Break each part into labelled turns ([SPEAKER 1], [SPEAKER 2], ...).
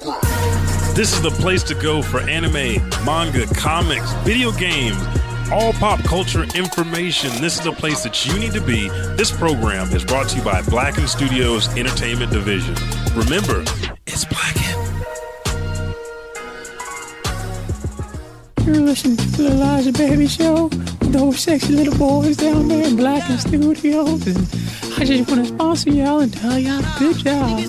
[SPEAKER 1] This is the place to go for anime, manga, comics, video games, all pop culture information. This is the place that you need to be. This program is brought to you by Blacken Studios Entertainment Division. Remember, it's Blacken.
[SPEAKER 2] You're listening to the Elijah Baby Show with those sexy little boys down there in Black and Studios. And I just want to sponsor y'all and tell y'all good job.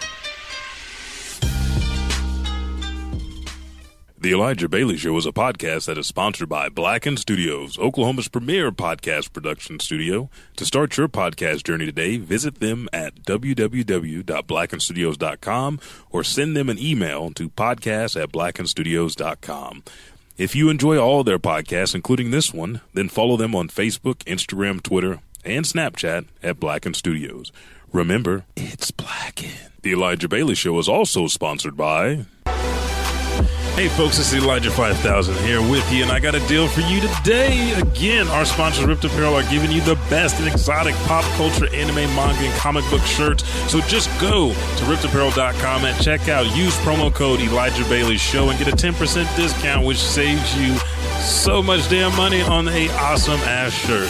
[SPEAKER 1] The Elijah Bailey Show is a podcast that is sponsored by Blacken Studios, Oklahoma's premier podcast production studio. To start your podcast journey today, visit them at www.blackenstudios.com or send them an email to podcast at blackenstudios.com. If you enjoy all their podcasts, including this one, then follow them on Facebook, Instagram, Twitter, and Snapchat at Blacken Studios. Remember, it's Blacken. The Elijah Bailey Show is also sponsored by. Hey folks, this is Elijah 5000 here with you, and I got a deal for you today. Again, our sponsors, Ripped Apparel, are giving you the best in exotic pop culture, anime, manga, and comic book shirts. So just go to rippedapparel.com at checkout, use promo code Elijah Bailey Show, and get a 10% discount, which saves you so much damn money on a awesome ass shirt.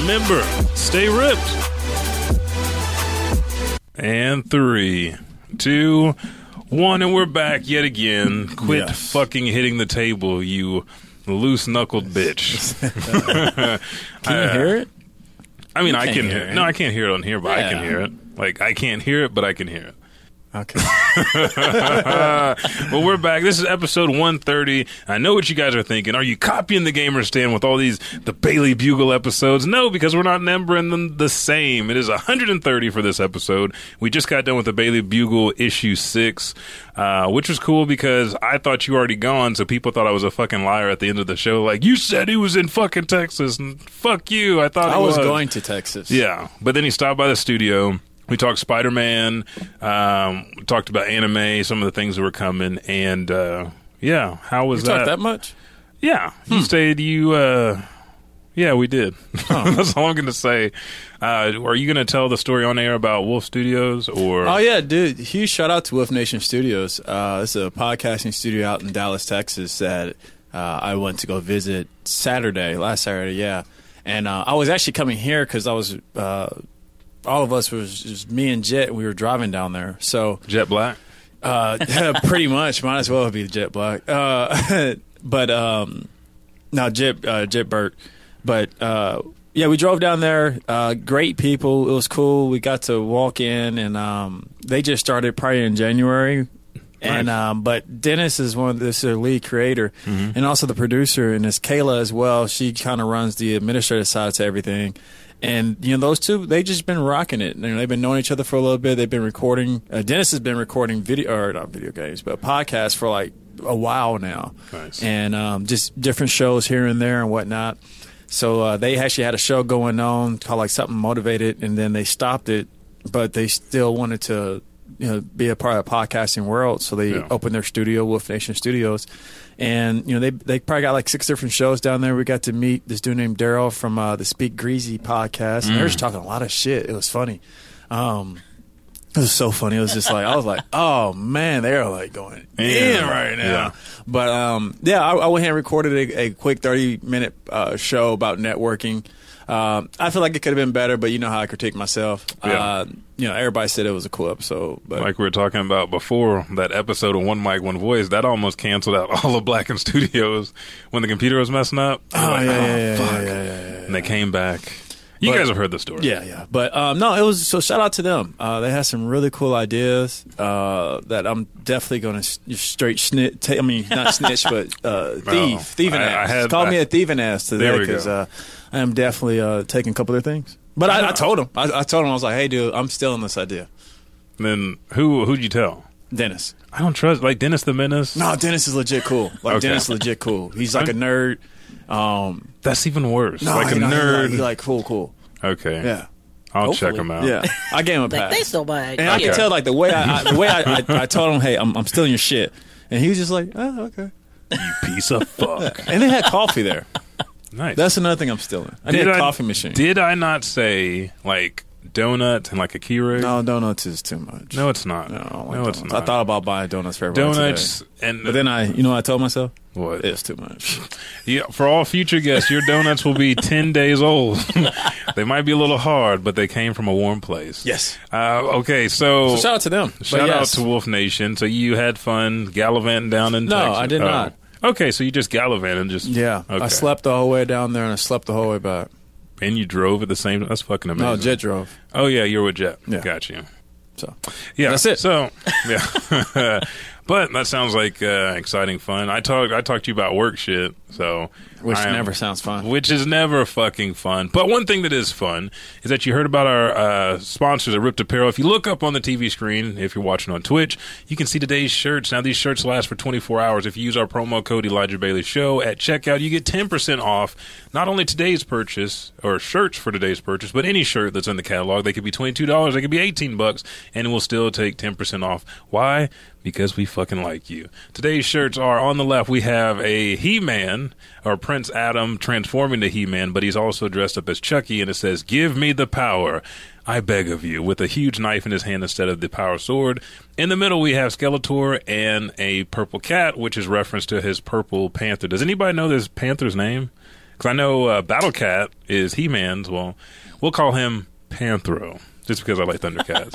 [SPEAKER 1] Remember, stay ripped. And three, two, one, and we're back yet again. Quit
[SPEAKER 3] Yes.
[SPEAKER 1] fucking hitting the table, you loose knuckled bitch.
[SPEAKER 3] Can you hear it?
[SPEAKER 1] I mean, I
[SPEAKER 3] can't
[SPEAKER 1] can
[SPEAKER 3] hear
[SPEAKER 1] hear it.
[SPEAKER 3] it.
[SPEAKER 1] No, I can't hear it on here, but I can
[SPEAKER 3] Yeah.
[SPEAKER 1] hear it. Like, I can't hear it, but I can hear it.
[SPEAKER 3] Okay.
[SPEAKER 1] Well, we're back. This is episode 130. I know what you guys are thinking. Are you copying the Gamer Stand with all these the Bailey Bugle episodes? No, because we're not numbering them the same. It is 130 for this episode. We just got done with the Bailey Bugle issue six, uh, which was cool because I thought you were already gone, so people thought I was a fucking liar at the end of the show. Like you said, he was in fucking Texas, and fuck you. I thought
[SPEAKER 3] I
[SPEAKER 1] he
[SPEAKER 3] was going to Texas.
[SPEAKER 1] yeah, but then he stopped by the studio. We talked Spider Man, um, we talked about anime, some of the things that were coming, and uh, yeah, how was
[SPEAKER 3] You talked that much? Hmm.
[SPEAKER 1] yeah, you stayed. You, uh, yeah, we did. That's all I'm going to say. Uh, are you going to tell the story on air about Wolf Studios or?
[SPEAKER 3] Oh yeah, dude! Huge shout out to Wolf Nation Studios. Uh, it's a podcasting studio out in Dallas, Texas that uh, I went to go visit Saturday, last Saturday. Yeah, and uh, I was actually coming here because I was uh, all of us was just me and Jet. We were driving down there, so
[SPEAKER 1] Jet Black.
[SPEAKER 3] uh, pretty much. Might as well be Jet Black. Uh, but um, no, Jet uh, Jet Burt. But uh, yeah, we drove down there. Uh, great people. It was cool. We got to walk in, and um, they just started probably in January. And
[SPEAKER 1] Nice. Mm-hmm.
[SPEAKER 3] um, but Dennis is one of the, this is their lead creator, and also the producer, and it's Kayla as well. She kind of runs the administrative side to everything. And you know those two, they just been rocking it. You know, they've been knowing each other for a little bit. They've been recording. Uh, Dennis has been recording video or not video games, but podcasts for like a while now,
[SPEAKER 1] Nice.
[SPEAKER 3] and um, just different shows here and there and whatnot. So uh, they actually had a show going on called like something motivated, and then they stopped it, but they still wanted to you know be a part of the podcasting world. So they
[SPEAKER 1] Yeah.
[SPEAKER 3] opened their studio, Wolf Nation Studios, and you know they they probably got like six different shows down there. We got to meet this dude named Daryl from uh, the Speak Greasy podcast, and they were
[SPEAKER 1] Mm.
[SPEAKER 3] just talking a lot of shit. It was funny. Um, it was so funny. It was just like I was like, oh man, they are like going
[SPEAKER 1] Yeah.
[SPEAKER 3] in right now.
[SPEAKER 1] Yeah.
[SPEAKER 3] But um, yeah, I, I went ahead and recorded a, a quick thirty minute uh, show about networking. Um, I feel like it could have been better, but you know how I critique myself.
[SPEAKER 1] Yeah.
[SPEAKER 3] Uh, you know, everybody said it was a cool episode, but
[SPEAKER 1] Like we were talking about before, that episode of One Mic, One Voice, that almost canceled out all of Black and Studios when the computer was messing up.
[SPEAKER 3] Oh, yeah, yeah, yeah,
[SPEAKER 1] fuck.
[SPEAKER 3] yeah, yeah, yeah,
[SPEAKER 1] And they came back. You
[SPEAKER 3] But-
[SPEAKER 1] guys have heard the story.
[SPEAKER 3] Yeah, yeah. But um, no, it was so. Shout out to them. Uh, they had some really cool ideas uh, that I'm definitely going to straight snitch. Ta- I mean, not snitch, but uh, thief, thieving
[SPEAKER 1] I- I
[SPEAKER 3] ass.
[SPEAKER 1] had-
[SPEAKER 3] Call me
[SPEAKER 1] I-
[SPEAKER 3] a thieving ass today
[SPEAKER 1] There we
[SPEAKER 3] because
[SPEAKER 1] go.
[SPEAKER 3] uh, I am definitely uh, taking a couple of their things. But I, I told him. I, I told him I was like, hey, dude, I'm stealing this idea,
[SPEAKER 1] Then who who'd you tell?
[SPEAKER 3] Dennis.
[SPEAKER 1] I don't trust like Dennis the Menace.
[SPEAKER 3] No, Dennis is legit cool. Like
[SPEAKER 1] Okay.
[SPEAKER 3] Dennis, is legit cool. He's like a nerd. Um,
[SPEAKER 1] That's even worse.
[SPEAKER 3] no,
[SPEAKER 1] like a
[SPEAKER 3] you know, he's
[SPEAKER 1] nerd.
[SPEAKER 3] He's like cool, cool.
[SPEAKER 1] okay.
[SPEAKER 3] Yeah.
[SPEAKER 1] I'll
[SPEAKER 3] Hopefully.
[SPEAKER 1] check him out.
[SPEAKER 3] Yeah, I gave him a pass.
[SPEAKER 4] Like, thanks so much.
[SPEAKER 3] And I
[SPEAKER 4] Yeah.
[SPEAKER 3] can tell, like the way I, I the way I, I, I told him, hey, I'm, I'm stealing your shit. And he was just like, oh, okay.
[SPEAKER 1] You piece of fuck.
[SPEAKER 3] And they had coffee there.
[SPEAKER 1] Nice.
[SPEAKER 3] That's another thing I'm stealing. I need a
[SPEAKER 1] I-
[SPEAKER 3] coffee machine.
[SPEAKER 1] Did I not say like donut and like a key ring?
[SPEAKER 3] no, donuts is too much.
[SPEAKER 1] No, it's not.
[SPEAKER 3] No,
[SPEAKER 1] No,
[SPEAKER 3] I don't like
[SPEAKER 1] it's
[SPEAKER 3] donuts.
[SPEAKER 1] not.
[SPEAKER 3] I thought about buying donuts for everyone
[SPEAKER 1] donuts
[SPEAKER 3] today.
[SPEAKER 1] and
[SPEAKER 3] But then I, you know, what I told myself
[SPEAKER 1] what?
[SPEAKER 3] it's too much.
[SPEAKER 1] Yeah, for all future guests, your donuts will be ten days old. they might be a little hard, but they came from a warm place.
[SPEAKER 3] Yes.
[SPEAKER 1] Uh, okay, so,
[SPEAKER 3] So shout out to them. But
[SPEAKER 1] shout
[SPEAKER 3] yes.
[SPEAKER 1] out to Wolf Nation. So you had fun gallivanting down in
[SPEAKER 3] No,
[SPEAKER 1] Texas.
[SPEAKER 3] I did
[SPEAKER 1] Oh.
[SPEAKER 3] not.
[SPEAKER 1] Okay, so you just gallivanted and just
[SPEAKER 3] Yeah,
[SPEAKER 1] Okay.
[SPEAKER 3] I slept the whole way down there and I slept the whole way back.
[SPEAKER 1] and you drove at the same. That's fucking amazing.
[SPEAKER 3] No, jet drove.
[SPEAKER 1] Oh yeah, you're with Jet.
[SPEAKER 3] Yeah.
[SPEAKER 1] Got you.
[SPEAKER 3] So
[SPEAKER 1] Yeah,
[SPEAKER 3] That's it.
[SPEAKER 1] So, yeah, but that sounds like uh, exciting fun. I talked. I talked to you about work shit. So,
[SPEAKER 3] which
[SPEAKER 1] I am-
[SPEAKER 3] never sounds fun.
[SPEAKER 1] which is never fucking fun. But one thing that is fun is that you heard about our uh, sponsors at Ripped Apparel. If you look up on the TV screen, if you're watching on Twitch, you can see today's shirts. Now these shirts last for 24 hours. If you use our promo code Elijah Bailey Show at checkout, you get 10% off not only today's purchase or shirts for today's purchase, but any shirt that's in the catalog. They could be $22, they could be 18 bucks, and we'll still take 10% off. Why? Because we fucking like you. Today's shirts are on the left. We have a He Man or Prince Adam transforming to He Man, but he's also dressed up as Chucky, and it says, Give me the power. I beg of you, with a huge knife in his hand instead of the power sword. In the middle, we have Skeletor and a purple cat, which is reference to his purple panther. Does anybody know this panther's name? Because I know uh, Battle Cat is He Man's. Well, we'll call him Panthro, just because I like Thundercats.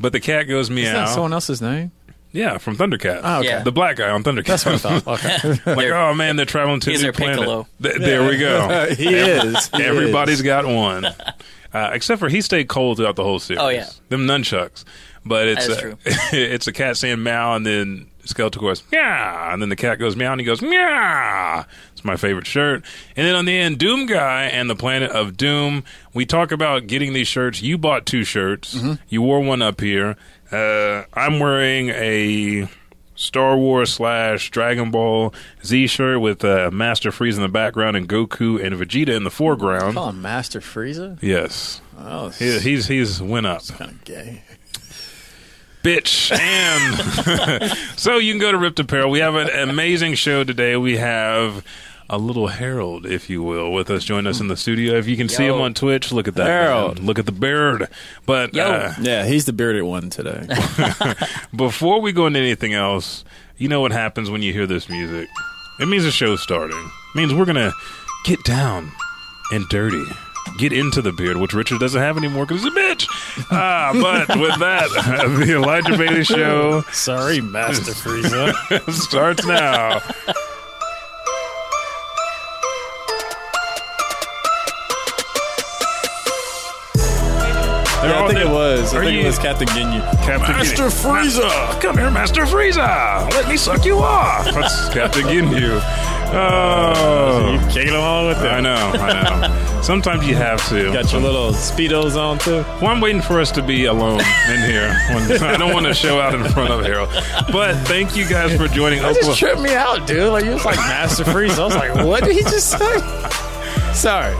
[SPEAKER 1] but the cat goes meow.
[SPEAKER 3] Isn't that someone else's name?
[SPEAKER 1] Yeah, from Thundercats.
[SPEAKER 3] Oh, okay.
[SPEAKER 4] Yeah.
[SPEAKER 1] The black guy on Thundercats.
[SPEAKER 3] That's what I thought. Okay.
[SPEAKER 1] like,
[SPEAKER 4] They're-
[SPEAKER 1] oh man, they're traveling to a
[SPEAKER 4] He's
[SPEAKER 1] new
[SPEAKER 4] our
[SPEAKER 1] planet.
[SPEAKER 4] Piccolo.
[SPEAKER 1] Th- there we go.
[SPEAKER 3] he is. He
[SPEAKER 1] Everybody's
[SPEAKER 3] is.
[SPEAKER 1] got one, uh, except for he stayed cold throughout the whole series.
[SPEAKER 4] Oh, yeah.
[SPEAKER 1] them nunchucks. But it's uh,
[SPEAKER 4] That is
[SPEAKER 1] a,
[SPEAKER 4] true.
[SPEAKER 1] it's a cat saying meow, and then Skeletor goes meow, and then the cat goes meow, and he goes meow. It's my favorite shirt. And then on the end, Doom Guy and the Planet of Doom. We talk about getting these shirts. You bought two shirts. You wore one up here. Uh, I'm wearing a Star Wars slash Dragon Ball Z shirt with uh, Master Freeze in the background and Goku and Vegeta in the foreground.
[SPEAKER 3] Call him Oh, Master Frieza.
[SPEAKER 1] Yes,
[SPEAKER 3] Oh, it's
[SPEAKER 1] He- he's he's went up
[SPEAKER 3] kind of gay.
[SPEAKER 1] bitch. And so you can go to Ripped Apparel. We have an amazing show today. We have a little Harold, if you will, with us. Join us in the studio. If you can see
[SPEAKER 4] Yo.
[SPEAKER 1] him on Twitch, look at that.
[SPEAKER 3] Harold.
[SPEAKER 1] man. Look at the beard. But
[SPEAKER 4] Yo.
[SPEAKER 1] uh,
[SPEAKER 3] Yeah, he's the bearded one today.
[SPEAKER 1] before we go into anything else, you know what happens when you hear this music? It means the show's starting. It means we're going to get down and dirty. Get into the beard, which Richard doesn't have anymore because he's a bitch. Ah, but with that, the Elijah Bailey Show
[SPEAKER 3] Sorry, Master Frieza.
[SPEAKER 1] starts now.
[SPEAKER 3] yeah, I think it was. I
[SPEAKER 1] Are
[SPEAKER 3] think
[SPEAKER 1] you-
[SPEAKER 3] it was Captain Ginyu.
[SPEAKER 1] Captain
[SPEAKER 3] Master
[SPEAKER 1] Ginyu. Ma- come here, Master Frieza! Let me suck you off! That's Captain Ginyu. Oh.
[SPEAKER 3] Can't get along with
[SPEAKER 1] I know, I know. Sometimes you have to.
[SPEAKER 3] Got your little speedos on too.
[SPEAKER 1] Well, I'm waiting for us to be alone in here. I don't want to show out in front of Harold. But thank you guys for joining. Oklahoma-
[SPEAKER 3] Just tripped me out, dude. Like you was like Master Frieza. I was like, what did he just say? Sorry,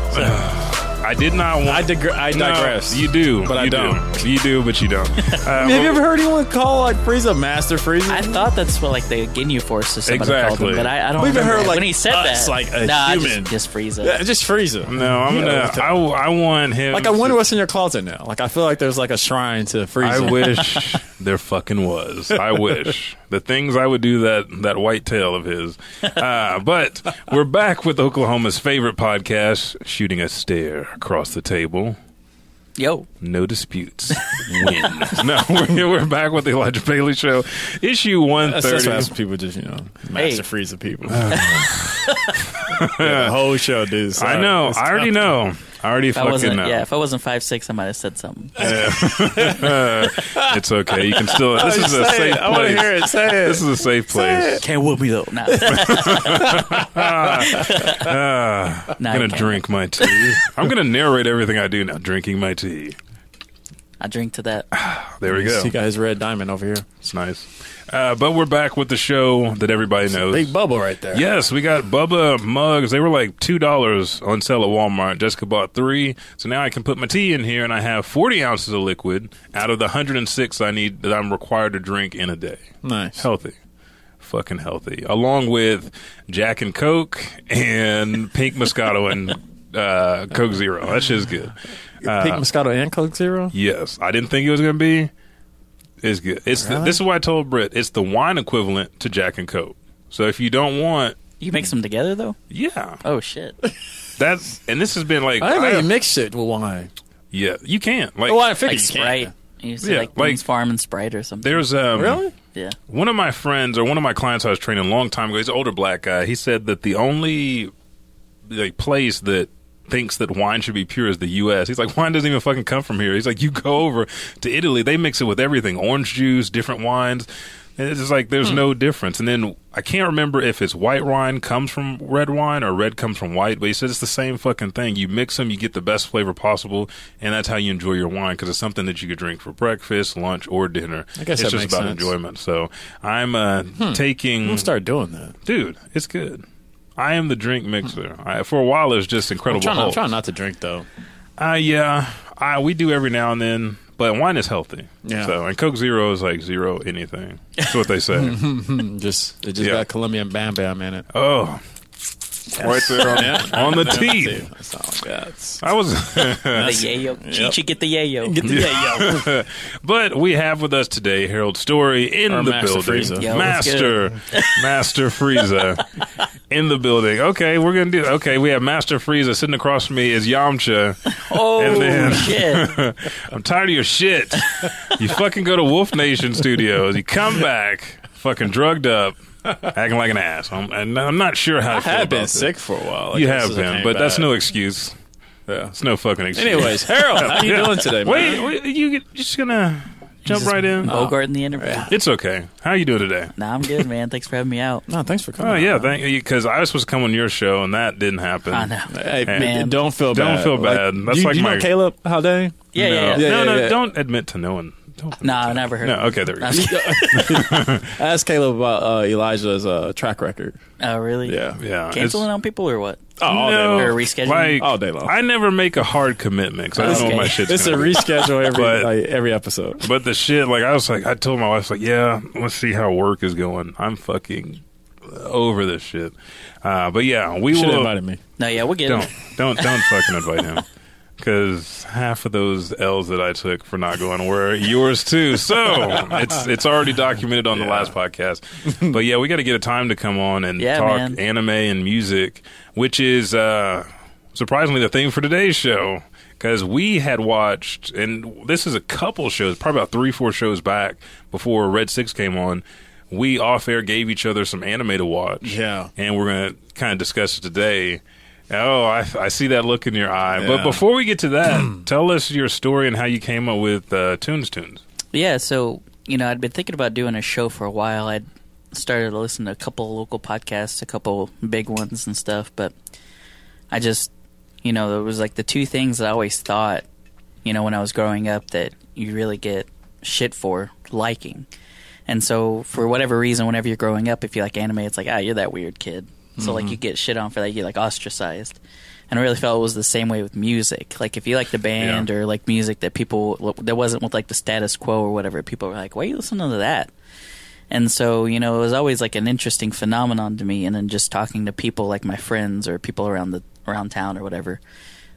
[SPEAKER 1] I did not want.
[SPEAKER 3] I, digre- I
[SPEAKER 1] No,
[SPEAKER 3] digress.
[SPEAKER 1] you do,
[SPEAKER 3] But I
[SPEAKER 1] you
[SPEAKER 3] don't.
[SPEAKER 1] Do. You do, but you don't. Uh,
[SPEAKER 3] Have you ever heard anyone call like Frieza Master Frieza?
[SPEAKER 4] I thought that's what like the Ginyu Force is somebody called
[SPEAKER 1] Exactly.
[SPEAKER 4] him, but I, I don't
[SPEAKER 3] We've even
[SPEAKER 4] remember
[SPEAKER 3] heard,
[SPEAKER 4] that.
[SPEAKER 3] like,
[SPEAKER 4] when he said
[SPEAKER 3] us,
[SPEAKER 4] that.
[SPEAKER 3] like, a
[SPEAKER 4] nah,
[SPEAKER 3] human.
[SPEAKER 4] just, just Frieza.
[SPEAKER 3] Yeah, just Frieza.
[SPEAKER 1] no, I'm gonna. I, I want him.
[SPEAKER 3] Like I wonder what's in your closet now. Like I feel like there's like a shrine to
[SPEAKER 1] I
[SPEAKER 3] Frieza.
[SPEAKER 1] wish there fucking was. I wish the things I would do that that white tail of his. Uh, but we're back with Oklahoma's favorite podcast, shooting a stare across the table.
[SPEAKER 4] Yo,
[SPEAKER 1] No disputes. Win. no, we're, we're back with the Elijah Bailey Show, issue one
[SPEAKER 3] That's, that's
[SPEAKER 1] thirty.
[SPEAKER 3] what some people just you know Master
[SPEAKER 4] Hey.
[SPEAKER 3] Frieza people. Yeah, the whole show, dude. Sorry.
[SPEAKER 1] I know.
[SPEAKER 3] It's
[SPEAKER 1] I already
[SPEAKER 3] tough.
[SPEAKER 1] know. I already
[SPEAKER 4] if I
[SPEAKER 1] fucking
[SPEAKER 4] wasn't,
[SPEAKER 1] know.
[SPEAKER 4] yeah, if I wasn't five six, I might have said something.
[SPEAKER 1] It's okay. You can still. This is a
[SPEAKER 3] Oh, Say
[SPEAKER 1] safe
[SPEAKER 3] it. I want to
[SPEAKER 1] place.
[SPEAKER 3] hear it. Say it.
[SPEAKER 1] This is a safe place.
[SPEAKER 4] Can't whoop me though. Nah,
[SPEAKER 1] Ah,
[SPEAKER 4] Nah,
[SPEAKER 1] I'm
[SPEAKER 4] you
[SPEAKER 1] gonna
[SPEAKER 4] can't.
[SPEAKER 1] drink my tea. I'm gonna narrate everything I do now. Drinking my tea.
[SPEAKER 4] I drink to that.
[SPEAKER 1] There we go.
[SPEAKER 3] He got his red diamond over here.
[SPEAKER 1] It's nice. Uh, but we're back with the show that everybody knows.
[SPEAKER 3] Big bubble right there.
[SPEAKER 1] Yes, we got Bubba mugs. They were like two dollars on sale at Walmart. Jessica bought three, so now I can put my tea in here, and I have forty ounces of liquid out of the hundred and six I need that I'm required to drink in a day.
[SPEAKER 3] Nice.
[SPEAKER 1] Healthy. fucking healthy, along with Jack and Coke and Pink Moscato and uh, Coke Zero. That shit's good.
[SPEAKER 3] Pink Moscato and Coke Zero.
[SPEAKER 1] Yes, I didn't think it was gonna be. It's good. It's the,
[SPEAKER 3] Really?
[SPEAKER 1] this is why I told Britt. It's the wine equivalent to Jack and Coke. So if you don't want,
[SPEAKER 4] You mix them together though?
[SPEAKER 1] yeah,
[SPEAKER 4] Oh shit.
[SPEAKER 1] that's and this has been like
[SPEAKER 3] I didn't know
[SPEAKER 1] I-
[SPEAKER 3] you mixed shit with wine.
[SPEAKER 1] yeah, you can't like
[SPEAKER 3] Well, I figured
[SPEAKER 4] like
[SPEAKER 3] you
[SPEAKER 4] Sprite.
[SPEAKER 3] can't.
[SPEAKER 4] You used to
[SPEAKER 1] Yeah,
[SPEAKER 4] like,
[SPEAKER 1] like-
[SPEAKER 4] Boone's Farm and Sprite or something.
[SPEAKER 1] there's um
[SPEAKER 3] Really?
[SPEAKER 4] yeah.
[SPEAKER 1] One of my friends or one of my clients I was training a long time ago, he's an older black guy. He said that the only like place that thinks that wine should be pure is the U.S. He's like, wine doesn't even fucking come from here. He's like, you go over to Italy, they mix it with everything, orange juice, different wines. And it's just like there's
[SPEAKER 3] Hmm.
[SPEAKER 1] no difference. And then I can't remember if it's white wine comes from red wine or red comes from white, but he said it's the same fucking thing. You mix them, you get the best flavor possible, and that's how you enjoy your wine because it's something that you could drink for breakfast, lunch, or dinner.
[SPEAKER 3] I guess
[SPEAKER 1] it's
[SPEAKER 3] that
[SPEAKER 1] just
[SPEAKER 3] makes
[SPEAKER 1] about
[SPEAKER 3] sense.
[SPEAKER 1] enjoyment. So I'm uh, taking
[SPEAKER 3] Hmm. We'll start doing that.
[SPEAKER 1] dude, it's good. I am the drink mixer. I, for a while, it's just
[SPEAKER 3] I'm
[SPEAKER 1] incredible.
[SPEAKER 3] trying, I'm
[SPEAKER 1] Hulk.
[SPEAKER 3] trying not to drink though.
[SPEAKER 1] Uh, yeah, I, we do every now and then, but wine is healthy.
[SPEAKER 3] Yeah.
[SPEAKER 1] So and Coke Zero is like zero anything. That's what they say.
[SPEAKER 3] Mm, Just it just
[SPEAKER 1] Yeah.
[SPEAKER 3] got Colombian Bam Bam in it.
[SPEAKER 1] oh, right there on, on the teeth.
[SPEAKER 3] That's all. Yeah, it's-
[SPEAKER 1] I was.
[SPEAKER 4] The yayo. Chichi get the yayo.
[SPEAKER 3] Get the yayo.
[SPEAKER 1] But we have with us today Harold Story in
[SPEAKER 3] Or
[SPEAKER 1] the
[SPEAKER 3] Master
[SPEAKER 1] building.
[SPEAKER 3] Frieza.
[SPEAKER 4] Yeah, let's get
[SPEAKER 1] Master Master Frieza in the building. Okay, we're gonna do okay, we have Master Frieza sitting across from me is Yamcha.
[SPEAKER 4] oh
[SPEAKER 1] And then-
[SPEAKER 4] shit.
[SPEAKER 1] I'm tired of your shit. You fucking go to Wolf Nation Studios, you come back, fucking drugged up, acting like an ass. I'm, and I'm not sure how I,
[SPEAKER 3] I
[SPEAKER 1] feel
[SPEAKER 3] have
[SPEAKER 1] about
[SPEAKER 3] been
[SPEAKER 1] this.
[SPEAKER 3] sick for a while. Like,
[SPEAKER 1] You
[SPEAKER 3] this
[SPEAKER 1] have
[SPEAKER 3] is a
[SPEAKER 1] been,
[SPEAKER 3] pain
[SPEAKER 1] but that's
[SPEAKER 3] bad.
[SPEAKER 1] no excuse.
[SPEAKER 3] Yeah.
[SPEAKER 1] It's no fucking excuse.
[SPEAKER 3] Anyways, Harold, how you doing today, man? oh.
[SPEAKER 1] wait, wait, you you just gonna jump right in?
[SPEAKER 4] Bogart in the interview.
[SPEAKER 1] It's okay. How you doing today?
[SPEAKER 4] Nah, I'm good, man. Thanks for having me out.
[SPEAKER 3] No, thanks for coming.
[SPEAKER 1] Oh yeah,
[SPEAKER 3] on.
[SPEAKER 1] thank you. Because I was supposed to come on your show and that didn't happen.
[SPEAKER 4] I know.
[SPEAKER 3] Hey,
[SPEAKER 4] Man.
[SPEAKER 3] don't feel
[SPEAKER 1] Don't
[SPEAKER 3] bad.
[SPEAKER 1] feel bad. That's
[SPEAKER 3] you,
[SPEAKER 1] like
[SPEAKER 3] you
[SPEAKER 1] my-
[SPEAKER 3] know Caleb Haldane.
[SPEAKER 4] Yeah,
[SPEAKER 1] Oh. no.
[SPEAKER 4] yeah, yeah.
[SPEAKER 3] Yeah.
[SPEAKER 1] no, no, don't admit to knowing. Don't.
[SPEAKER 4] Nah, I never heard.
[SPEAKER 1] No, okay, there we go.
[SPEAKER 3] I asked Caleb about uh, Elijah's uh, track record.
[SPEAKER 4] Oh, really?
[SPEAKER 3] Yeah.
[SPEAKER 1] Yeah, it's-
[SPEAKER 4] Canceling on people or what?
[SPEAKER 3] Oh, all day
[SPEAKER 1] no,
[SPEAKER 3] long.
[SPEAKER 4] Or rescheduling?
[SPEAKER 1] Like,
[SPEAKER 3] All day long.
[SPEAKER 1] I never make a hard commitment because I don't know what my
[SPEAKER 4] Okay.
[SPEAKER 1] shit's
[SPEAKER 3] It's a
[SPEAKER 1] gonna be.
[SPEAKER 3] reschedule every
[SPEAKER 1] But-
[SPEAKER 3] like, every episode.
[SPEAKER 1] But the shit, like I was like, I told my wife, like, yeah, let's see how work is going. I'm fucking over this shit. Uh, but yeah, we
[SPEAKER 3] You should have
[SPEAKER 1] will.
[SPEAKER 3] invited me.
[SPEAKER 4] No, yeah, we'll get
[SPEAKER 1] Don't,
[SPEAKER 4] it.
[SPEAKER 1] don't, don't fucking invite him. Because half of those L's that I took for not going were yours too. So it's it's already documented on the last podcast. But yeah, we got to get a time to come on and
[SPEAKER 4] Yeah,
[SPEAKER 1] talk
[SPEAKER 4] man.
[SPEAKER 1] anime and music, which is uh, surprisingly the thing for today's show. Because we had watched, and this is a couple shows, probably about three, four shows back before Red Six came on. We off air gave each other some anime to watch
[SPEAKER 3] Yeah.
[SPEAKER 1] and we're going to kind of discuss it today. Oh, I, I see that look in your eye. But
[SPEAKER 3] Yeah.
[SPEAKER 1] before we get to that, tell us your story and how you came up with uh, Tunes Tunes.
[SPEAKER 4] Yeah, so you know, I'd been thinking about doing a show for a while. I'd started to listen to a couple local podcasts, a couple big ones and stuff, but I just, you know, it was like the two things that I always thought, you know, when I was growing up that you really get shit for liking. And so, for whatever reason, whenever you're growing up, if you like anime, it's like, ah, you're that weird kid. So, like, you get shit on for that. You get, like, ostracized. And I really felt it was the same way with music. Like, if you like the band or like music that people, that wasn't with like the status quo or whatever, people were like, why are you listening to that? And so, you know, it was always like an interesting phenomenon to me. And then just talking to people like my friends or people around the around town or whatever,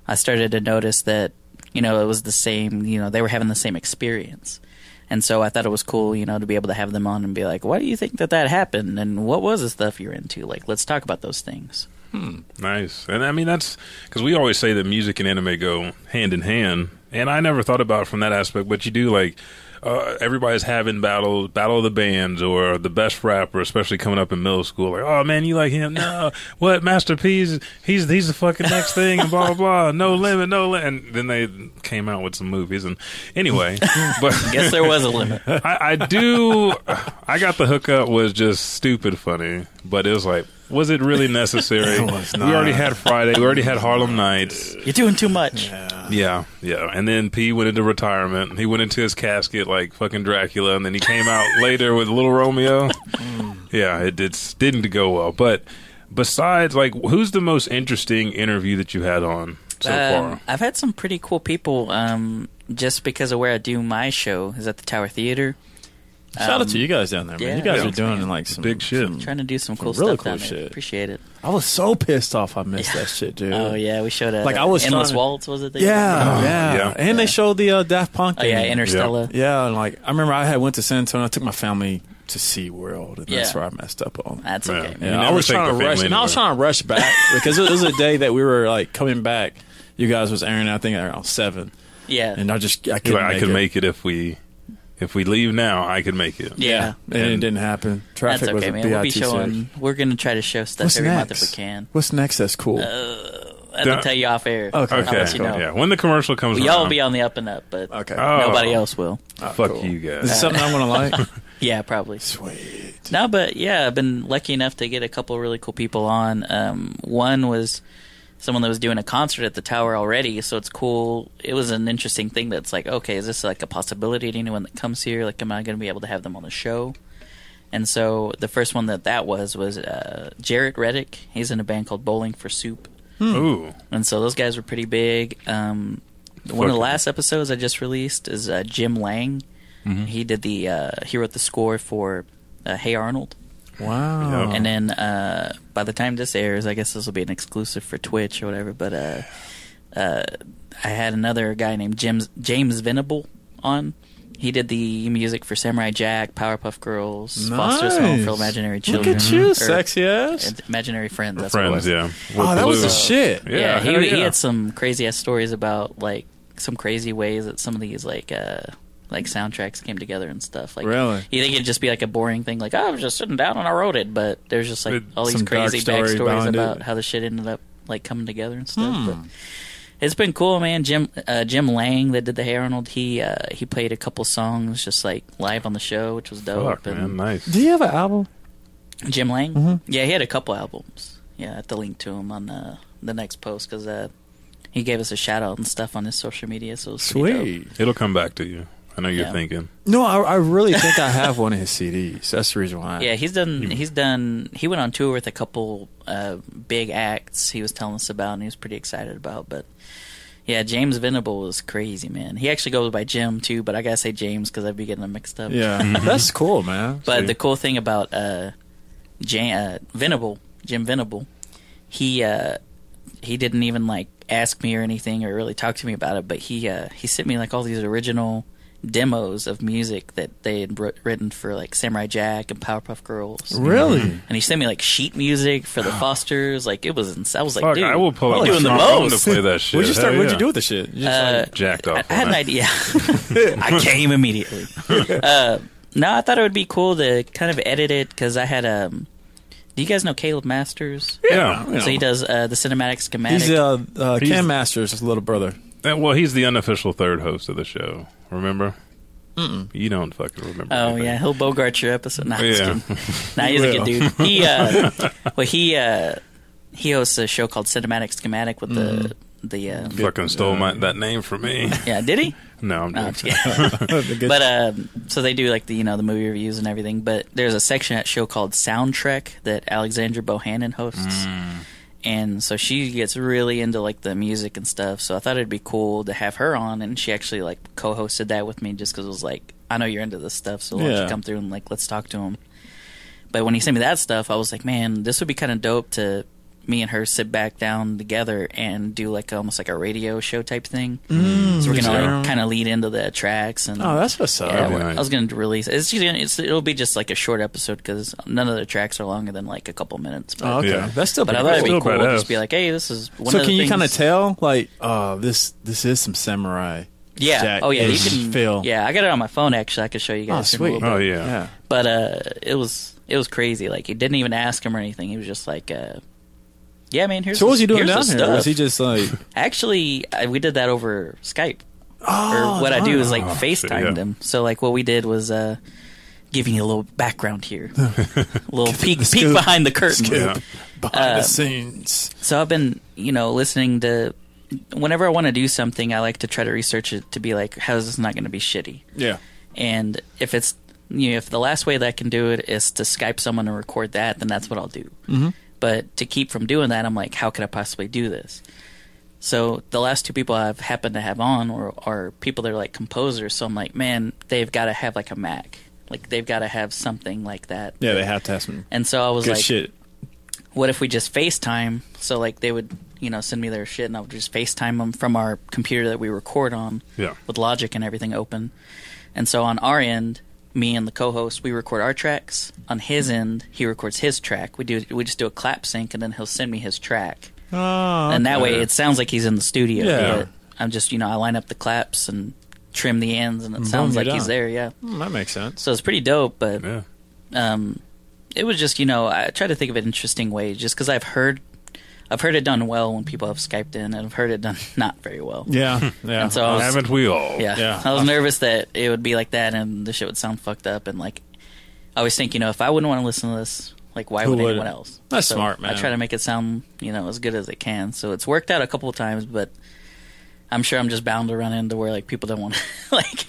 [SPEAKER 4] I started to notice that, you know, it was the same, you know, they were having the same experience. And so I thought it was cool, you know, to be able to have them on and be like, why do you think that that happened? And what was the stuff you're into? Like, let's talk about those things.
[SPEAKER 1] Nice. And I mean, that's because we always say that music and anime go hand in hand. And I never thought about it from that aspect, but you do like uh, everybody's having battles, battle of the bands, or the best rapper, especially coming up in middle school. Like, oh man, you like him? No, what Master P's? He's he's the fucking next thing, and blah blah blah. No limit, no limit. And then they came out with some movies, and anyway, but
[SPEAKER 4] Guess there was a limit.
[SPEAKER 1] I, I do. I got the hookup was just stupid funny, but it was like, was it really necessary? We already had Friday. We already had Harlem Nights.
[SPEAKER 4] You're doing too much.
[SPEAKER 1] Yeah, yeah. And then P went into retirement. He went into his casket like fucking Dracula, and then he came out later with Little Romeo.
[SPEAKER 3] Mm.
[SPEAKER 1] yeah, it, it's, didn't go well. But besides, like, who's the most interesting interview that you had on so
[SPEAKER 4] Um,
[SPEAKER 1] far?
[SPEAKER 4] I've had some pretty cool people um, just because of where I do my show is at the Tower Theater.
[SPEAKER 3] Shout
[SPEAKER 4] Um,
[SPEAKER 3] out to you guys down there, man.
[SPEAKER 4] yeah.
[SPEAKER 3] You guys
[SPEAKER 1] Yeah.
[SPEAKER 3] are doing like some
[SPEAKER 1] Big shit.
[SPEAKER 3] some-
[SPEAKER 4] Trying to do some cool
[SPEAKER 3] Really
[SPEAKER 4] stuff
[SPEAKER 3] cool
[SPEAKER 4] down there.
[SPEAKER 3] shit.
[SPEAKER 4] Appreciate it.
[SPEAKER 3] I was so pissed off. I missed that shit, dude.
[SPEAKER 4] Oh yeah, we showed a
[SPEAKER 3] Like, I was
[SPEAKER 4] endless
[SPEAKER 3] trying to-
[SPEAKER 4] waltz. Was it? that you-
[SPEAKER 3] Yeah,
[SPEAKER 1] Oh,
[SPEAKER 3] yeah,
[SPEAKER 1] yeah.
[SPEAKER 3] And they showed the uh, Daft Punk.
[SPEAKER 4] Oh yeah,
[SPEAKER 3] thing.
[SPEAKER 4] Interstellar.
[SPEAKER 3] Yeah, and like I remember I had went to San Antonio. I took my family to SeaWorld, and
[SPEAKER 4] Yeah.
[SPEAKER 3] that's where I messed up on. it.
[SPEAKER 4] That's
[SPEAKER 1] Yeah.
[SPEAKER 4] okay.
[SPEAKER 1] You
[SPEAKER 3] Yeah, I
[SPEAKER 1] never
[SPEAKER 3] was
[SPEAKER 1] take
[SPEAKER 3] trying
[SPEAKER 1] the
[SPEAKER 3] to rush,
[SPEAKER 1] family
[SPEAKER 3] and I was
[SPEAKER 1] anywhere.
[SPEAKER 3] trying to rush back because it was a day that we were like coming back. You guys was airing, I think around seven,
[SPEAKER 4] Yeah.
[SPEAKER 3] and I just I
[SPEAKER 1] He's
[SPEAKER 3] couldn't
[SPEAKER 1] like,
[SPEAKER 3] make
[SPEAKER 1] I could
[SPEAKER 3] it.
[SPEAKER 1] make it if we if we leave now. I could make it.
[SPEAKER 4] Yeah.
[SPEAKER 3] and it didn't happen.
[SPEAKER 4] That's
[SPEAKER 3] Traffic was
[SPEAKER 4] okay,
[SPEAKER 3] a
[SPEAKER 4] man. We'll be
[SPEAKER 3] BIT stage.
[SPEAKER 4] showing. We're gonna try to show stuff
[SPEAKER 3] What's
[SPEAKER 4] every
[SPEAKER 3] next?
[SPEAKER 4] month if we can. Uh,
[SPEAKER 3] What's next? That's cool.
[SPEAKER 1] Yeah.
[SPEAKER 4] I can tell you off air.
[SPEAKER 3] Okay.
[SPEAKER 4] I'll
[SPEAKER 1] Okay.
[SPEAKER 4] let you
[SPEAKER 1] cool.
[SPEAKER 4] know.
[SPEAKER 1] Yeah. When the commercial comes,
[SPEAKER 4] Well, y'all will
[SPEAKER 1] around,
[SPEAKER 4] be on the up and up, but
[SPEAKER 3] okay,
[SPEAKER 1] Oh.
[SPEAKER 4] nobody else will.
[SPEAKER 1] Fuck
[SPEAKER 3] cool.
[SPEAKER 1] you
[SPEAKER 3] is it
[SPEAKER 1] guys.
[SPEAKER 3] something I'm gonna like?
[SPEAKER 4] Yeah, probably.
[SPEAKER 3] Sweet.
[SPEAKER 4] No, but yeah, I've been lucky enough to get a couple really cool people on. Um, one was someone that was doing a concert at the tower already, so it's cool. It was an interesting thing that's like, okay, is this like a possibility to anyone that comes here? Like, am I going to be able to have them on the show? And so the first one that that was was uh, Jarrett Reddick. He's in a band called Bowling for Soup.
[SPEAKER 1] Ooh.
[SPEAKER 4] And so those guys were pretty big. Um, one of the last episodes I just released is uh, Jim Lang.
[SPEAKER 3] Mm-hmm.
[SPEAKER 4] He did the uh, he wrote the score for uh, Hey Arnold.
[SPEAKER 3] Wow. Uh-huh.
[SPEAKER 1] Yeah.
[SPEAKER 4] And then uh, by the time this airs, I guess this will be an exclusive for Twitch or whatever. But uh, uh, I had another guy named James James Venable on. He did the music for Samurai Jack, Powerpuff Girls, Foster's Home for
[SPEAKER 3] Nice.
[SPEAKER 4] Imaginary
[SPEAKER 3] Look
[SPEAKER 4] Children.
[SPEAKER 3] at you,
[SPEAKER 4] or
[SPEAKER 3] sexy ass.
[SPEAKER 4] Imaginary Friends. That's what it
[SPEAKER 1] Friends.
[SPEAKER 4] was.
[SPEAKER 1] Yeah.
[SPEAKER 3] Oh, that was
[SPEAKER 1] Blue.
[SPEAKER 3] the shit.
[SPEAKER 1] Yeah.
[SPEAKER 4] Yeah,
[SPEAKER 1] hell
[SPEAKER 4] he, he
[SPEAKER 1] yeah.
[SPEAKER 4] had some crazy ass stories about like some crazy ways that some of these like uh like soundtracks came together and stuff. Like,
[SPEAKER 3] Really?
[SPEAKER 4] you think it'd just be like a boring thing, like oh, I was just sitting down and I wrote it, but there's just like
[SPEAKER 1] With
[SPEAKER 4] all these
[SPEAKER 3] some dark
[SPEAKER 4] crazy
[SPEAKER 3] story
[SPEAKER 4] backstories
[SPEAKER 3] behind
[SPEAKER 4] about
[SPEAKER 3] it.
[SPEAKER 4] how the shit ended up like coming together and stuff. But it's been cool, man. Jim uh, Jim Lang that did the Hey Arnold, he uh, he played a couple songs just like live on the show, which was dope.
[SPEAKER 1] Fuck,
[SPEAKER 4] and
[SPEAKER 1] man. Nice.
[SPEAKER 3] Do you have an album?
[SPEAKER 4] Jim Lang. Yeah, he had a couple albums. Yeah, I have to link to him on the the next post because uh, he gave us a shout out and stuff on his social media. So it was pretty dope.
[SPEAKER 1] It'll come back to you. I know you're
[SPEAKER 4] Yeah.
[SPEAKER 1] thinking.
[SPEAKER 3] No, I, I really think I have one of his CDs. That's the reason why.
[SPEAKER 4] Yeah, he's done. He's done. He went on tour with a couple uh, big acts. He was telling us about and he was pretty excited about. But yeah, James Venable is crazy, man. He actually goes by Jim too, but I gotta say James because I'd be getting them mixed up.
[SPEAKER 3] Yeah, that's cool, man.
[SPEAKER 4] But
[SPEAKER 1] See?
[SPEAKER 4] the cool thing about uh, Jan, uh, Venable, Jim Venable, he uh, he didn't even like ask me or anything or really talk to me about it. But he uh, he sent me like all these original demos of music that they had wr- written for like Samurai Jack and Powerpuff Girls.
[SPEAKER 3] Really?
[SPEAKER 4] And he sent me like sheet music for the Fosters. Like it was. ins- I was like,
[SPEAKER 1] Fuck,
[SPEAKER 4] dude,
[SPEAKER 1] I will pull
[SPEAKER 4] I'm
[SPEAKER 1] out
[SPEAKER 4] doing the
[SPEAKER 1] my phone to
[SPEAKER 4] most.
[SPEAKER 1] play that shit.
[SPEAKER 3] What'd you start?
[SPEAKER 1] Hell
[SPEAKER 3] What'd you
[SPEAKER 1] yeah.
[SPEAKER 3] do with the shit? You just like-
[SPEAKER 1] Jacked
[SPEAKER 4] I
[SPEAKER 1] off.
[SPEAKER 4] I had
[SPEAKER 1] on
[SPEAKER 4] an
[SPEAKER 1] that.
[SPEAKER 4] idea. I came immediately. Uh, no, I thought it would be cool to kind of edit it because I had Um, do you guys know Caleb Masters?
[SPEAKER 1] Yeah.
[SPEAKER 3] you know.
[SPEAKER 4] So he does uh, the cinematic schematic.
[SPEAKER 3] He's uh, uh,
[SPEAKER 1] He's-
[SPEAKER 3] Cam Masters' his little brother.
[SPEAKER 1] Uh, Well, he's the unofficial third host of the show. Remember? Mm-mm. You don't fucking remember.
[SPEAKER 4] oh
[SPEAKER 1] anything.
[SPEAKER 4] yeah, he'll bogart your episode. Nah,
[SPEAKER 1] Yeah.
[SPEAKER 4] yeah. nah he's a good dude. He uh, well he uh, he hosts a show called Cinematic Schematic with the the uh,
[SPEAKER 1] Fucking stole my, that name from me.
[SPEAKER 4] yeah. Did he?
[SPEAKER 1] no, I'm
[SPEAKER 4] No, I'm
[SPEAKER 1] joking.
[SPEAKER 4] just kidding.
[SPEAKER 3] The good-
[SPEAKER 4] But um, so they do like the you know the movie reviews and everything. But there's a section at show called Soundtrack that Alexandra Bohannon hosts,
[SPEAKER 3] Mm.
[SPEAKER 4] and so she gets really into like the music and stuff. So I thought it'd be cool to have her on, and she actually like co-hosted that with me just because it was like I know you're into this stuff, so why don't you
[SPEAKER 3] Yeah.
[SPEAKER 4] come through and like let's talk to him. But when he sent me that stuff, I was like, man, this would be kind of dope to me and her sit back down together and do like almost like a radio show type thing. Mm, so we're gonna
[SPEAKER 3] yeah.
[SPEAKER 4] like, kind of lead into the tracks and
[SPEAKER 3] oh, that's what's up.
[SPEAKER 4] yeah,
[SPEAKER 1] be
[SPEAKER 4] we're-
[SPEAKER 1] nice.
[SPEAKER 4] I was going to release. It's, just gonna- it's it'll be just like a short episode because none of the tracks are longer than like a couple minutes. But,
[SPEAKER 3] Oh, okay,
[SPEAKER 1] Yeah.
[SPEAKER 3] that's still.
[SPEAKER 4] but I
[SPEAKER 3] pretty
[SPEAKER 4] thought it'd be
[SPEAKER 1] Still
[SPEAKER 4] cool to
[SPEAKER 1] badass.
[SPEAKER 4] just be like, hey, this is one
[SPEAKER 3] so
[SPEAKER 4] of the
[SPEAKER 3] can you
[SPEAKER 4] things-
[SPEAKER 3] kind of tell like uh this this is some samurai
[SPEAKER 4] Yeah.
[SPEAKER 3] Jack
[SPEAKER 4] oh yeah, you
[SPEAKER 3] is
[SPEAKER 4] can
[SPEAKER 3] feel.
[SPEAKER 4] Yeah, I got it on my phone actually. I could show you
[SPEAKER 3] oh
[SPEAKER 4] guys. here in a
[SPEAKER 3] sweet
[SPEAKER 4] little
[SPEAKER 1] Oh,
[SPEAKER 4] bit.
[SPEAKER 1] yeah.
[SPEAKER 3] yeah
[SPEAKER 4] But uh, it was it was crazy. Like he didn't even ask him or anything. He was just like, uh, yeah, man. Here's
[SPEAKER 3] so what was
[SPEAKER 4] the-
[SPEAKER 3] he doing
[SPEAKER 4] here's
[SPEAKER 3] down
[SPEAKER 4] the
[SPEAKER 3] here
[SPEAKER 4] Stuff.
[SPEAKER 3] was he just like
[SPEAKER 4] Actually, I, we did that over Skype.
[SPEAKER 3] oh
[SPEAKER 4] or what I do is like
[SPEAKER 1] Oh, shit,
[SPEAKER 4] FaceTime
[SPEAKER 1] yeah.
[SPEAKER 4] them. So like what we did was uh, giving you a little background here, a little peek,
[SPEAKER 3] the
[SPEAKER 4] peek
[SPEAKER 3] scoop.
[SPEAKER 4] behind the curtain.
[SPEAKER 1] Yeah.
[SPEAKER 3] behind
[SPEAKER 4] uh,
[SPEAKER 3] the scenes
[SPEAKER 4] So I've been you know listening to whenever I want to do something, I like to try to research it to be like, how is this not going to be shitty?
[SPEAKER 3] yeah
[SPEAKER 4] And if it's you know, if the last way that I can do it is to Skype someone and record that, then that's what I'll do. Mm-hmm. But to keep from doing that, I'm like, how could I possibly do this? So the last two people I've happened to have on are, are people that are like composers. So I'm like, man, they've got to have like a Mac Like they've got to have something like that.
[SPEAKER 3] Yeah, they have to have some
[SPEAKER 4] And so I was
[SPEAKER 3] good
[SPEAKER 4] like,
[SPEAKER 3] shit.
[SPEAKER 4] what if we just FaceTime? So like they would, you know, send me their shit, and I would just FaceTime them from our computer that we record on,
[SPEAKER 1] Yeah.
[SPEAKER 4] with Logic and everything open. And so on our end, me and the co-host, we record our tracks. On his end, he records his track. We do we just do a clap sync, and then he'll send me his track,
[SPEAKER 3] Oh,
[SPEAKER 4] and that way it sounds like he's in the studio.
[SPEAKER 3] Yeah.
[SPEAKER 4] but I'm just you know I line up the claps and trim the ends, and it sounds
[SPEAKER 3] you're
[SPEAKER 4] like he's
[SPEAKER 3] done.
[SPEAKER 4] there. Yeah,
[SPEAKER 3] Hmm, that makes sense.
[SPEAKER 4] so it's pretty dope, but
[SPEAKER 1] Yeah.
[SPEAKER 4] um, it was just you know I try to think of an interesting way just because I've heard I've heard it done well when people have skyped in and I've heard it done not very well.
[SPEAKER 3] Yeah, yeah.
[SPEAKER 4] And so I was-
[SPEAKER 1] Haven't we all?
[SPEAKER 4] Yeah.
[SPEAKER 3] Yeah.
[SPEAKER 4] I was nervous that it would be like that and the shit would sound fucked up and like I always think you know if I wouldn't want to listen to this like why
[SPEAKER 3] Who
[SPEAKER 4] would
[SPEAKER 3] would?
[SPEAKER 4] anyone else?
[SPEAKER 3] That's
[SPEAKER 4] So
[SPEAKER 3] smart, man.
[SPEAKER 4] I try to make it sound you know as good as it can, so it's worked out a couple of times, but I'm sure I'm just bound to run into where like people don't want to like.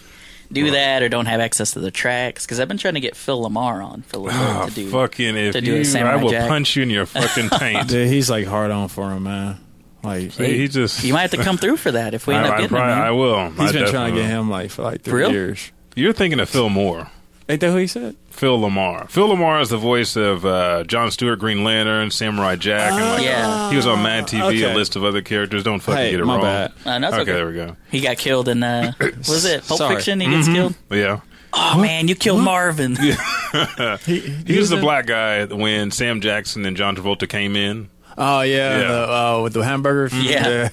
[SPEAKER 4] Do that or don't have access to the tracks because I've been trying to get Phil Lamar on for a little bit
[SPEAKER 1] Ah,
[SPEAKER 4] to do
[SPEAKER 1] fucking if
[SPEAKER 4] to do a
[SPEAKER 1] you, I
[SPEAKER 4] Samurai
[SPEAKER 1] will
[SPEAKER 4] Jack.
[SPEAKER 1] punch you in your fucking taint.
[SPEAKER 3] Dude, he's like hard on for him, man. Like
[SPEAKER 1] He- he just
[SPEAKER 4] You might have to come through for that if we end
[SPEAKER 1] I,
[SPEAKER 4] up
[SPEAKER 1] I,
[SPEAKER 4] getting
[SPEAKER 1] probably,
[SPEAKER 4] him.
[SPEAKER 1] I
[SPEAKER 4] man.
[SPEAKER 1] will.
[SPEAKER 3] he's
[SPEAKER 1] I
[SPEAKER 3] been trying to
[SPEAKER 1] definitely
[SPEAKER 3] get
[SPEAKER 1] will.
[SPEAKER 3] him like for like three
[SPEAKER 4] Really?
[SPEAKER 3] years.
[SPEAKER 1] You're thinking of Phil Moore.
[SPEAKER 3] Ain't that what he said?
[SPEAKER 1] Phil Lamar. Phil Lamar is the voice of uh, John Stewart, Green Lantern, Samurai Jack, and like
[SPEAKER 4] Yeah.
[SPEAKER 1] he was on Mad TV. A
[SPEAKER 3] Okay.
[SPEAKER 1] list of other characters. Don't fucking
[SPEAKER 3] Hey,
[SPEAKER 1] get it
[SPEAKER 3] my
[SPEAKER 1] wrong.
[SPEAKER 3] bad.
[SPEAKER 4] Uh, no, it's okay.
[SPEAKER 1] there we go. Mm-hmm.
[SPEAKER 4] He got killed in uh, what was it Pulp
[SPEAKER 3] Sorry.
[SPEAKER 4] Fiction? He gets killed.
[SPEAKER 1] Yeah,
[SPEAKER 4] Oh man, you killed Marvin.
[SPEAKER 3] He,
[SPEAKER 1] he was the black guy when Sam Jackson and John Travolta came in.
[SPEAKER 3] Oh yeah,
[SPEAKER 1] Yeah.
[SPEAKER 3] The, uh, with the hamburger.
[SPEAKER 4] Yeah.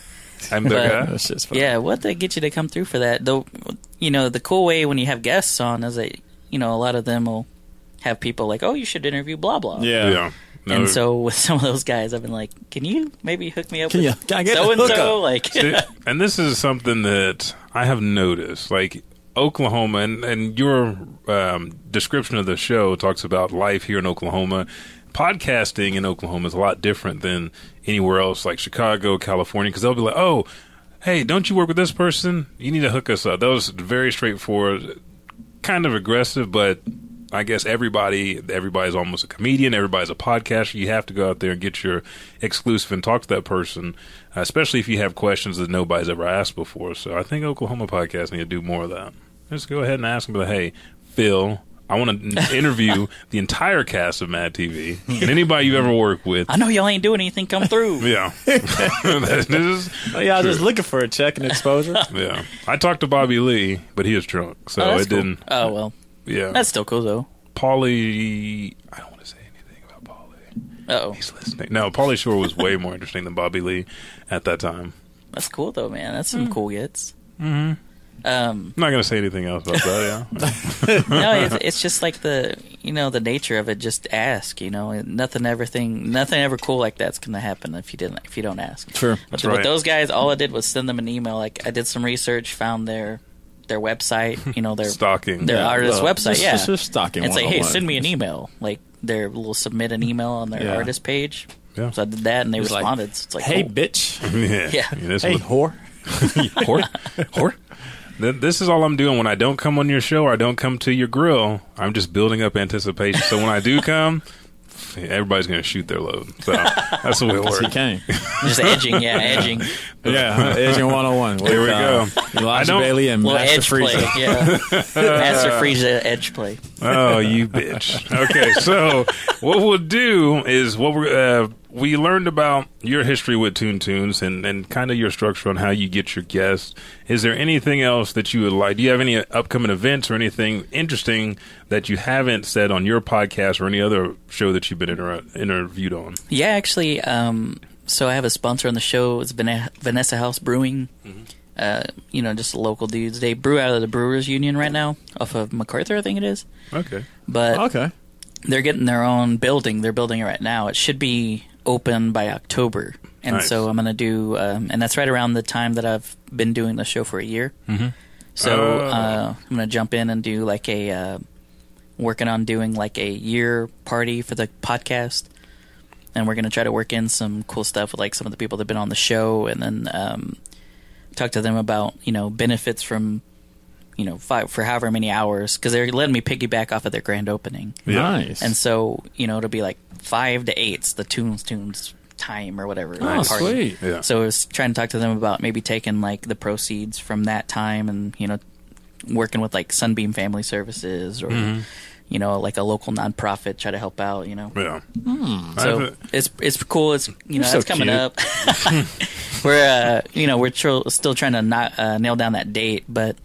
[SPEAKER 1] I'm the
[SPEAKER 4] But-
[SPEAKER 1] guy.
[SPEAKER 3] That's just funny.
[SPEAKER 4] yeah, what they get you to come through for that? Though, you know, the cool way when you have guests on is that you know a lot of them will have people like, oh, you should interview blah blah.
[SPEAKER 3] yeah.
[SPEAKER 1] Yeah.
[SPEAKER 4] And so with some of those guys, I've been like, "Can you maybe hook me up
[SPEAKER 3] Can you?
[SPEAKER 4] with
[SPEAKER 3] Can I get
[SPEAKER 4] so
[SPEAKER 3] a
[SPEAKER 4] and so?"
[SPEAKER 3] hookup?
[SPEAKER 4] Like,
[SPEAKER 1] Th- and this is something that I have noticed. Like Oklahoma, and, and your um, description of the show talks about life here in Oklahoma. Podcasting in Oklahoma is a lot different than anywhere else, like Chicago, California, because they'll be like, oh, hey, don't you work with this person? You need to hook us up. That was very straightforward, kind of aggressive, but. I guess everybody, everybody's almost a comedian. Everybody's a podcaster. You have to go out there and get your exclusive and talk to that person, especially if you have questions that nobody's ever asked before. So I think Oklahoma podcasts need to do more of that. Just go ahead and ask them, like, hey, Phil, I want to interview the entire cast of Mad TV and anybody you've ever worked with.
[SPEAKER 4] I know y'all ain't doing anything. Come through.
[SPEAKER 1] Yeah, That is-
[SPEAKER 3] Oh, yeah, I was just
[SPEAKER 1] True.
[SPEAKER 3] looking for a check and exposure.
[SPEAKER 1] yeah. I talked to Bobby Lee, but he was drunk, so
[SPEAKER 4] Oh, that's
[SPEAKER 1] it
[SPEAKER 4] cool.
[SPEAKER 1] didn't.
[SPEAKER 4] Oh well,
[SPEAKER 1] Yeah,
[SPEAKER 4] that's still cool though.
[SPEAKER 1] Paulie. I don't want to say anything about Paulie.
[SPEAKER 4] Oh,
[SPEAKER 1] He's listening. No, Paulie Shore was way more interesting than Bobby Lee at that time.
[SPEAKER 4] that's cool though, man. That's
[SPEAKER 3] Hmm.
[SPEAKER 4] some cool gets. Mm-hmm. Um,
[SPEAKER 1] I'm not going to say anything else about that. Yeah.
[SPEAKER 4] no, it's, it's just like the you know the nature of it. Just ask, you know, and nothing, everything, nothing ever cool like that's gonna happen if you didn't, if you don't ask.
[SPEAKER 3] Sure.
[SPEAKER 4] But
[SPEAKER 1] right.
[SPEAKER 4] with those guys, all I did was send them an email. Like I did some research, found their their website, you know, their
[SPEAKER 1] Stalking.
[SPEAKER 4] their
[SPEAKER 3] Yeah,
[SPEAKER 4] artist
[SPEAKER 3] well,
[SPEAKER 4] website,
[SPEAKER 3] just-
[SPEAKER 4] yeah,
[SPEAKER 3] just- just stalking
[SPEAKER 4] and say, hey,
[SPEAKER 3] 101.
[SPEAKER 4] send me an email. Like their little submit an email on their
[SPEAKER 3] Yeah.
[SPEAKER 4] artist page.
[SPEAKER 1] Yeah.
[SPEAKER 4] So I did that, and they
[SPEAKER 3] It's like,
[SPEAKER 4] responded. so it's like,
[SPEAKER 3] hey,
[SPEAKER 4] cool.
[SPEAKER 3] bitch.
[SPEAKER 1] Yeah.
[SPEAKER 4] Yeah.
[SPEAKER 1] this,
[SPEAKER 3] hey,
[SPEAKER 1] was-
[SPEAKER 3] whore.
[SPEAKER 1] whore. Whore. Th- This is all I'm doing when I don't come on your show or I don't come to your grill. I'm just building up anticipation. So when I do come, everybody's going to shoot their load. So that's the way it
[SPEAKER 3] She
[SPEAKER 1] works.
[SPEAKER 3] came.
[SPEAKER 4] just edging, yeah, edging,
[SPEAKER 3] Yeah, uh, Agent 101. Here
[SPEAKER 1] we go. I
[SPEAKER 3] uh, Elijah
[SPEAKER 1] don't-
[SPEAKER 3] Bailey and
[SPEAKER 4] little
[SPEAKER 3] Master
[SPEAKER 4] edge play,
[SPEAKER 3] Frieza.
[SPEAKER 4] yeah, Master Frieza edge play.
[SPEAKER 1] Oh, you bitch. Okay, so what we'll do is what we uh, we learned about your history with Toon Tunes and, and kind of your structure on how you get your guests. Is there anything else that you would like? Do you have any upcoming events or anything interesting that you haven't said on your podcast or any other show that you've been inter- interviewed on?
[SPEAKER 4] Yeah, actually, um, so I have a sponsor on the show. It's Vane- Vanessa House Brewing. Uh, you know, just local dudes. They brew out of the Brewers Union right now, off of MacArthur, I think it is.
[SPEAKER 1] Okay.
[SPEAKER 4] But
[SPEAKER 3] Okay.
[SPEAKER 4] they're getting their own building. They're building it right now. It should be open by October, and
[SPEAKER 1] Nice.
[SPEAKER 4] so I'm going to do, um, and that's right around the time that I've been doing the show for a year. Mm-hmm. So
[SPEAKER 1] Oh.
[SPEAKER 4] uh, I'm going to jump in and do like a uh, working on doing like a year party for the podcast, and we're going to try to work in some cool stuff with like some of the people that've been on the show, and then um, talk to them about you know benefits from. You know, five, for however many hours, because they're letting me piggyback off of their grand opening.
[SPEAKER 1] Yeah.
[SPEAKER 3] Nice.
[SPEAKER 4] And so, you know, it'll be like five to eight's the tunes tunes time or whatever.
[SPEAKER 3] oh,
[SPEAKER 4] that party.
[SPEAKER 3] sweet.
[SPEAKER 1] Yeah.
[SPEAKER 4] So I was trying to talk to them about maybe taking like the proceeds from that time and, you know, working with like Sunbeam Family Services or
[SPEAKER 3] Mm-hmm.
[SPEAKER 4] you know like a local nonprofit try to help out. You know,
[SPEAKER 1] Yeah. I
[SPEAKER 4] Hmm, so
[SPEAKER 1] haven't-
[SPEAKER 4] it's it's cool. It's you know
[SPEAKER 3] so
[SPEAKER 4] it's coming
[SPEAKER 3] cute.
[SPEAKER 4] up. we're uh, you know we're tr- still trying to not, uh, nail down that date, but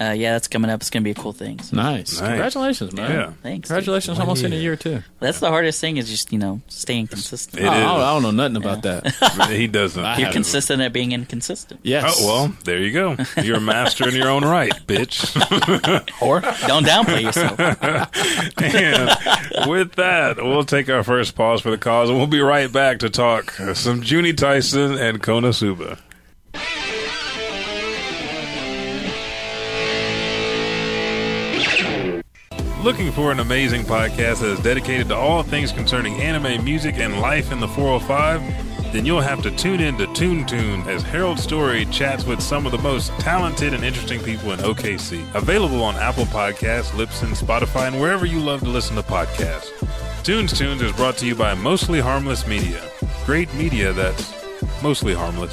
[SPEAKER 4] uh, yeah, that's coming up. It's gonna be a cool thing. So,
[SPEAKER 3] Nice. Congratulations, man.
[SPEAKER 1] Yeah.
[SPEAKER 4] Thanks. dude.
[SPEAKER 3] Congratulations, almost in a year too.
[SPEAKER 4] That's the hardest thing is just you know staying consistent.
[SPEAKER 1] It
[SPEAKER 3] I, I
[SPEAKER 1] is.
[SPEAKER 3] don't, Oh, I don't know nothing about that.
[SPEAKER 1] he doesn't.
[SPEAKER 4] You're
[SPEAKER 3] I-
[SPEAKER 4] consistent at being inconsistent.
[SPEAKER 1] Oh,
[SPEAKER 3] Yes.
[SPEAKER 1] well, there you go. You're a master in your own right, bitch.
[SPEAKER 3] or
[SPEAKER 4] Don't downplay yourself.
[SPEAKER 1] And with that, we'll take our first pause for the cause, and we'll be right back to talk some Junie Tyson and Kona Suba. Looking for an amazing podcast that is dedicated to all things concerning anime, music, and life in the 405? Then you'll have to tune in to ToonTune as Harold Story chats with some of the most talented and interesting people in OKC. Available on Apple Podcasts, Libsyn, Spotify, and wherever you love to listen to podcasts. Tunes Tunes is brought to you by Mostly Harmless Media. Great media that's mostly harmless.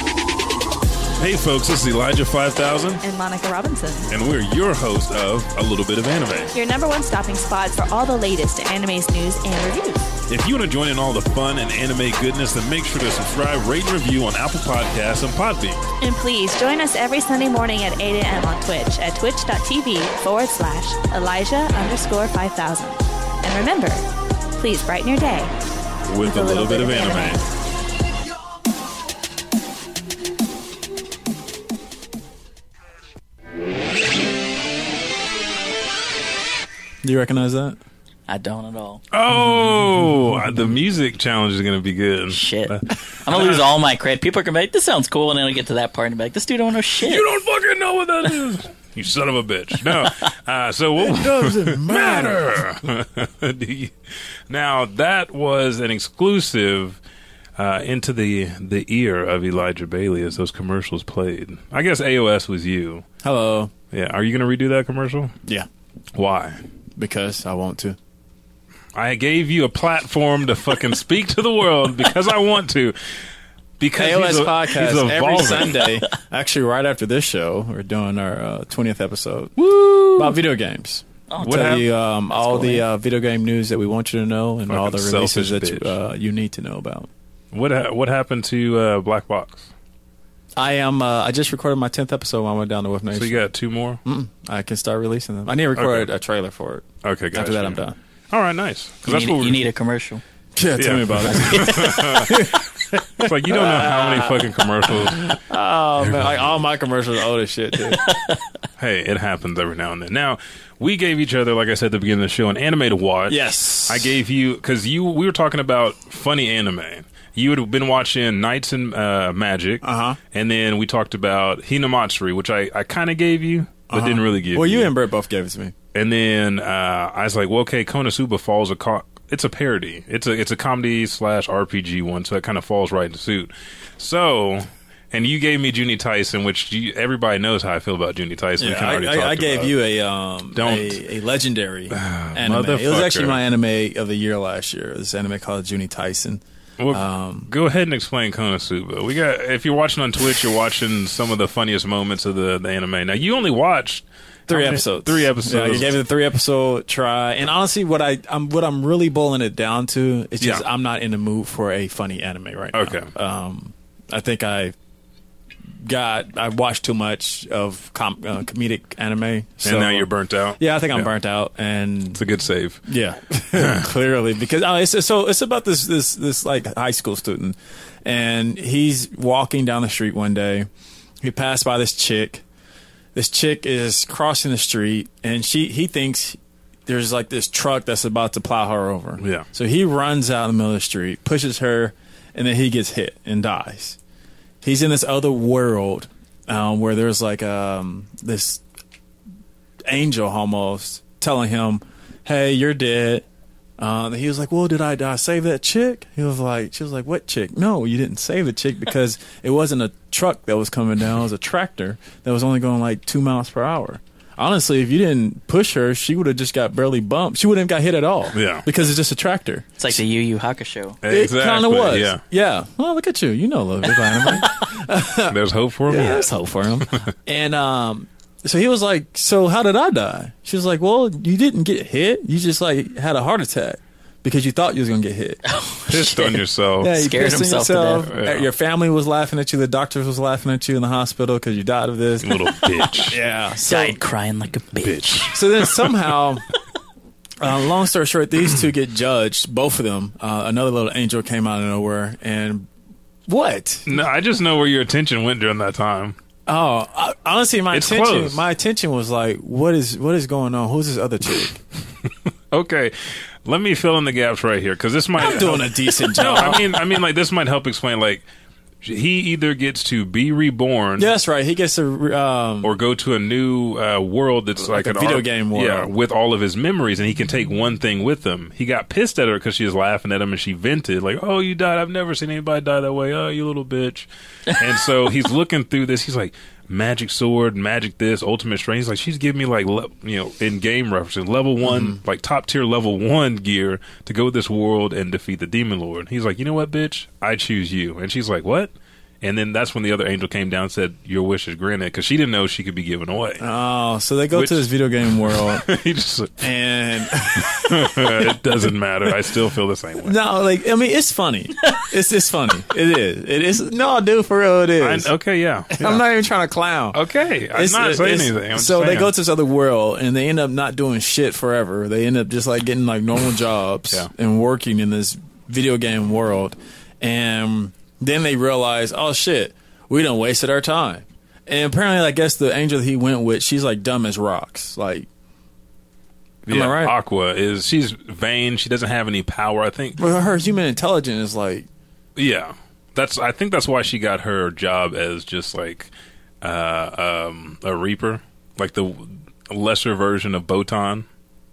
[SPEAKER 1] Hey folks, this is Elijah 5000,
[SPEAKER 5] and Monica Robinson.
[SPEAKER 1] and we're your host of A Little Bit of Anime.
[SPEAKER 5] Your number one stopping spot for all the latest anime's news and reviews.
[SPEAKER 1] If you want to join in all the fun and anime goodness, then make sure to subscribe, rate, and review on Apple Podcasts and Podbean.
[SPEAKER 5] And please join us every Sunday morning at 8 a.m. on Twitch at twitch.tv forward slash Elijah underscore 5000. And remember, please brighten your day.
[SPEAKER 1] With, a little, bit, of anime.
[SPEAKER 3] do you recognize that?
[SPEAKER 4] I don't at all.
[SPEAKER 1] Oh, uh, the music challenge is going to be good.
[SPEAKER 4] Shit.
[SPEAKER 1] Uh,
[SPEAKER 4] I'm gonna lose all my credit. People are gonna be like, "This sounds cool," and then I'll get to that part and be like, "This dude don't know shit."
[SPEAKER 1] you don't fucking know what that is. you son of a bitch. No. Uh, so what doesn't matter? Do you- now that was an exclusive. Uh, into the the ear of Elijah Bailey as those commercials played. I guess AOS was you.
[SPEAKER 3] Hello.
[SPEAKER 1] Yeah, are you going to redo that commercial?
[SPEAKER 3] Yeah.
[SPEAKER 1] Why?
[SPEAKER 3] Because I want to.
[SPEAKER 1] I gave you a platform to fucking speak to the world because I want to. Because he's
[SPEAKER 3] AOS
[SPEAKER 1] a- he's
[SPEAKER 3] podcast every
[SPEAKER 1] evolving.
[SPEAKER 3] Sunday. Actually, right after this show, we're doing our uh, twentieth episode about video games.
[SPEAKER 4] Oh,
[SPEAKER 3] What tell
[SPEAKER 1] hap-
[SPEAKER 3] you um, all
[SPEAKER 4] cool,
[SPEAKER 3] the
[SPEAKER 4] man.
[SPEAKER 3] uh, video game news that we want you to know and all the
[SPEAKER 1] Fucking
[SPEAKER 3] releases
[SPEAKER 1] selfish
[SPEAKER 3] that you, uh, you need to know about.
[SPEAKER 1] What ha- what happened to uh, Black Box?
[SPEAKER 3] I am. Uh, I just recorded my tenth episode when I went down to Wolf Nation.
[SPEAKER 1] So you got two more.
[SPEAKER 3] I can start releasing them. I need to record
[SPEAKER 1] Okay.
[SPEAKER 3] a trailer for it.
[SPEAKER 1] Okay, gotcha.
[SPEAKER 3] After that, I'm done.
[SPEAKER 1] All right, nice. 'Cause
[SPEAKER 4] You
[SPEAKER 1] that's
[SPEAKER 4] need,
[SPEAKER 1] what we're-
[SPEAKER 4] you need a commercial.
[SPEAKER 3] Yeah, tell
[SPEAKER 1] Yeah.
[SPEAKER 3] me about it.
[SPEAKER 1] It's like you don't know how many fucking commercials.
[SPEAKER 3] oh man, like all my commercials are old as shit. Dude.
[SPEAKER 1] Hey, it happens every now and then. Now we gave each other, like I said at the beginning of the show, an anime to watch.
[SPEAKER 3] yes,
[SPEAKER 1] I gave you because you we were talking about funny anime. You had been watching Knights and uh, Magic,
[SPEAKER 3] Uh-huh.
[SPEAKER 1] and then we talked about Hinamatsuri, which I, I kind of gave you, but didn't really give.
[SPEAKER 3] Uh-huh. Well, you
[SPEAKER 1] you
[SPEAKER 3] and Brett both gave it to me.
[SPEAKER 1] and then uh, I was like, well, okay, Konosuba falls a co- it's a parody. It's a it's a comedy slash RPG one, so it kind of falls right in suit. So. And you gave me Junie Tyson, which you, everybody knows how I feel about Junie Tyson. We
[SPEAKER 3] Yeah,
[SPEAKER 1] kinda
[SPEAKER 3] I,
[SPEAKER 1] already
[SPEAKER 3] I, I
[SPEAKER 1] talked
[SPEAKER 3] gave
[SPEAKER 1] about it.
[SPEAKER 3] you a um
[SPEAKER 1] Don't.
[SPEAKER 3] a, a legendary anime. It was
[SPEAKER 1] Motherfucker.
[SPEAKER 3] actually my anime of the year last year. This anime called Junie Tyson.
[SPEAKER 1] Well,
[SPEAKER 3] Um,
[SPEAKER 1] go ahead and explain Konosuba. We got if you're watching on Twitch, you're watching some of the funniest moments of the, the anime. Now you only watched
[SPEAKER 3] Three
[SPEAKER 1] how many-
[SPEAKER 3] episodes.
[SPEAKER 1] Three
[SPEAKER 3] Yeah, you
[SPEAKER 1] episodes.
[SPEAKER 3] gave it a three episode try, and honestly, what I I'm what I'm really boiling it down to is just
[SPEAKER 1] Yeah.
[SPEAKER 3] I'm not in the mood for a funny anime right now.
[SPEAKER 1] Okay.
[SPEAKER 3] Um, I think I got I watched too much of com- uh, comedic anime, so,
[SPEAKER 1] and now you're burnt out.
[SPEAKER 3] Yeah, I think I'm
[SPEAKER 1] Yeah.
[SPEAKER 3] burnt out, and
[SPEAKER 1] It's a good save.
[SPEAKER 3] yeah, clearly because oh, it's, so it's about this this this like high school student, and he's walking down the street one day. He passed by this chick. This chick is crossing the street, and she he thinks there's like this truck that's about to plow her over.
[SPEAKER 1] Yeah.
[SPEAKER 3] So he runs out in the middle of the street, pushes her, and then he gets hit and dies. He's in this other world um, where there's like um, this angel almost telling him, "Hey, you're dead." Uh, he was like, "Well, did I, did I save that chick?" He was like, "She was like, what chick? No, you didn't save the chick because it wasn't a truck that was coming down; it was a tractor that was only going like two miles per hour." Honestly, if you didn't push her, she would have just got barely bumped. She wouldn't have got hit at all.
[SPEAKER 1] Yeah.
[SPEAKER 3] because it's just a tractor.
[SPEAKER 4] It's like the Yu Yu Hakusho.
[SPEAKER 3] It kind of was.
[SPEAKER 1] Yeah.
[SPEAKER 3] yeah. Well, look at you. You know a little bit about anime.
[SPEAKER 1] There's hope for him.
[SPEAKER 3] Yeah, there's hope for him. and um, so he was like, "So how did I die?" She was like, "Well, you didn't get hit. You just like had a heart attack because you thought you was gonna get hit.
[SPEAKER 1] Pissed on yourself.
[SPEAKER 3] yeah, you
[SPEAKER 4] Scared
[SPEAKER 3] pissed on
[SPEAKER 4] himself to
[SPEAKER 3] yourself.
[SPEAKER 1] death. Yeah.
[SPEAKER 3] Uh, Your family was laughing at you. The doctors was laughing at you in the hospital because you died of this.
[SPEAKER 1] Little bitch.
[SPEAKER 3] yeah. So
[SPEAKER 4] Died crying like a bitch.
[SPEAKER 3] so then somehow, uh, long story short, these two get judged. Both of them. Uh, another little angel came out of nowhere and. What?
[SPEAKER 1] No, I just know where your attention went during that time.
[SPEAKER 3] Oh, I, honestly, my
[SPEAKER 1] It's
[SPEAKER 3] attention,
[SPEAKER 1] close.
[SPEAKER 3] my attention was like, what is, what is going on? Who's this other chick?
[SPEAKER 1] Okay, let me fill in the gaps right here because this might.
[SPEAKER 3] I'm doing a decent
[SPEAKER 1] no,
[SPEAKER 3] job.
[SPEAKER 1] I mean, I mean, like this might help explain. Like, he either gets to be reborn,
[SPEAKER 3] yeah, that's right. He gets a um,
[SPEAKER 1] or go to a new uh, world that's like,
[SPEAKER 3] a
[SPEAKER 1] an
[SPEAKER 3] video
[SPEAKER 1] ar-
[SPEAKER 3] game world.
[SPEAKER 1] yeah, with all of his memories, and he can take one thing with him. He got pissed at her because she was laughing at him, and she vented like, "Oh, you died! I've never seen anybody die that way! Oh, you little bitch!" and so he's looking through this. He's like, "Magic sword, magic this, ultimate strength." He's like, "She's giving me like le- you know in game references, level one,
[SPEAKER 3] Mm-hmm.
[SPEAKER 1] like top tier level one gear to go with this world and defeat the demon lord." He's like, "You know what, bitch? I choose you." And she's like, "What?" And then that's when the other angel came down and said, "Your wish is granted," because she didn't know she could be given away.
[SPEAKER 3] oh, so they go
[SPEAKER 1] Which-
[SPEAKER 3] to this video game world,
[SPEAKER 1] he just said,
[SPEAKER 3] and
[SPEAKER 1] it doesn't matter. I still feel the same way.
[SPEAKER 3] no, like I mean, it's funny. It's it's funny. It is. It is. No, dude, for real, it
[SPEAKER 1] I,
[SPEAKER 3] is.
[SPEAKER 1] okay, yeah. yeah.
[SPEAKER 3] I'm not even trying to clown.
[SPEAKER 1] okay. I'm
[SPEAKER 3] It's-
[SPEAKER 1] not saying
[SPEAKER 3] it's-
[SPEAKER 1] anything. I'm just
[SPEAKER 3] so they
[SPEAKER 1] saying.
[SPEAKER 3] go to this other world and they end up not doing shit forever. They end up just like getting like normal jobs
[SPEAKER 1] Yeah.
[SPEAKER 3] and working in this video game world. And then they realize, oh shit, we done wasted our time. And apparently, I guess the angel he went with, she's like dumb as rocks. Like, am I
[SPEAKER 1] Yeah,
[SPEAKER 3] right?
[SPEAKER 1] Aqua is she's vain. She doesn't have any power. I think.
[SPEAKER 3] well, her human intelligence is like,
[SPEAKER 1] Yeah, that's. I think that's why she got her job as just like uh, um, a reaper, like the lesser version of Botan.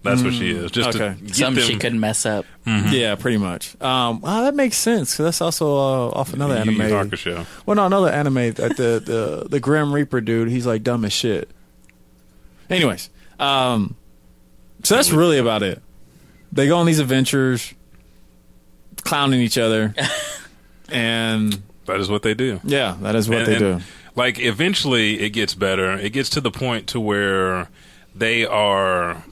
[SPEAKER 1] That's what she is. Just
[SPEAKER 3] Mm. okay.
[SPEAKER 1] to get
[SPEAKER 4] Some
[SPEAKER 1] them,
[SPEAKER 4] she couldn't mess up.
[SPEAKER 1] Mm-hmm.
[SPEAKER 3] yeah, pretty much. Um, wow, that makes sense 'cause that's also uh, off another
[SPEAKER 1] Yu Yu
[SPEAKER 3] anime.
[SPEAKER 1] Hakusho.
[SPEAKER 3] Well, no, another anime that the the the Grim Reaper dude, he's like dumb as shit. Anyways, um, so that's really about it. They go on these adventures, clowning each other, and
[SPEAKER 1] That is what they do.
[SPEAKER 3] yeah, that is what
[SPEAKER 1] And-
[SPEAKER 3] they
[SPEAKER 1] and,
[SPEAKER 3] do.
[SPEAKER 1] Like eventually, it gets better. It gets to the point to where they are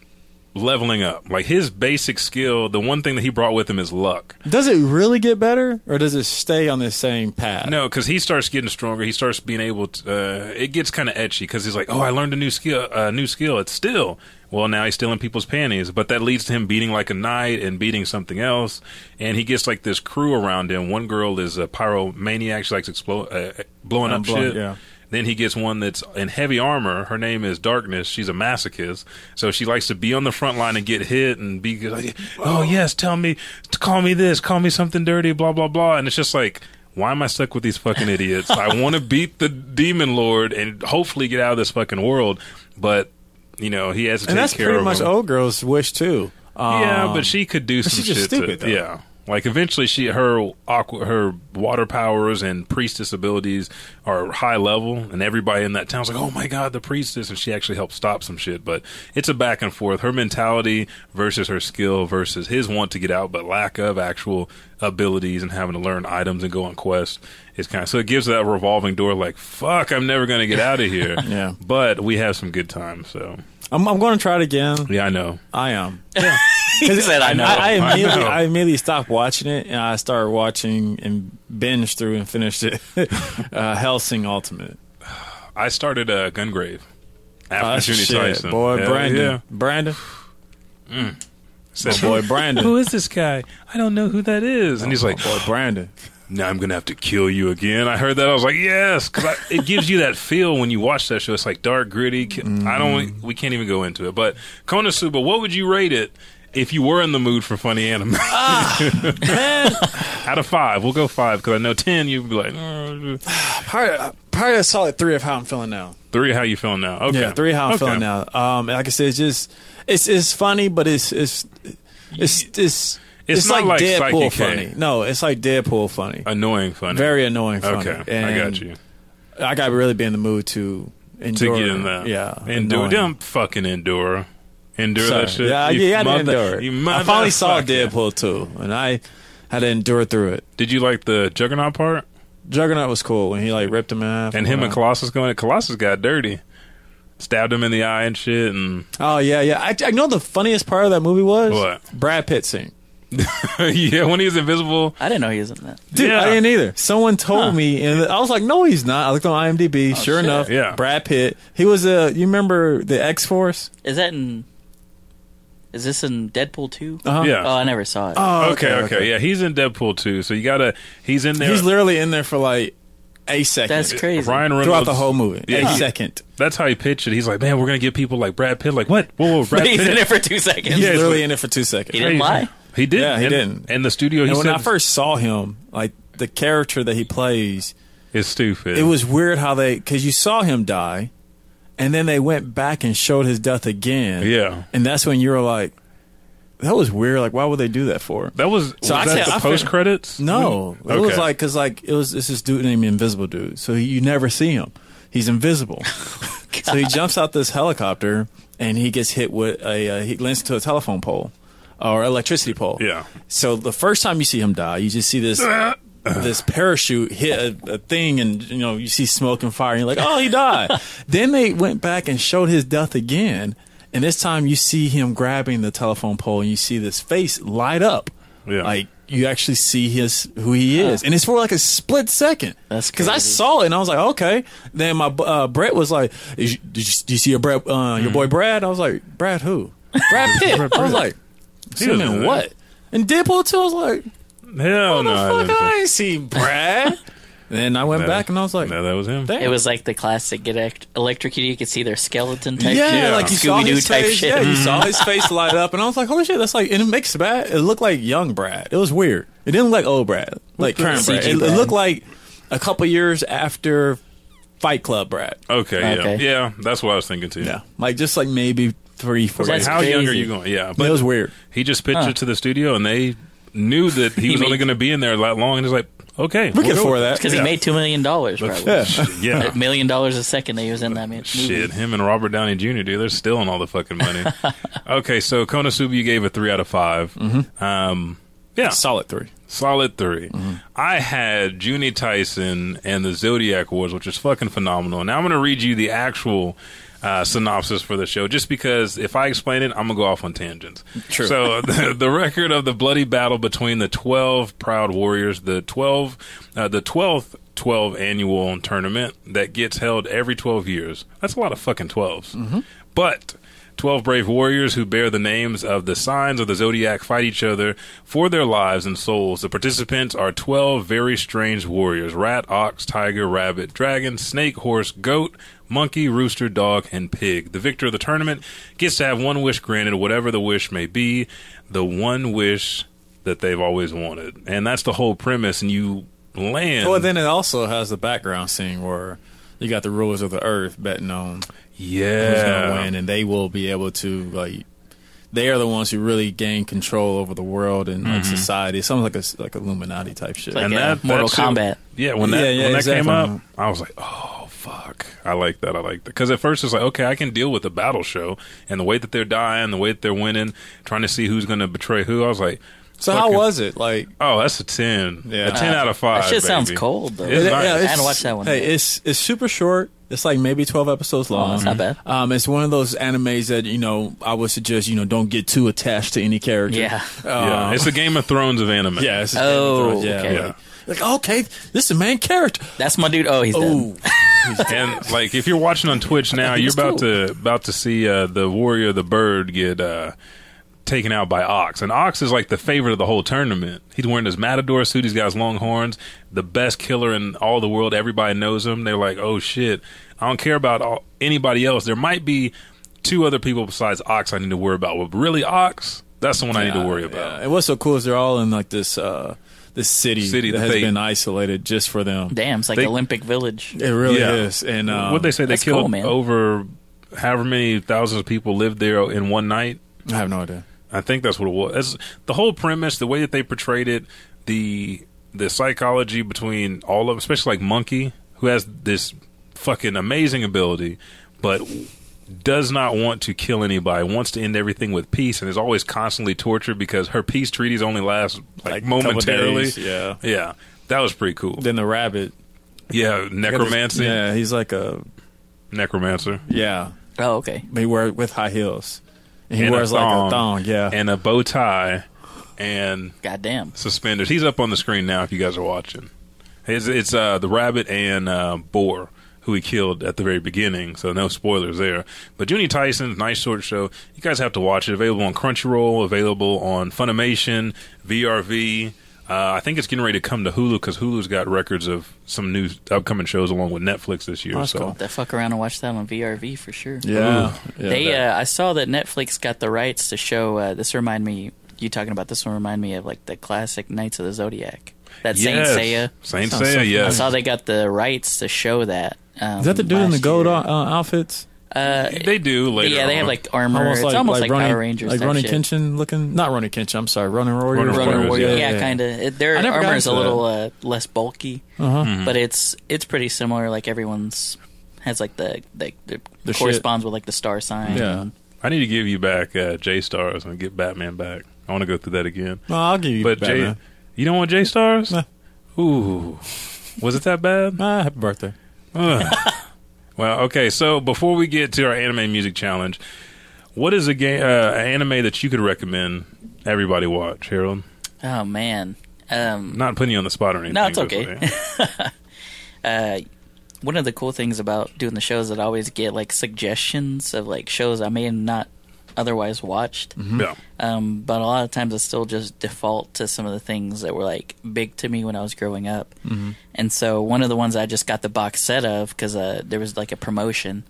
[SPEAKER 1] leveling up. Like his basic skill, the one thing that he brought with him is luck.
[SPEAKER 3] Does it really get better, or does it stay on this same path?
[SPEAKER 1] No, because he starts getting stronger. He starts being able to. Uh, it gets kind of etchy because he's like, "Oh, I learned a new skill. A new skill. It's still." Well, now he's stealing people's panties, but that leads to him beating like a knight and beating something else. And he gets like this crew around him. One girl is a pyromaniac; she likes explo- uh, blowing
[SPEAKER 3] Um,
[SPEAKER 1] up
[SPEAKER 3] blow-
[SPEAKER 1] shit.
[SPEAKER 3] yeah.
[SPEAKER 1] Then he gets one that's in heavy armor. Her name is Darkness. She's a masochist, so she likes to be on the front line and get hit and be like, "Oh yes, tell me, t- call me this, call me something dirty, blah blah blah." And it's just like, why am I stuck with these fucking idiots? I want to beat the demon lord and hopefully get out of this fucking world, but you know he has to
[SPEAKER 3] and
[SPEAKER 1] take
[SPEAKER 3] that's
[SPEAKER 1] care
[SPEAKER 3] pretty
[SPEAKER 1] of
[SPEAKER 3] much
[SPEAKER 1] him.
[SPEAKER 3] old girl's wish too.
[SPEAKER 1] Yeah,
[SPEAKER 3] Um,
[SPEAKER 1] but she could do some
[SPEAKER 3] she's just
[SPEAKER 1] shit.
[SPEAKER 3] stupid,
[SPEAKER 1] to,
[SPEAKER 3] though.
[SPEAKER 1] yeah, like eventually she her aqua her water powers and priestess abilities are high level, and everybody in that town's like, oh my god, the priestess, and she actually helped stop some shit. But it's a back and forth. Her mentality versus her skill versus his want to get out, but lack of actual abilities and having to learn items and go on quests. It's kind of so it gives that revolving door. Like fuck, I'm never gonna get out of here.
[SPEAKER 3] Yeah.
[SPEAKER 1] but we have some good time. So
[SPEAKER 3] Um, I'm I'm going to try it again.
[SPEAKER 1] yeah, I know.
[SPEAKER 3] I am.
[SPEAKER 4] He said, "I know."
[SPEAKER 3] I, I
[SPEAKER 1] I
[SPEAKER 3] immediately,
[SPEAKER 1] know.
[SPEAKER 3] I, immediately stopped watching it, and I started watching and binge through and finished it. uh, Helsing Ultimate.
[SPEAKER 1] I started uh, Gungrave after
[SPEAKER 3] Oh,
[SPEAKER 1] Junie
[SPEAKER 3] shit,
[SPEAKER 1] Tyson.
[SPEAKER 3] boy,
[SPEAKER 1] Hell
[SPEAKER 3] Brandon,
[SPEAKER 1] yeah. Mm.
[SPEAKER 3] Brandon,
[SPEAKER 1] Said,
[SPEAKER 3] boy, Brandon,
[SPEAKER 1] is this guy? I don't know who that is. And he's like,
[SPEAKER 3] boy, Brandon.
[SPEAKER 1] now I'm gonna have to kill you again. I heard that. I was like, yes, because it gives you that feel when you watch that show. It's like dark, gritty. ki- I
[SPEAKER 3] Mm.
[SPEAKER 1] don't. We can't even go into it. But Konosuba, what would you rate it if you were in the mood for funny anime?
[SPEAKER 3] Ah,
[SPEAKER 1] Out of five, we'll go five because I know ten. You'd be like "Mm."
[SPEAKER 3] Probably, probably a solid three of how I'm feeling now.
[SPEAKER 1] three. How you feeling now? Okay,
[SPEAKER 3] Yeah, three how I'm
[SPEAKER 1] Okay.
[SPEAKER 3] feeling now. Um, like I said, it's just it's it's funny, but it's it's it's it's it's,
[SPEAKER 1] not like Psyche K.
[SPEAKER 3] Deadpool funny. No, it's like Deadpool funny.
[SPEAKER 1] Annoying funny.
[SPEAKER 3] Very annoying funny.
[SPEAKER 1] Okay, I
[SPEAKER 3] And
[SPEAKER 1] got you.
[SPEAKER 3] I got to really be in the mood to
[SPEAKER 1] to
[SPEAKER 3] endure
[SPEAKER 1] get in that.
[SPEAKER 3] Yeah,
[SPEAKER 1] endure.
[SPEAKER 3] annoying.
[SPEAKER 1] Don't fucking endure. Endure
[SPEAKER 3] Sorry.
[SPEAKER 1] that shit.
[SPEAKER 3] Yeah,
[SPEAKER 1] You
[SPEAKER 3] yeah, I had to
[SPEAKER 1] mother-
[SPEAKER 3] endure
[SPEAKER 1] you
[SPEAKER 3] it. I finally saw
[SPEAKER 1] motherfucker.
[SPEAKER 3] Deadpool too, and I had to endure through it.
[SPEAKER 1] Did you like the Juggernaut part?
[SPEAKER 3] Juggernaut was cool when he like ripped him in half.
[SPEAKER 1] And him
[SPEAKER 3] Wow.
[SPEAKER 1] and Colossus going. Colossus got dirty, stabbed him in the eye and shit. And
[SPEAKER 3] Oh yeah, yeah. I, I know the funniest part of that movie was
[SPEAKER 1] What?
[SPEAKER 3] Brad Pitt scene.
[SPEAKER 1] yeah, when he was invisible,
[SPEAKER 4] I didn't know he was in that.
[SPEAKER 3] Dude,
[SPEAKER 1] Yeah.
[SPEAKER 3] I didn't either. Someone told me, and I was like, "No, he's not." I looked on IMDb. sure
[SPEAKER 4] shit.
[SPEAKER 3] enough,
[SPEAKER 1] Oh, Yeah.
[SPEAKER 3] Brad Pitt. He was a. You remember the X Force?
[SPEAKER 4] Is that in? Is this in Deadpool two?
[SPEAKER 3] Uh-huh.
[SPEAKER 1] Yeah.
[SPEAKER 4] Oh, I never saw it.
[SPEAKER 3] Oh,
[SPEAKER 1] okay, okay, yeah, he's in Deadpool too. So you gotta, he's in there.
[SPEAKER 3] He's literally in there for like a second.
[SPEAKER 4] That's crazy.
[SPEAKER 1] Ryan Reynolds
[SPEAKER 3] throughout the whole movie.
[SPEAKER 1] Yeah,
[SPEAKER 3] a
[SPEAKER 1] he-
[SPEAKER 3] second.
[SPEAKER 1] That's how he pitched it. He's like, man, we're gonna get people like Brad Pitt. Like, what? Whoa, whoa Brad
[SPEAKER 4] He's
[SPEAKER 1] Pitt.
[SPEAKER 4] in it for two seconds.
[SPEAKER 3] He's
[SPEAKER 1] Yeah, it's
[SPEAKER 3] literally
[SPEAKER 1] like-
[SPEAKER 3] in it for two seconds.
[SPEAKER 4] He didn't lie.
[SPEAKER 1] He did.
[SPEAKER 3] Yeah, he
[SPEAKER 1] and,
[SPEAKER 3] didn't.
[SPEAKER 1] And the studio. He
[SPEAKER 3] and when
[SPEAKER 1] said
[SPEAKER 3] I first saw him, like the character that he plays,
[SPEAKER 1] is stupid.
[SPEAKER 3] it was weird how they because you saw him die, and then they went back and showed his death again.
[SPEAKER 1] Yeah.
[SPEAKER 3] and that's when you were like, "That was weird. Like, why would they do that for?"
[SPEAKER 1] That was was
[SPEAKER 3] So I
[SPEAKER 1] that
[SPEAKER 3] said-
[SPEAKER 1] the
[SPEAKER 3] I
[SPEAKER 1] post
[SPEAKER 3] fin-
[SPEAKER 1] credits.
[SPEAKER 3] No, it was like because like it was it's this dude named Invisible Dude, so you never see him. He's invisible, so he jumps out this helicopter and he gets hit with a uh, he lands into a telephone pole or electricity pole.
[SPEAKER 1] Yeah.
[SPEAKER 3] So the first time you see him die, you just see this. This parachute hit a, a thing, and you know you see smoke and fire. And you're like, "Oh, he died." then they went back and showed his death again, and this time you see him grabbing the telephone pole, and you see this face light up.
[SPEAKER 1] Yeah.
[SPEAKER 3] Like you actually see his who he is, and it's for like a split second.
[SPEAKER 4] That's
[SPEAKER 3] because I
[SPEAKER 4] crazy.
[SPEAKER 3] saw it and I was like, okay. Then my bu- uh, Brett was like, "Is- did you, do you see your Brett, uh, your boy Brad? I was like, Brad who? Brad Pitt. I was like,
[SPEAKER 1] He
[SPEAKER 3] seen
[SPEAKER 1] doesn't
[SPEAKER 3] in
[SPEAKER 1] know
[SPEAKER 3] what? And Deadpool too. I was like,
[SPEAKER 1] hell no, I
[SPEAKER 3] the fuck,
[SPEAKER 1] didn't
[SPEAKER 3] I
[SPEAKER 1] think-
[SPEAKER 3] ain't seen Brad. then I went
[SPEAKER 1] No,
[SPEAKER 3] back and I was like,
[SPEAKER 1] no, that was him.
[SPEAKER 3] damn.
[SPEAKER 4] It was like the classic get elect- electrocuted. You could see their skeleton type. shit.
[SPEAKER 3] Yeah, like you saw
[SPEAKER 4] Scooby-Doo
[SPEAKER 3] his
[SPEAKER 4] type
[SPEAKER 3] face.
[SPEAKER 4] shit. Mm-hmm.
[SPEAKER 3] Yeah, you saw his face light up, and I was like, "Holy shit!" That's like, and it makes Brad. It looked like young Brad. It was weird. It didn't look like old Brad, like current
[SPEAKER 4] CG
[SPEAKER 3] Brad. It, it
[SPEAKER 4] Brad.
[SPEAKER 3] looked like a couple years after Fight Club Brad.
[SPEAKER 1] Okay, yeah,
[SPEAKER 4] Okay.
[SPEAKER 1] yeah, that's what I was thinking too.
[SPEAKER 3] Yeah, like just like maybe three, four.
[SPEAKER 1] Like,
[SPEAKER 3] years.
[SPEAKER 4] That's
[SPEAKER 1] how young are
[SPEAKER 4] crazy.
[SPEAKER 1] you going? Yeah,
[SPEAKER 3] it was weird.
[SPEAKER 1] he just pitched it to the studio, and they knew that he,
[SPEAKER 4] He
[SPEAKER 1] was only
[SPEAKER 4] made-
[SPEAKER 1] going to be in there that long, and it's like, okay,
[SPEAKER 3] We can afford that.
[SPEAKER 4] because
[SPEAKER 1] Yeah.
[SPEAKER 4] he made two million dollars. Probably
[SPEAKER 1] Yeah,
[SPEAKER 4] a million dollars a second that he was in that man.
[SPEAKER 1] shit, him and Robert Downey Jr. Dude, they're stealing all the fucking money. okay, so Konosuba, you gave a three out of 5
[SPEAKER 3] Mm-hmm.
[SPEAKER 1] Um, yeah,
[SPEAKER 3] Solid three.
[SPEAKER 1] Solid 3 I had Junie Tyson and the Zodiac Wars, which is fucking phenomenal. Now I'm going to read you the actual uh, synopsis for the show, just because if I explain it, I'm going to go off on tangents.
[SPEAKER 3] True.
[SPEAKER 1] So the, the record of the bloody battle between the 12 proud warriors, the 12, uh, the 12th 12 annual tournament that gets held every 12 years. That's a lot of fucking 12s. But 12 brave warriors who bear the names of the signs of the zodiac fight each other for their lives and souls. The participants are 12 very strange warriors rat, ox, tiger, rabbit, dragon, snake, horse, goat, monkey, rooster, dog, and pig. The victor of the tournament gets to have one wish granted, whatever the wish may be, the one wish that they've always wanted. And that's the whole premise. And you land.
[SPEAKER 3] Well, then it also has the background scene where you got the rulers of the earth betting on
[SPEAKER 1] yeah.
[SPEAKER 3] who's going to win, and they will be able to like. They are the ones who really gain control over the world and
[SPEAKER 1] Mm-hmm.
[SPEAKER 3] like society. It sounds like a s- like Illuminati type shit.
[SPEAKER 4] Like, uh, Mortal
[SPEAKER 1] shit-
[SPEAKER 4] Kombat.
[SPEAKER 1] yeah, when that
[SPEAKER 3] Yeah, yeah,
[SPEAKER 1] when that came
[SPEAKER 3] exactly.
[SPEAKER 1] up, I was like, oh fuck, I like that. I like that because at first it's like, okay, I can deal with the battle show and the way that they're dying, the way that they're winning, trying to see who's going to betray who. I was like,
[SPEAKER 3] so how
[SPEAKER 1] fucking-
[SPEAKER 3] was it? Like
[SPEAKER 1] Oh, that's a ten.
[SPEAKER 3] Yeah.
[SPEAKER 1] a ten
[SPEAKER 4] Uh,
[SPEAKER 1] out of five.
[SPEAKER 4] that shit sounds
[SPEAKER 1] baby.
[SPEAKER 4] cold, though.
[SPEAKER 1] It's
[SPEAKER 4] Yeah,
[SPEAKER 1] nice.
[SPEAKER 4] yeah, it's- I hadn't watched that one
[SPEAKER 3] Hey,
[SPEAKER 4] yet.
[SPEAKER 3] it's it's super short. It's like maybe twelve episodes long.
[SPEAKER 4] that's not bad.
[SPEAKER 3] Um, it's one of those animes that you know I would suggest you know don't get too attached to any character. Um,
[SPEAKER 4] Yeah.
[SPEAKER 1] yeah, it's the Game of Thrones of anime.
[SPEAKER 3] yeah. It's
[SPEAKER 4] Oh,
[SPEAKER 3] yeah.
[SPEAKER 4] okay.
[SPEAKER 3] Like, like, okay, this is the main character.
[SPEAKER 4] That's my dude. Oh, he's dead.
[SPEAKER 3] Oh,
[SPEAKER 1] and like if you're watching on Twitch now, you're
[SPEAKER 4] It's
[SPEAKER 1] about
[SPEAKER 4] cool.
[SPEAKER 1] to about to see uh, the warrior, the bird, get uh, taken out by Ox, and Ox is like the favorite of the whole tournament. He's wearing his matador suit. He's got his long horns. The best killer in all the world. Everybody knows him. They're like, oh shit, I don't care about all, anybody else. There might be two other people besides Ox I need to worry about. But really, Ox, that's the one I need to worry about.
[SPEAKER 3] Yeah. And what's so cool is they're all in like this uh, this city,
[SPEAKER 1] City
[SPEAKER 3] that
[SPEAKER 1] that
[SPEAKER 3] has
[SPEAKER 1] they-
[SPEAKER 3] been isolated just for them.
[SPEAKER 4] Damn, it's like
[SPEAKER 1] They-
[SPEAKER 4] Olympic Village.
[SPEAKER 3] It really
[SPEAKER 1] Yeah.
[SPEAKER 3] is. Oh, And um,
[SPEAKER 1] what they say they
[SPEAKER 4] that's cool,
[SPEAKER 1] killed
[SPEAKER 4] man.
[SPEAKER 1] over however many thousands of people lived there in one night.
[SPEAKER 3] I have no idea.
[SPEAKER 1] I think that's what it was. That's the whole premise, the way that they portrayed it, the the psychology between all of, especially like Monkey, who has this fucking amazing ability, but does not want to kill anybody, wants to end everything with peace, and is always constantly tortured because her peace treaties only last like,
[SPEAKER 3] Like, couple
[SPEAKER 1] momentarily.
[SPEAKER 3] days, yeah.
[SPEAKER 1] yeah, that was pretty cool.
[SPEAKER 3] Then the rabbit
[SPEAKER 1] Yeah, necromancy,
[SPEAKER 3] Yeah, he's like a
[SPEAKER 1] necromancer,
[SPEAKER 3] yeah.
[SPEAKER 4] Oh, okay.
[SPEAKER 3] He wears with high heels. And he
[SPEAKER 1] And a
[SPEAKER 3] wears like a thong. Yeah,
[SPEAKER 1] and a bow tie, and
[SPEAKER 4] Goddamn.
[SPEAKER 1] suspenders. He's up on the screen now if you guys are watching. It's, it's uh, the rabbit and uh, boar who he killed at the very beginning, so no spoilers there. But Junie Tyson's nice short show. You guys have to watch it. Available on Crunchyroll, available on Funimation, VRV. Uh, I think it's getting ready to come to Hulu because Hulu's got records of some new upcoming shows along with Netflix this year. so
[SPEAKER 4] That fuck around and watch that on VRV for sure.
[SPEAKER 3] yeah. yeah
[SPEAKER 4] they,
[SPEAKER 3] that-
[SPEAKER 4] uh, I saw that Netflix got the rights to show. Uh, this remind me, you talking about this one remind me of like the classic Knights of the Zodiac. That
[SPEAKER 1] Yes.
[SPEAKER 4] Saint Seiya.
[SPEAKER 1] Saint
[SPEAKER 3] Sounds so
[SPEAKER 1] Seiya,
[SPEAKER 4] I
[SPEAKER 1] yes.
[SPEAKER 4] saw they got the rights to show that. Um,
[SPEAKER 3] is that the dude in the
[SPEAKER 4] last
[SPEAKER 3] gold
[SPEAKER 4] year.
[SPEAKER 3] uh, outfits?
[SPEAKER 4] Uh,
[SPEAKER 1] They do later.
[SPEAKER 4] yeah, they have
[SPEAKER 1] on.
[SPEAKER 4] like armor. it's almost like,
[SPEAKER 3] Ronin-
[SPEAKER 4] Power Rangers.
[SPEAKER 3] like
[SPEAKER 4] type
[SPEAKER 3] Ronin
[SPEAKER 4] shit.
[SPEAKER 3] Kenshin looking. Not Ronin Kenshin. I'm sorry, Ronin Warrior.
[SPEAKER 1] Ronin Warriors,
[SPEAKER 4] Yeah,
[SPEAKER 1] Yeah,
[SPEAKER 4] kind of. Their
[SPEAKER 3] I never got
[SPEAKER 4] armor is a
[SPEAKER 3] into
[SPEAKER 4] little uh, less bulky,
[SPEAKER 3] Uh-huh.
[SPEAKER 4] but it's it's pretty similar. Like everyone's has like the the, the,
[SPEAKER 3] The shit.
[SPEAKER 4] corresponds with like the star sign.
[SPEAKER 3] Yeah.
[SPEAKER 1] I need to give you back uh, J Stars and get Batman back. I want to go through that again.
[SPEAKER 3] No, I'll give you.
[SPEAKER 1] But J,
[SPEAKER 3] Batman.
[SPEAKER 1] you don't want J Stars?
[SPEAKER 3] Nah.
[SPEAKER 1] Ooh, was it that bad?
[SPEAKER 3] Ah, happy birthday.
[SPEAKER 1] Ugh. well, okay. So before we get to our anime music challenge, what is a game, uh, an anime that you could recommend everybody watch, Harold?
[SPEAKER 4] Oh man. Um,
[SPEAKER 1] Not putting you on the spot or anything.
[SPEAKER 4] No, it's
[SPEAKER 1] but-
[SPEAKER 4] okay. one of the cool things about doing the show is that I always get like suggestions of like shows I may have not otherwise watched.
[SPEAKER 1] yeah.
[SPEAKER 4] Um, but a lot of times I still just default to some of the things that were like big to me when I was growing up.
[SPEAKER 3] Mm-hmm.
[SPEAKER 4] And so one of the ones I just got the box set of because uh, there was like a promotion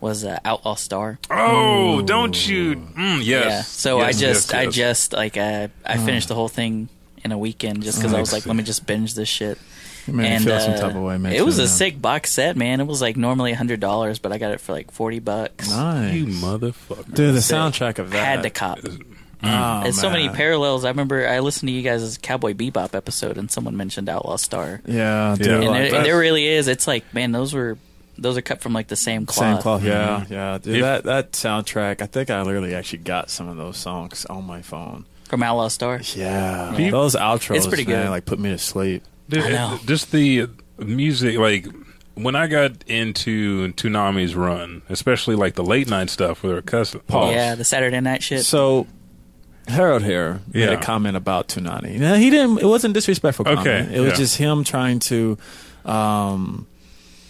[SPEAKER 4] was uh, Outlaw Star.
[SPEAKER 1] Oh, don't you? Mm, yes.
[SPEAKER 4] Yeah. So
[SPEAKER 1] Yes,
[SPEAKER 4] I just
[SPEAKER 1] yes,
[SPEAKER 4] I
[SPEAKER 1] yes.
[SPEAKER 4] just like I I
[SPEAKER 3] Mm.
[SPEAKER 4] finished the whole thing in a weekend just because I was like let me just binge this shit. uh,
[SPEAKER 3] You made me feel some type of way, man,
[SPEAKER 4] It was
[SPEAKER 3] too,
[SPEAKER 4] a
[SPEAKER 3] man.
[SPEAKER 4] sick box set, man. It was like normally hundred dollars, but I got it for like forty bucks.
[SPEAKER 3] Nice.
[SPEAKER 1] you motherfucker.
[SPEAKER 3] Dude, the soundtrack of that.
[SPEAKER 4] Had to cop.
[SPEAKER 3] Oh,
[SPEAKER 4] There's so many
[SPEAKER 3] man.
[SPEAKER 4] parallels. I remember I listened to you guys' Cowboy Bebop episode, and someone mentioned Outlaw Star,
[SPEAKER 3] Yeah, dude.
[SPEAKER 1] Yeah.
[SPEAKER 4] and,
[SPEAKER 1] Well,
[SPEAKER 4] there,
[SPEAKER 1] that's-
[SPEAKER 4] and there really is. It's like, man, those were those are cut from like the same cloth.
[SPEAKER 3] Same cloth. Yeah, yeah. Dude,
[SPEAKER 1] If-
[SPEAKER 3] that that soundtrack. I think I literally actually got some of those songs on my phone.
[SPEAKER 4] from Outlaw Star.
[SPEAKER 3] Yeah, those outros.
[SPEAKER 4] It's pretty
[SPEAKER 3] man,
[SPEAKER 4] good.
[SPEAKER 3] like put me to sleep.
[SPEAKER 1] Dude,
[SPEAKER 4] I know.
[SPEAKER 1] it- Just the music, like when I got into Toonami's run, especially like the late night stuff with her cousin Paul.
[SPEAKER 4] Yeah, the Saturday Night shit.
[SPEAKER 3] So. Harold here made
[SPEAKER 1] Yeah.
[SPEAKER 3] a comment about Tunani. Now, he didn't. It wasn't disrespectful.
[SPEAKER 1] Okay,
[SPEAKER 3] comment. it was
[SPEAKER 1] yeah.
[SPEAKER 3] just him trying to um,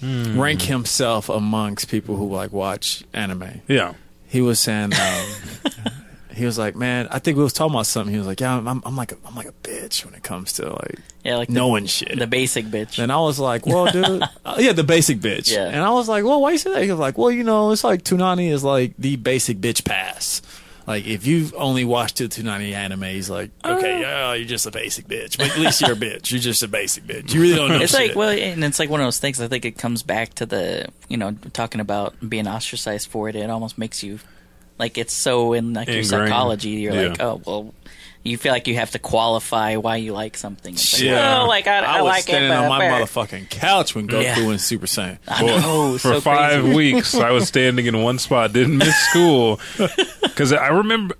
[SPEAKER 3] rank himself amongst people who like watch anime.
[SPEAKER 1] Yeah.
[SPEAKER 3] he was saying um, he was like man i think we was talking about something he was like yeah i'm, I'm like a, i'm like a bitch when it comes to like
[SPEAKER 4] yeah, like the,
[SPEAKER 3] knowing shit
[SPEAKER 4] the basic bitch.
[SPEAKER 3] and I was like, "Well, dude, uh, yeah, the basic bitch."
[SPEAKER 4] Yeah.
[SPEAKER 3] And I was like, "Well, why you say that?" He was like, "Well, you know, it's like Toonani is like the basic bitch pass. Like if you've only watched two Toonani animes, like
[SPEAKER 4] Uh.
[SPEAKER 3] okay, yeah, you're just a basic bitch, but at least you're a bitch. You're just a basic bitch. You really don't know
[SPEAKER 4] it's
[SPEAKER 3] shit.
[SPEAKER 4] like well and it's like one of those things i think it comes back to the you know talking about being ostracized for it it almost makes you like it's so in like your
[SPEAKER 1] Ingrained.
[SPEAKER 4] psychology you're like
[SPEAKER 1] Yeah.
[SPEAKER 4] oh well you feel like you have to qualify why you like something it's like,
[SPEAKER 3] Yeah.
[SPEAKER 4] well, like i, I,
[SPEAKER 3] was
[SPEAKER 4] like it
[SPEAKER 3] standing
[SPEAKER 4] but
[SPEAKER 3] on my
[SPEAKER 4] but-
[SPEAKER 3] motherfucking couch when Goku
[SPEAKER 4] Yeah.
[SPEAKER 3] and Super Saiyan.
[SPEAKER 1] Well,
[SPEAKER 4] know,
[SPEAKER 1] for
[SPEAKER 4] Oh, so
[SPEAKER 1] five
[SPEAKER 4] crazy.
[SPEAKER 1] weeks, I was standing in one spot, didn't miss school. Because I remember,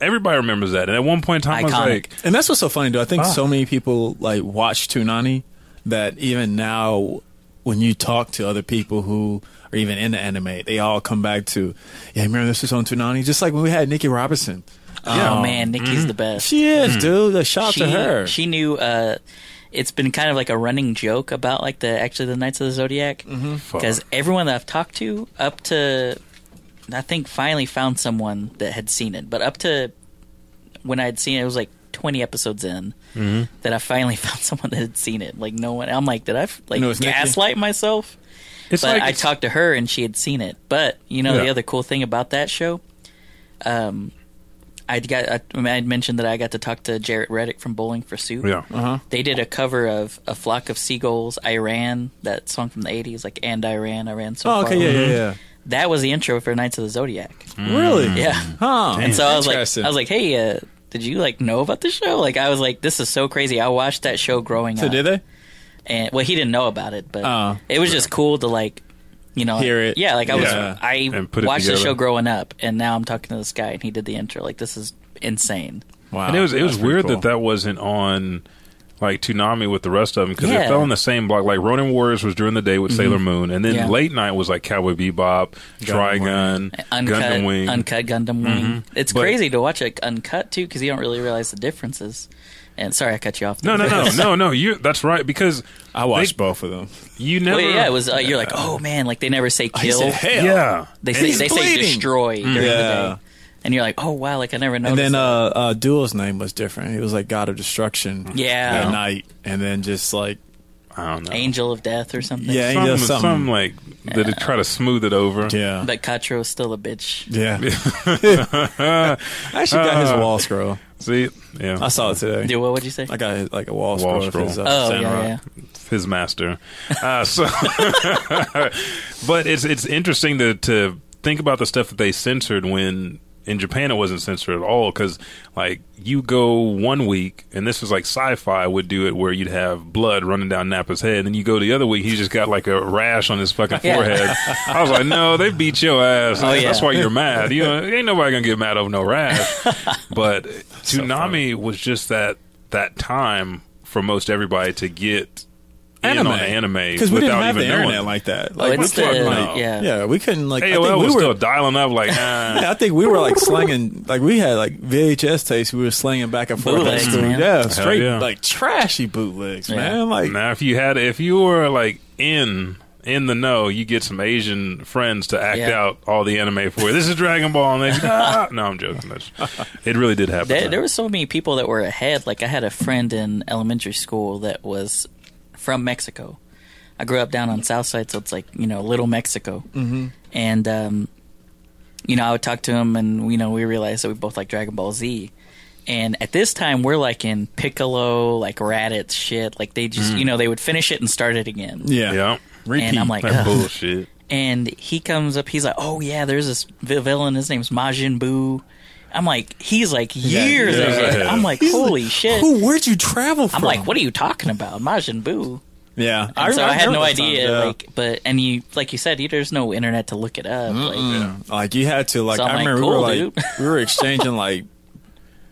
[SPEAKER 1] everybody remembers that. And at one point in time, I was
[SPEAKER 4] Iconic.
[SPEAKER 1] like,
[SPEAKER 3] And that's what's so funny, though. I think
[SPEAKER 1] Ah.
[SPEAKER 3] so many people like watch Toonani that even now, when you talk to other people who are even into anime, they all come back to, yeah, remember this was on Toonani? Just like when we had Nikki Robinson.
[SPEAKER 4] oh man nikki's the best
[SPEAKER 3] Mm-hmm. She is, dude. A shout
[SPEAKER 4] she,
[SPEAKER 3] to her.
[SPEAKER 4] she knew uh it's been kind of like a running joke about like the actually the Knights of the Zodiac
[SPEAKER 3] Mm-hmm.
[SPEAKER 4] because everyone that I've talked to up to I think finally found someone that had seen it, but up to when I'd seen it, it was like 20 episodes in
[SPEAKER 1] Mm-hmm.
[SPEAKER 4] that I finally found someone that had seen it. Like no one. I'm like, did I f- like
[SPEAKER 3] No, it's Nikki.
[SPEAKER 4] gaslight myself?
[SPEAKER 1] It's
[SPEAKER 4] but
[SPEAKER 1] like
[SPEAKER 4] I
[SPEAKER 1] it's-
[SPEAKER 4] talked to her and she had seen it. But you know the
[SPEAKER 1] Yeah.
[SPEAKER 4] other cool thing about that show, um, I got I, I mean, I'd mentioned that I got to talk to Jarrett Reddick from Bowling for Soup.
[SPEAKER 1] Yeah.
[SPEAKER 4] They did a cover of "A Flock of Seagulls," "Iran," that song from the '80s, like "And Iran, Iran." So
[SPEAKER 3] Oh, okay,
[SPEAKER 4] far."
[SPEAKER 3] yeah, yeah, yeah.
[SPEAKER 4] That was the intro for Knights of the Zodiac.
[SPEAKER 3] Really?
[SPEAKER 4] Yeah.
[SPEAKER 3] Huh.
[SPEAKER 4] And so I was like,
[SPEAKER 3] Mm-hmm. Interesting.
[SPEAKER 4] I was like, hey, uh, did you like know about the show? Like, I was like, this is so crazy. I watched that show growing
[SPEAKER 3] so
[SPEAKER 4] up.
[SPEAKER 3] did they?
[SPEAKER 4] And well, he didn't know about it, but
[SPEAKER 3] Oh.
[SPEAKER 4] it was just cool to like, you know,
[SPEAKER 3] Hear it.
[SPEAKER 4] Yeah, like I
[SPEAKER 1] Yeah.
[SPEAKER 4] was, I
[SPEAKER 1] And put it
[SPEAKER 4] watched the
[SPEAKER 1] together.
[SPEAKER 4] show growing up, and now I'm talking to this guy, and he did the intro. Like, this is insane.
[SPEAKER 3] Wow.
[SPEAKER 1] And it was it was
[SPEAKER 3] That's pretty
[SPEAKER 1] weird
[SPEAKER 3] cool.
[SPEAKER 1] that that wasn't on like Toonami with the rest of them because it
[SPEAKER 4] Yeah. Mm-hmm.
[SPEAKER 1] fell in the same block. Like Ronin Warriors was during the day with Sailor Moon, and then
[SPEAKER 4] Yeah.
[SPEAKER 1] late night was like Cowboy Bebop, Trigun,
[SPEAKER 4] Uncut,
[SPEAKER 1] Gundam Wing.
[SPEAKER 4] uncut Gundam
[SPEAKER 3] Mm-hmm.
[SPEAKER 4] Wing. It's
[SPEAKER 1] But-
[SPEAKER 4] crazy to watch it uncut too, because you don't really realize the differences. And sorry, I cut you off.
[SPEAKER 1] No, no,
[SPEAKER 4] there.
[SPEAKER 1] no, no, no. You that's right because
[SPEAKER 3] I watched
[SPEAKER 1] They-
[SPEAKER 3] both of them.
[SPEAKER 1] you never.
[SPEAKER 4] Well, yeah, it was. Uh, you're like, oh man, like they never say kill.
[SPEAKER 3] Oh, hell.
[SPEAKER 1] Yeah,
[SPEAKER 4] They say
[SPEAKER 3] He's
[SPEAKER 4] they say
[SPEAKER 3] bleeding. Mm.
[SPEAKER 4] destroy during
[SPEAKER 3] Yeah.
[SPEAKER 4] the day, and you're like, oh wow, like I never
[SPEAKER 3] And
[SPEAKER 4] noticed.
[SPEAKER 3] then
[SPEAKER 4] that.
[SPEAKER 3] uh, uh, Duel's name was different. He was like God of Destruction.
[SPEAKER 4] Yeah.
[SPEAKER 3] That night, and then just like
[SPEAKER 1] I don't know.
[SPEAKER 4] Angel of Death or something.
[SPEAKER 3] Yeah,
[SPEAKER 1] Some,
[SPEAKER 3] Yeah,
[SPEAKER 1] some,
[SPEAKER 3] something.
[SPEAKER 1] like that they try to smooth it over.
[SPEAKER 3] yeah,
[SPEAKER 4] But Katro is still a bitch.
[SPEAKER 3] yeah. I actually got
[SPEAKER 1] Uh,
[SPEAKER 3] his wall scroll.
[SPEAKER 1] See, yeah,
[SPEAKER 3] I saw it today.
[SPEAKER 4] Dude, what would you say?
[SPEAKER 3] I got his, like a wall,
[SPEAKER 1] Wall
[SPEAKER 3] scroll.
[SPEAKER 1] scroll.
[SPEAKER 3] Of his, uh,
[SPEAKER 4] oh
[SPEAKER 3] samurai.
[SPEAKER 4] yeah, yeah.
[SPEAKER 1] his master. Uh, so, but it's it's interesting to to think about the stuff that they censored when in Japan it wasn't censored at all because like you go one week and this is like sci-fi would do it where you'd have blood running down Nappa's head and then you go the other week he's just got like a rash on his fucking
[SPEAKER 4] Yeah.
[SPEAKER 1] forehead. I was like, no, they beat your ass.
[SPEAKER 4] Oh, yeah.
[SPEAKER 1] That's why you're mad. You know, ain't nobody gonna get mad over no rash. but tsunami was just that that time for most everybody to get anime. in on anime
[SPEAKER 3] because
[SPEAKER 1] without
[SPEAKER 3] we didn't have the
[SPEAKER 1] even knowing.
[SPEAKER 3] internet like that.
[SPEAKER 4] Oh,
[SPEAKER 3] Like,
[SPEAKER 4] it's
[SPEAKER 3] we're
[SPEAKER 4] the
[SPEAKER 3] talking, like,
[SPEAKER 4] yeah.
[SPEAKER 3] yeah, we couldn't like. I
[SPEAKER 1] AOL
[SPEAKER 3] think
[SPEAKER 1] was
[SPEAKER 3] we were
[SPEAKER 1] still dialing up like
[SPEAKER 3] Yeah,
[SPEAKER 1] nah.
[SPEAKER 3] I think we were like slinging, like we had like VHS tapes. We were slinging back and forth.
[SPEAKER 4] Bootlegs,
[SPEAKER 3] Like,
[SPEAKER 4] man.
[SPEAKER 3] Yeah, straight
[SPEAKER 1] yeah.
[SPEAKER 3] like trashy bootlegs,
[SPEAKER 4] Yeah.
[SPEAKER 3] man. Like
[SPEAKER 1] now if you had if you were like in in the know, you get some Asian friends to act
[SPEAKER 4] Yeah.
[SPEAKER 1] out all the anime for you. This is Dragon Ball, and they ah. no, I'm joking. That's, it really did happen.
[SPEAKER 4] There, there were so many people that were ahead. Like I had a friend in elementary school that was from Mexico. I grew up down on South Side, so it's like you know, Little Mexico. Mm-hmm. And um, you know, I would talk to him, and you know, we realized that we both like Dragon Ball Z. And at this time, we're like in Piccolo, like Raditz shit. Like they just, you know, they would finish it and start it again.
[SPEAKER 3] yeah,
[SPEAKER 1] yeah,
[SPEAKER 3] Repeat.
[SPEAKER 4] And I'm like,
[SPEAKER 1] that
[SPEAKER 4] "Ugh."
[SPEAKER 1] bullshit.
[SPEAKER 4] and he comes up. He's like, "Oh yeah, there's this vi- villain. His name's Majin Buu." I'm like, he's like years
[SPEAKER 1] yeah.
[SPEAKER 4] ahead. I'm like,
[SPEAKER 3] He's
[SPEAKER 4] holy shit.
[SPEAKER 3] Who? Where'd you travel from?
[SPEAKER 4] I'm like, what are you talking about, Majin Buu?
[SPEAKER 3] Yeah,
[SPEAKER 4] And so I, had
[SPEAKER 3] remember
[SPEAKER 4] no
[SPEAKER 3] those
[SPEAKER 4] idea.
[SPEAKER 3] times, yeah.
[SPEAKER 4] Like, but and you, like you said, you, there's no internet to look it up. Like,
[SPEAKER 3] Like you had to like
[SPEAKER 4] So I'm
[SPEAKER 3] I
[SPEAKER 4] like,
[SPEAKER 3] remember
[SPEAKER 4] cool,
[SPEAKER 3] we were
[SPEAKER 4] dude.
[SPEAKER 3] like we were exchanging like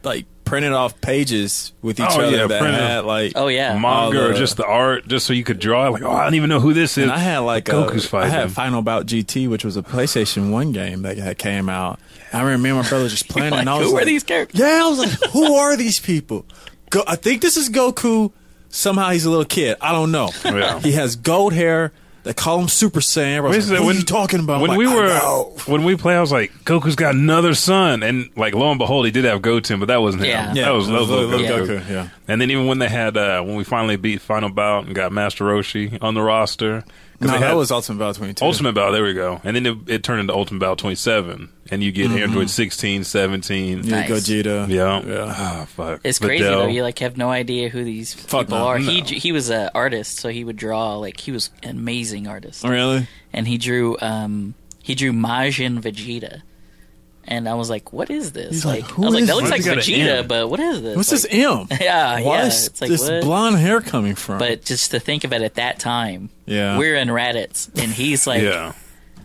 [SPEAKER 3] like printed off pages with each
[SPEAKER 1] Oh,
[SPEAKER 3] other
[SPEAKER 1] yeah,
[SPEAKER 3] that
[SPEAKER 1] printed.
[SPEAKER 3] had like
[SPEAKER 4] oh yeah,
[SPEAKER 1] manga
[SPEAKER 3] All
[SPEAKER 1] or
[SPEAKER 3] the-
[SPEAKER 1] just the art, just so you could draw. Like, oh, I don't even know who this is.
[SPEAKER 3] and I had like
[SPEAKER 1] Goku's
[SPEAKER 3] a, I
[SPEAKER 1] fighting.
[SPEAKER 3] had Final Bout GT, which was a PlayStation One game that had came out. I remember me and my brother just playing, it,
[SPEAKER 4] Like,
[SPEAKER 3] and I was
[SPEAKER 4] who
[SPEAKER 3] like,
[SPEAKER 4] are these characters?
[SPEAKER 3] Yeah, I was like, who are these people? Go- I think this is Goku. Somehow he's a little kid. I don't know.
[SPEAKER 1] Yeah.
[SPEAKER 3] He has gold hair. They call him Super Saiyan. I was
[SPEAKER 1] Wait a
[SPEAKER 3] like,
[SPEAKER 1] second,
[SPEAKER 3] what are you talking about? I'm
[SPEAKER 1] When
[SPEAKER 3] like,
[SPEAKER 1] we
[SPEAKER 3] I
[SPEAKER 1] were
[SPEAKER 3] know.
[SPEAKER 1] when we play, I was like, Goku's got another son, and like lo and behold, he did have Goten, but that wasn't him.
[SPEAKER 4] Yeah.
[SPEAKER 1] that was
[SPEAKER 3] Yeah, it was
[SPEAKER 1] Little
[SPEAKER 3] Little
[SPEAKER 1] Goku.
[SPEAKER 3] Goku, yeah.
[SPEAKER 1] And then even when they had uh, when we finally beat Final Bout and got Master Roshi on the roster, 'cause
[SPEAKER 3] No,
[SPEAKER 1] they
[SPEAKER 3] that
[SPEAKER 1] had
[SPEAKER 3] was Ultimate Battle 22.
[SPEAKER 1] Ultimate Bout. There we go. And then it, it turned into Ultimate Bout 27, and you get Android 16, 17.
[SPEAKER 3] Mm-hmm. Yeah,
[SPEAKER 4] Nice.
[SPEAKER 3] Gogeta.
[SPEAKER 1] Yeah.
[SPEAKER 3] Yeah.
[SPEAKER 1] Ah, fuck.
[SPEAKER 4] It's crazy
[SPEAKER 1] Videl.
[SPEAKER 4] though. You like have no idea who these people
[SPEAKER 3] no,
[SPEAKER 4] are. He j- he was an artist, so he would draw. Like he was an amazing artist.
[SPEAKER 3] Really?
[SPEAKER 4] and he drew um he drew Majin Vegeta. And I was like, "What is this?"
[SPEAKER 3] He's like,
[SPEAKER 4] like,
[SPEAKER 3] "Who
[SPEAKER 4] I was like,
[SPEAKER 3] is
[SPEAKER 4] "That
[SPEAKER 1] this?"
[SPEAKER 4] looks like
[SPEAKER 1] Why's it got an
[SPEAKER 4] Vegeta,
[SPEAKER 1] M?
[SPEAKER 4] but what is this?"
[SPEAKER 3] What's
[SPEAKER 4] Like,
[SPEAKER 3] this M?
[SPEAKER 4] Yeah,
[SPEAKER 3] Why
[SPEAKER 4] yeah.
[SPEAKER 3] is
[SPEAKER 4] It's like,
[SPEAKER 3] this
[SPEAKER 4] what?
[SPEAKER 3] blonde hair coming from?
[SPEAKER 4] But just to think of it at that time,
[SPEAKER 3] Yeah.
[SPEAKER 4] we're in Raditz, and he's like,
[SPEAKER 1] yeah.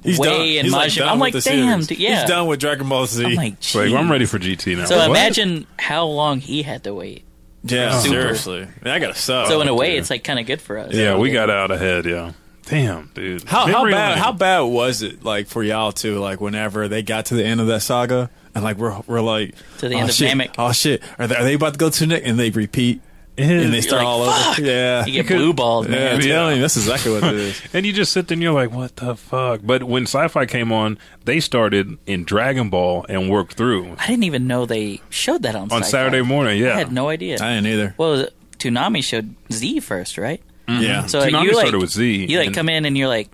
[SPEAKER 3] he's
[SPEAKER 4] way
[SPEAKER 3] done.
[SPEAKER 4] in
[SPEAKER 3] He's like
[SPEAKER 4] Majin-
[SPEAKER 3] done
[SPEAKER 4] I'm
[SPEAKER 3] with
[SPEAKER 4] like,
[SPEAKER 3] the
[SPEAKER 4] damn,
[SPEAKER 3] series.
[SPEAKER 4] dude, yeah.
[SPEAKER 3] He's done with Dragon Ball Z.
[SPEAKER 4] I'm like,
[SPEAKER 1] It's Like,
[SPEAKER 4] "Jeez."
[SPEAKER 1] I'm ready for GT now.
[SPEAKER 4] So
[SPEAKER 1] What?
[SPEAKER 4] imagine how long he had to wait.
[SPEAKER 3] yeah,
[SPEAKER 4] Super.
[SPEAKER 3] seriously. I gotta sub.
[SPEAKER 4] So in a way, it's like kind of good for us.
[SPEAKER 1] Oh, Yeah, we got out ahead. Yeah. Damn, dude.
[SPEAKER 3] How, how
[SPEAKER 1] Memory
[SPEAKER 3] bad
[SPEAKER 1] lane.
[SPEAKER 3] how bad was it like for y'all too? Like whenever they got to the end of that saga and like we're we're like
[SPEAKER 4] To the
[SPEAKER 3] "Oh,
[SPEAKER 4] end of
[SPEAKER 3] shit.
[SPEAKER 4] Namek."
[SPEAKER 3] Oh shit! Are they, are they about to go to Nick? And they repeat and they start
[SPEAKER 4] like,
[SPEAKER 3] all over. Yeah,
[SPEAKER 4] You get blue balled,
[SPEAKER 3] yeah,
[SPEAKER 4] man.
[SPEAKER 3] I'm telling you, that's exactly what it is.
[SPEAKER 1] And you just sit there and you're like, what the fuck? But when sci fi came on, they started in Dragon Ball and worked through
[SPEAKER 4] I didn't even know they showed that on
[SPEAKER 1] on
[SPEAKER 4] Sci-Fi.
[SPEAKER 1] Saturday morning. Yeah.
[SPEAKER 4] I had no idea.
[SPEAKER 3] I didn't either.
[SPEAKER 4] What was it? Toonami showed Z first, right?
[SPEAKER 3] Yeah,
[SPEAKER 4] So like,
[SPEAKER 1] Toonami
[SPEAKER 4] you like
[SPEAKER 1] started with Z,
[SPEAKER 4] You like
[SPEAKER 1] and-
[SPEAKER 4] come in and you're like,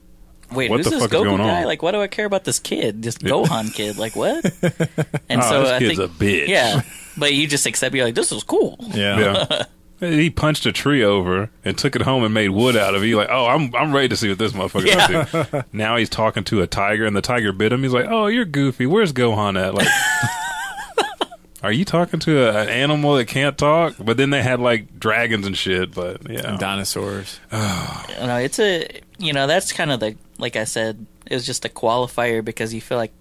[SPEAKER 4] wait,
[SPEAKER 1] What
[SPEAKER 4] who's
[SPEAKER 1] the
[SPEAKER 4] this
[SPEAKER 1] fuck is
[SPEAKER 4] Goku
[SPEAKER 1] going on?
[SPEAKER 4] guy? Like, why do I care about this kid? This Gohan kid? Like what? And
[SPEAKER 1] Oh,
[SPEAKER 4] so
[SPEAKER 1] this
[SPEAKER 4] I
[SPEAKER 1] kid's
[SPEAKER 4] think,
[SPEAKER 1] a bitch.
[SPEAKER 4] Yeah, but you just accept. You're like, this is cool.
[SPEAKER 3] yeah,
[SPEAKER 1] Yeah. He punched a tree over and took it home and made wood out of it. You're like, oh, I'm I'm ready to see what this motherfucker's up to. Now he's talking to a tiger and the tiger bit him. He's like, oh, you're goofy. Where's Gohan at? Like, are you talking to a, an animal that can't talk? But then they had like dragons and shit. But yeah,
[SPEAKER 3] dinosaurs.
[SPEAKER 4] You know, it's a you know that's kind of the like I said, it was just a qualifier because you feel like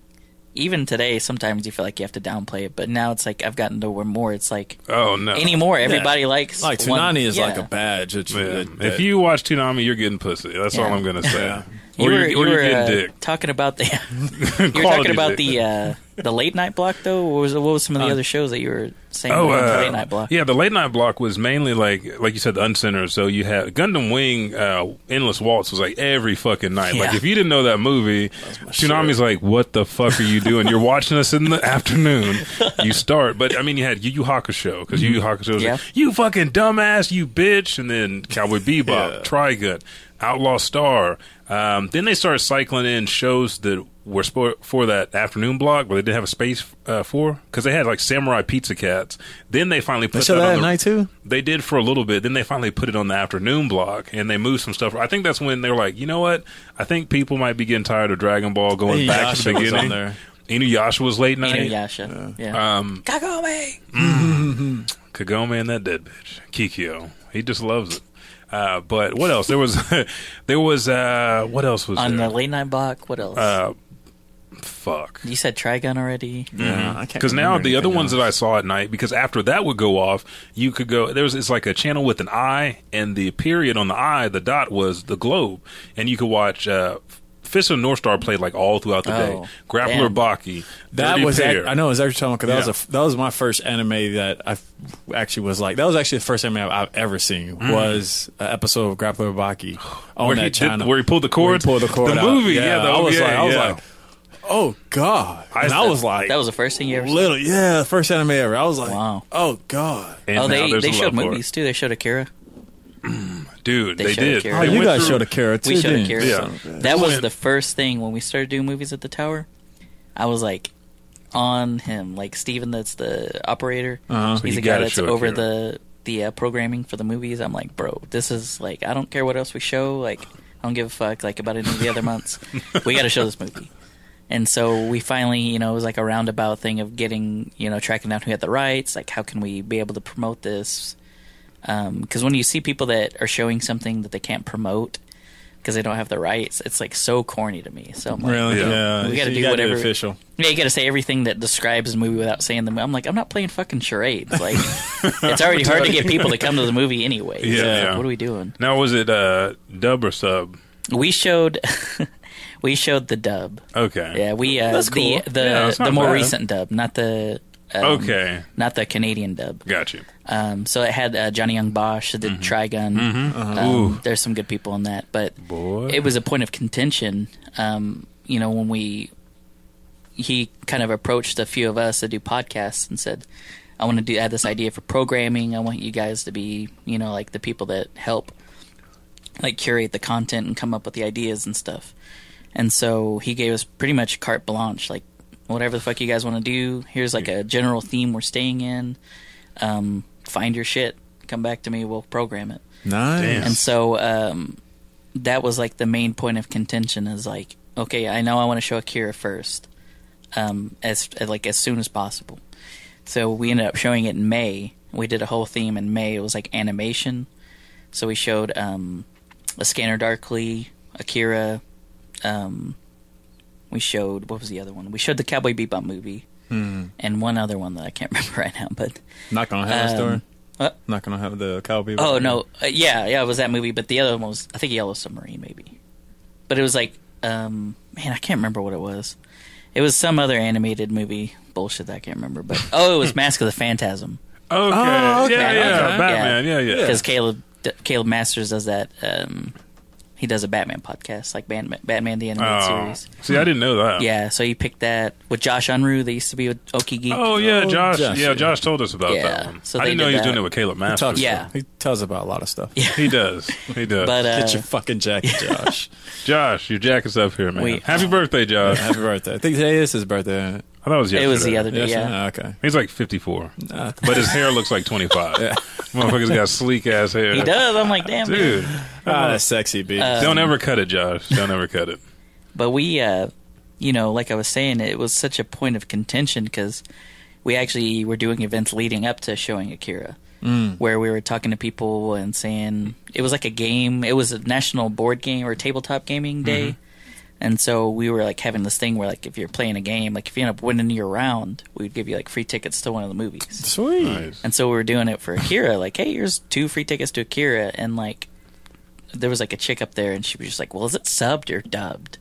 [SPEAKER 4] even today sometimes you feel like you have to downplay it, but now it's like I've gotten to where more it's like
[SPEAKER 1] oh no.
[SPEAKER 4] anymore everybody likes
[SPEAKER 3] Like Toonami
[SPEAKER 4] one-
[SPEAKER 3] is like
[SPEAKER 4] yeah.
[SPEAKER 3] a badge. That you,
[SPEAKER 1] Man,
[SPEAKER 3] that-
[SPEAKER 1] if you watch Toonami, you're getting pussy. That's all
[SPEAKER 4] Yeah.
[SPEAKER 1] I'm gonna say.
[SPEAKER 3] Yeah.
[SPEAKER 1] Or you're, or you're
[SPEAKER 4] uh,
[SPEAKER 1] getting
[SPEAKER 4] talking about the
[SPEAKER 1] dick.
[SPEAKER 4] you were
[SPEAKER 1] Quality
[SPEAKER 4] talking about
[SPEAKER 1] dick. Uh,
[SPEAKER 4] the uh, the late night block though. What was what was some of the other shows that you were saying?
[SPEAKER 1] Oh,
[SPEAKER 4] about the
[SPEAKER 1] uh,
[SPEAKER 4] late night block.
[SPEAKER 1] yeah. The late night block was mainly like, like you said, the uncenter. So you had Gundam Wing, uh, Endless Waltz was like every fucking night. Like
[SPEAKER 4] Yeah.
[SPEAKER 1] if you didn't know that movie, Tsunami's like, what the fuck are you doing? You're watching us in the afternoon. You start, but I mean, you had Yu Yu Hakusho because Yu Yu Hakusho was
[SPEAKER 4] Yeah.
[SPEAKER 1] like, you fucking dumbass, you bitch, and then Cowboy Bebop, Trigun, Outlaw Star. Um, then they started cycling in shows that were spo- for that afternoon block, but they didn't have a space uh, for because they had like Samurai Pizza Cats. Then they finally put
[SPEAKER 3] show
[SPEAKER 1] that
[SPEAKER 3] that
[SPEAKER 1] on
[SPEAKER 3] at
[SPEAKER 1] the-
[SPEAKER 3] night, too?
[SPEAKER 1] They did for a little bit. Then they finally put it on the afternoon block, and they moved some stuff. I think that's when they were like, you know what? I think people might be getting tired of Dragon Ball going back to the
[SPEAKER 3] Inuyasha was
[SPEAKER 1] beginning.
[SPEAKER 3] on there.
[SPEAKER 1] Inuyasha was late night. uh,
[SPEAKER 4] Inuyasha. Yeah. Kagome.
[SPEAKER 1] Kagome and that dead bitch Kikyo. He just loves it. Uh, but what else? There was, there was uh, what else was
[SPEAKER 4] On
[SPEAKER 1] there?
[SPEAKER 4] the late night block. What else?
[SPEAKER 1] Uh, Fuck.
[SPEAKER 4] you said Trigun already.
[SPEAKER 1] Because now the other ones that I saw at night, because after that would go off, you could go. There was it's like a channel with an eye, and the period on the eye, the dot was the globe, and you could watch. Uh, Fist of the North Star played like all throughout the
[SPEAKER 4] Oh,
[SPEAKER 1] day. Grappler
[SPEAKER 4] damn.
[SPEAKER 1] Baki.
[SPEAKER 3] That
[SPEAKER 1] Dirty
[SPEAKER 3] was ac-
[SPEAKER 1] Pair.
[SPEAKER 3] I know exactly what you're talking about
[SPEAKER 1] Yeah.
[SPEAKER 3] 'cause that was a, that was my first anime that I f- actually was like that was actually the first anime I've, I've ever seen was an episode of Grappler Baki on
[SPEAKER 1] Mm-hmm. Where
[SPEAKER 3] that
[SPEAKER 1] he did-
[SPEAKER 3] channel
[SPEAKER 1] where he pulled the cord?
[SPEAKER 3] pulled the cord
[SPEAKER 1] The
[SPEAKER 3] out.
[SPEAKER 1] movie, yeah, the
[SPEAKER 3] I was
[SPEAKER 1] OVA,
[SPEAKER 3] like I was
[SPEAKER 1] yeah.
[SPEAKER 3] like oh god and I, was like
[SPEAKER 4] That was the first thing you ever.
[SPEAKER 3] little yeah first anime ever I was like
[SPEAKER 4] Wow.
[SPEAKER 3] oh god
[SPEAKER 1] And
[SPEAKER 4] Oh,
[SPEAKER 1] now
[SPEAKER 4] they
[SPEAKER 1] there's
[SPEAKER 4] they
[SPEAKER 1] a
[SPEAKER 4] showed
[SPEAKER 1] love for it.
[SPEAKER 4] movies too. They showed Akira.
[SPEAKER 1] dude. They,
[SPEAKER 4] They showed
[SPEAKER 1] did.
[SPEAKER 4] Akira.
[SPEAKER 3] oh
[SPEAKER 1] They
[SPEAKER 4] Oh,
[SPEAKER 3] you
[SPEAKER 1] went
[SPEAKER 3] guys
[SPEAKER 1] through-
[SPEAKER 3] showed a carrot too
[SPEAKER 4] We showed
[SPEAKER 3] didn't you?
[SPEAKER 4] Akira.
[SPEAKER 1] Yeah.
[SPEAKER 4] That was
[SPEAKER 1] When-
[SPEAKER 4] the first thing when we started doing movies at the tower. I was like on him, like Steven that's the operator.
[SPEAKER 1] So
[SPEAKER 4] He's
[SPEAKER 1] Uh-huh. you
[SPEAKER 4] the guy
[SPEAKER 1] gotta
[SPEAKER 4] that's
[SPEAKER 1] show
[SPEAKER 4] over
[SPEAKER 1] Akira.
[SPEAKER 4] the the uh, programming for the movies. I'm like, bro, this is like I don't care what else we show. Like I don't give a fuck like about any of the other months. We got to show this movie. And so we finally, you know, it was like a roundabout thing of getting, you know, tracking down who had the rights. Like, how can we be able to promote this? Because Um, when you see people that are showing something that they can't promote because they don't have the rights, it's like so corny to me. So I'm like,
[SPEAKER 3] really
[SPEAKER 1] Yeah.
[SPEAKER 3] yeah,
[SPEAKER 4] We
[SPEAKER 3] You
[SPEAKER 4] gotta do
[SPEAKER 3] gotta
[SPEAKER 4] whatever-
[SPEAKER 3] official
[SPEAKER 4] yeah, you got to say everything that describes the movie without saying the movie. I'm like, I'm not playing fucking charades. Like, it's already hard to get people to come to the movie anyway.
[SPEAKER 1] Yeah,
[SPEAKER 4] So, like,
[SPEAKER 1] yeah.
[SPEAKER 4] what are we doing?
[SPEAKER 1] Now was it uh, dub or sub?
[SPEAKER 4] We showed, we showed the dub.
[SPEAKER 1] Okay.
[SPEAKER 4] Yeah, we uh,
[SPEAKER 3] That's cool.
[SPEAKER 4] the the
[SPEAKER 1] Yeah, that's
[SPEAKER 4] the
[SPEAKER 1] not
[SPEAKER 4] more
[SPEAKER 1] bad.
[SPEAKER 4] recent dub, not the um,
[SPEAKER 1] Okay.
[SPEAKER 4] not the Canadian dub.
[SPEAKER 1] Got you.
[SPEAKER 4] Um, so it had uh, Johnny Young Bosch, it did Trigun. Um, there's some good people in that, but
[SPEAKER 1] Boy.
[SPEAKER 4] it was a point of contention. Um, you know, when we he kind of approached a few of us to do podcasts and said, "I want to do I have this idea for programming. I want you guys to be, you know, like the people that help, like curate the content and come up with the ideas and stuff." And so he gave us pretty much carte blanche, like whatever the fuck you guys want to do. Here's like a general theme we're staying in. Um, find your shit. Come back to me. We'll program it.
[SPEAKER 3] nice
[SPEAKER 4] And so um, that was like the main point of contention is like, okay, I know I want to show Akira first, um, as like as soon as possible. So we ended up showing it in May. We did a whole theme in May. It was like animation. So we showed um, a Scanner Darkly, Akira. Um, we showed what was the other one? We showed the Cowboy Bebop movie and one other one that I can't remember right now. But
[SPEAKER 3] not gonna have a story
[SPEAKER 4] um, what?
[SPEAKER 3] not gonna have the cowboy
[SPEAKER 4] Oh no, uh, yeah, yeah, it was that movie. But the other one was, I think, Yellow Submarine, maybe. But it was like, um, man, I can't remember what it was. It was some other animated movie bullshit that I can't remember. But oh, it was Mask of the Phantasm.
[SPEAKER 1] okay. Yeah,
[SPEAKER 4] Batman,
[SPEAKER 1] yeah.
[SPEAKER 4] okay.
[SPEAKER 1] Batman. Yeah, yeah.
[SPEAKER 4] Because Caleb Caleb Masters does that. Um, he does a Batman podcast, like Batman, Batman the animated
[SPEAKER 1] Oh.
[SPEAKER 4] series.
[SPEAKER 1] See, I didn't know that.
[SPEAKER 4] Yeah, so he picked that with Josh Unruh. They used to be with Okie Geek.
[SPEAKER 1] Oh yeah, Josh.
[SPEAKER 3] Josh,
[SPEAKER 1] yeah,
[SPEAKER 3] yeah.
[SPEAKER 1] Josh told us about
[SPEAKER 4] Yeah,
[SPEAKER 1] that one.
[SPEAKER 4] so
[SPEAKER 1] I
[SPEAKER 4] they
[SPEAKER 1] didn't know
[SPEAKER 4] did
[SPEAKER 1] he was
[SPEAKER 4] that.
[SPEAKER 1] doing it with Caleb Masters.
[SPEAKER 3] Talks-
[SPEAKER 4] Yeah.
[SPEAKER 3] He tells about a lot of stuff.
[SPEAKER 1] He does. He does.
[SPEAKER 4] But uh,
[SPEAKER 3] Get your fucking jacket, Josh.
[SPEAKER 1] Josh, your jacket's up here, man.
[SPEAKER 4] We-
[SPEAKER 1] Happy birthday, Josh. I
[SPEAKER 3] Happy birthday. I think today is his birthday. isn't it?
[SPEAKER 1] thought it was yesterday.
[SPEAKER 4] it was the other day.
[SPEAKER 3] Yesterday?
[SPEAKER 4] Yeah,
[SPEAKER 3] Oh, okay. Ah,
[SPEAKER 1] He's like 54, but his hair looks like 25. Motherfucker's got sleek ass hair.
[SPEAKER 4] he does. Um, I'm like, damn,
[SPEAKER 1] Dude,
[SPEAKER 4] dude.
[SPEAKER 3] Ah, that's sexy, B.
[SPEAKER 4] Uh,
[SPEAKER 1] don't ever cut it, Josh. Don't ever cut it.
[SPEAKER 4] But we, uh, you know, like I was saying, it was such a point of contention because we actually were doing events leading up to showing Akira, where we were talking to people and saying it was like a game. It was a national board game or tabletop gaming day. And so we were like having this thing where like if you're playing a game, like if you end up winning your round, we'd give you like free tickets to one of the movies.
[SPEAKER 3] Sweet.
[SPEAKER 1] Nice.
[SPEAKER 4] And so we were doing it for Akira, like, hey, here's two free tickets to Akira. And like, there was like a chick up there, and she was just like, well, is it subbed or dubbed?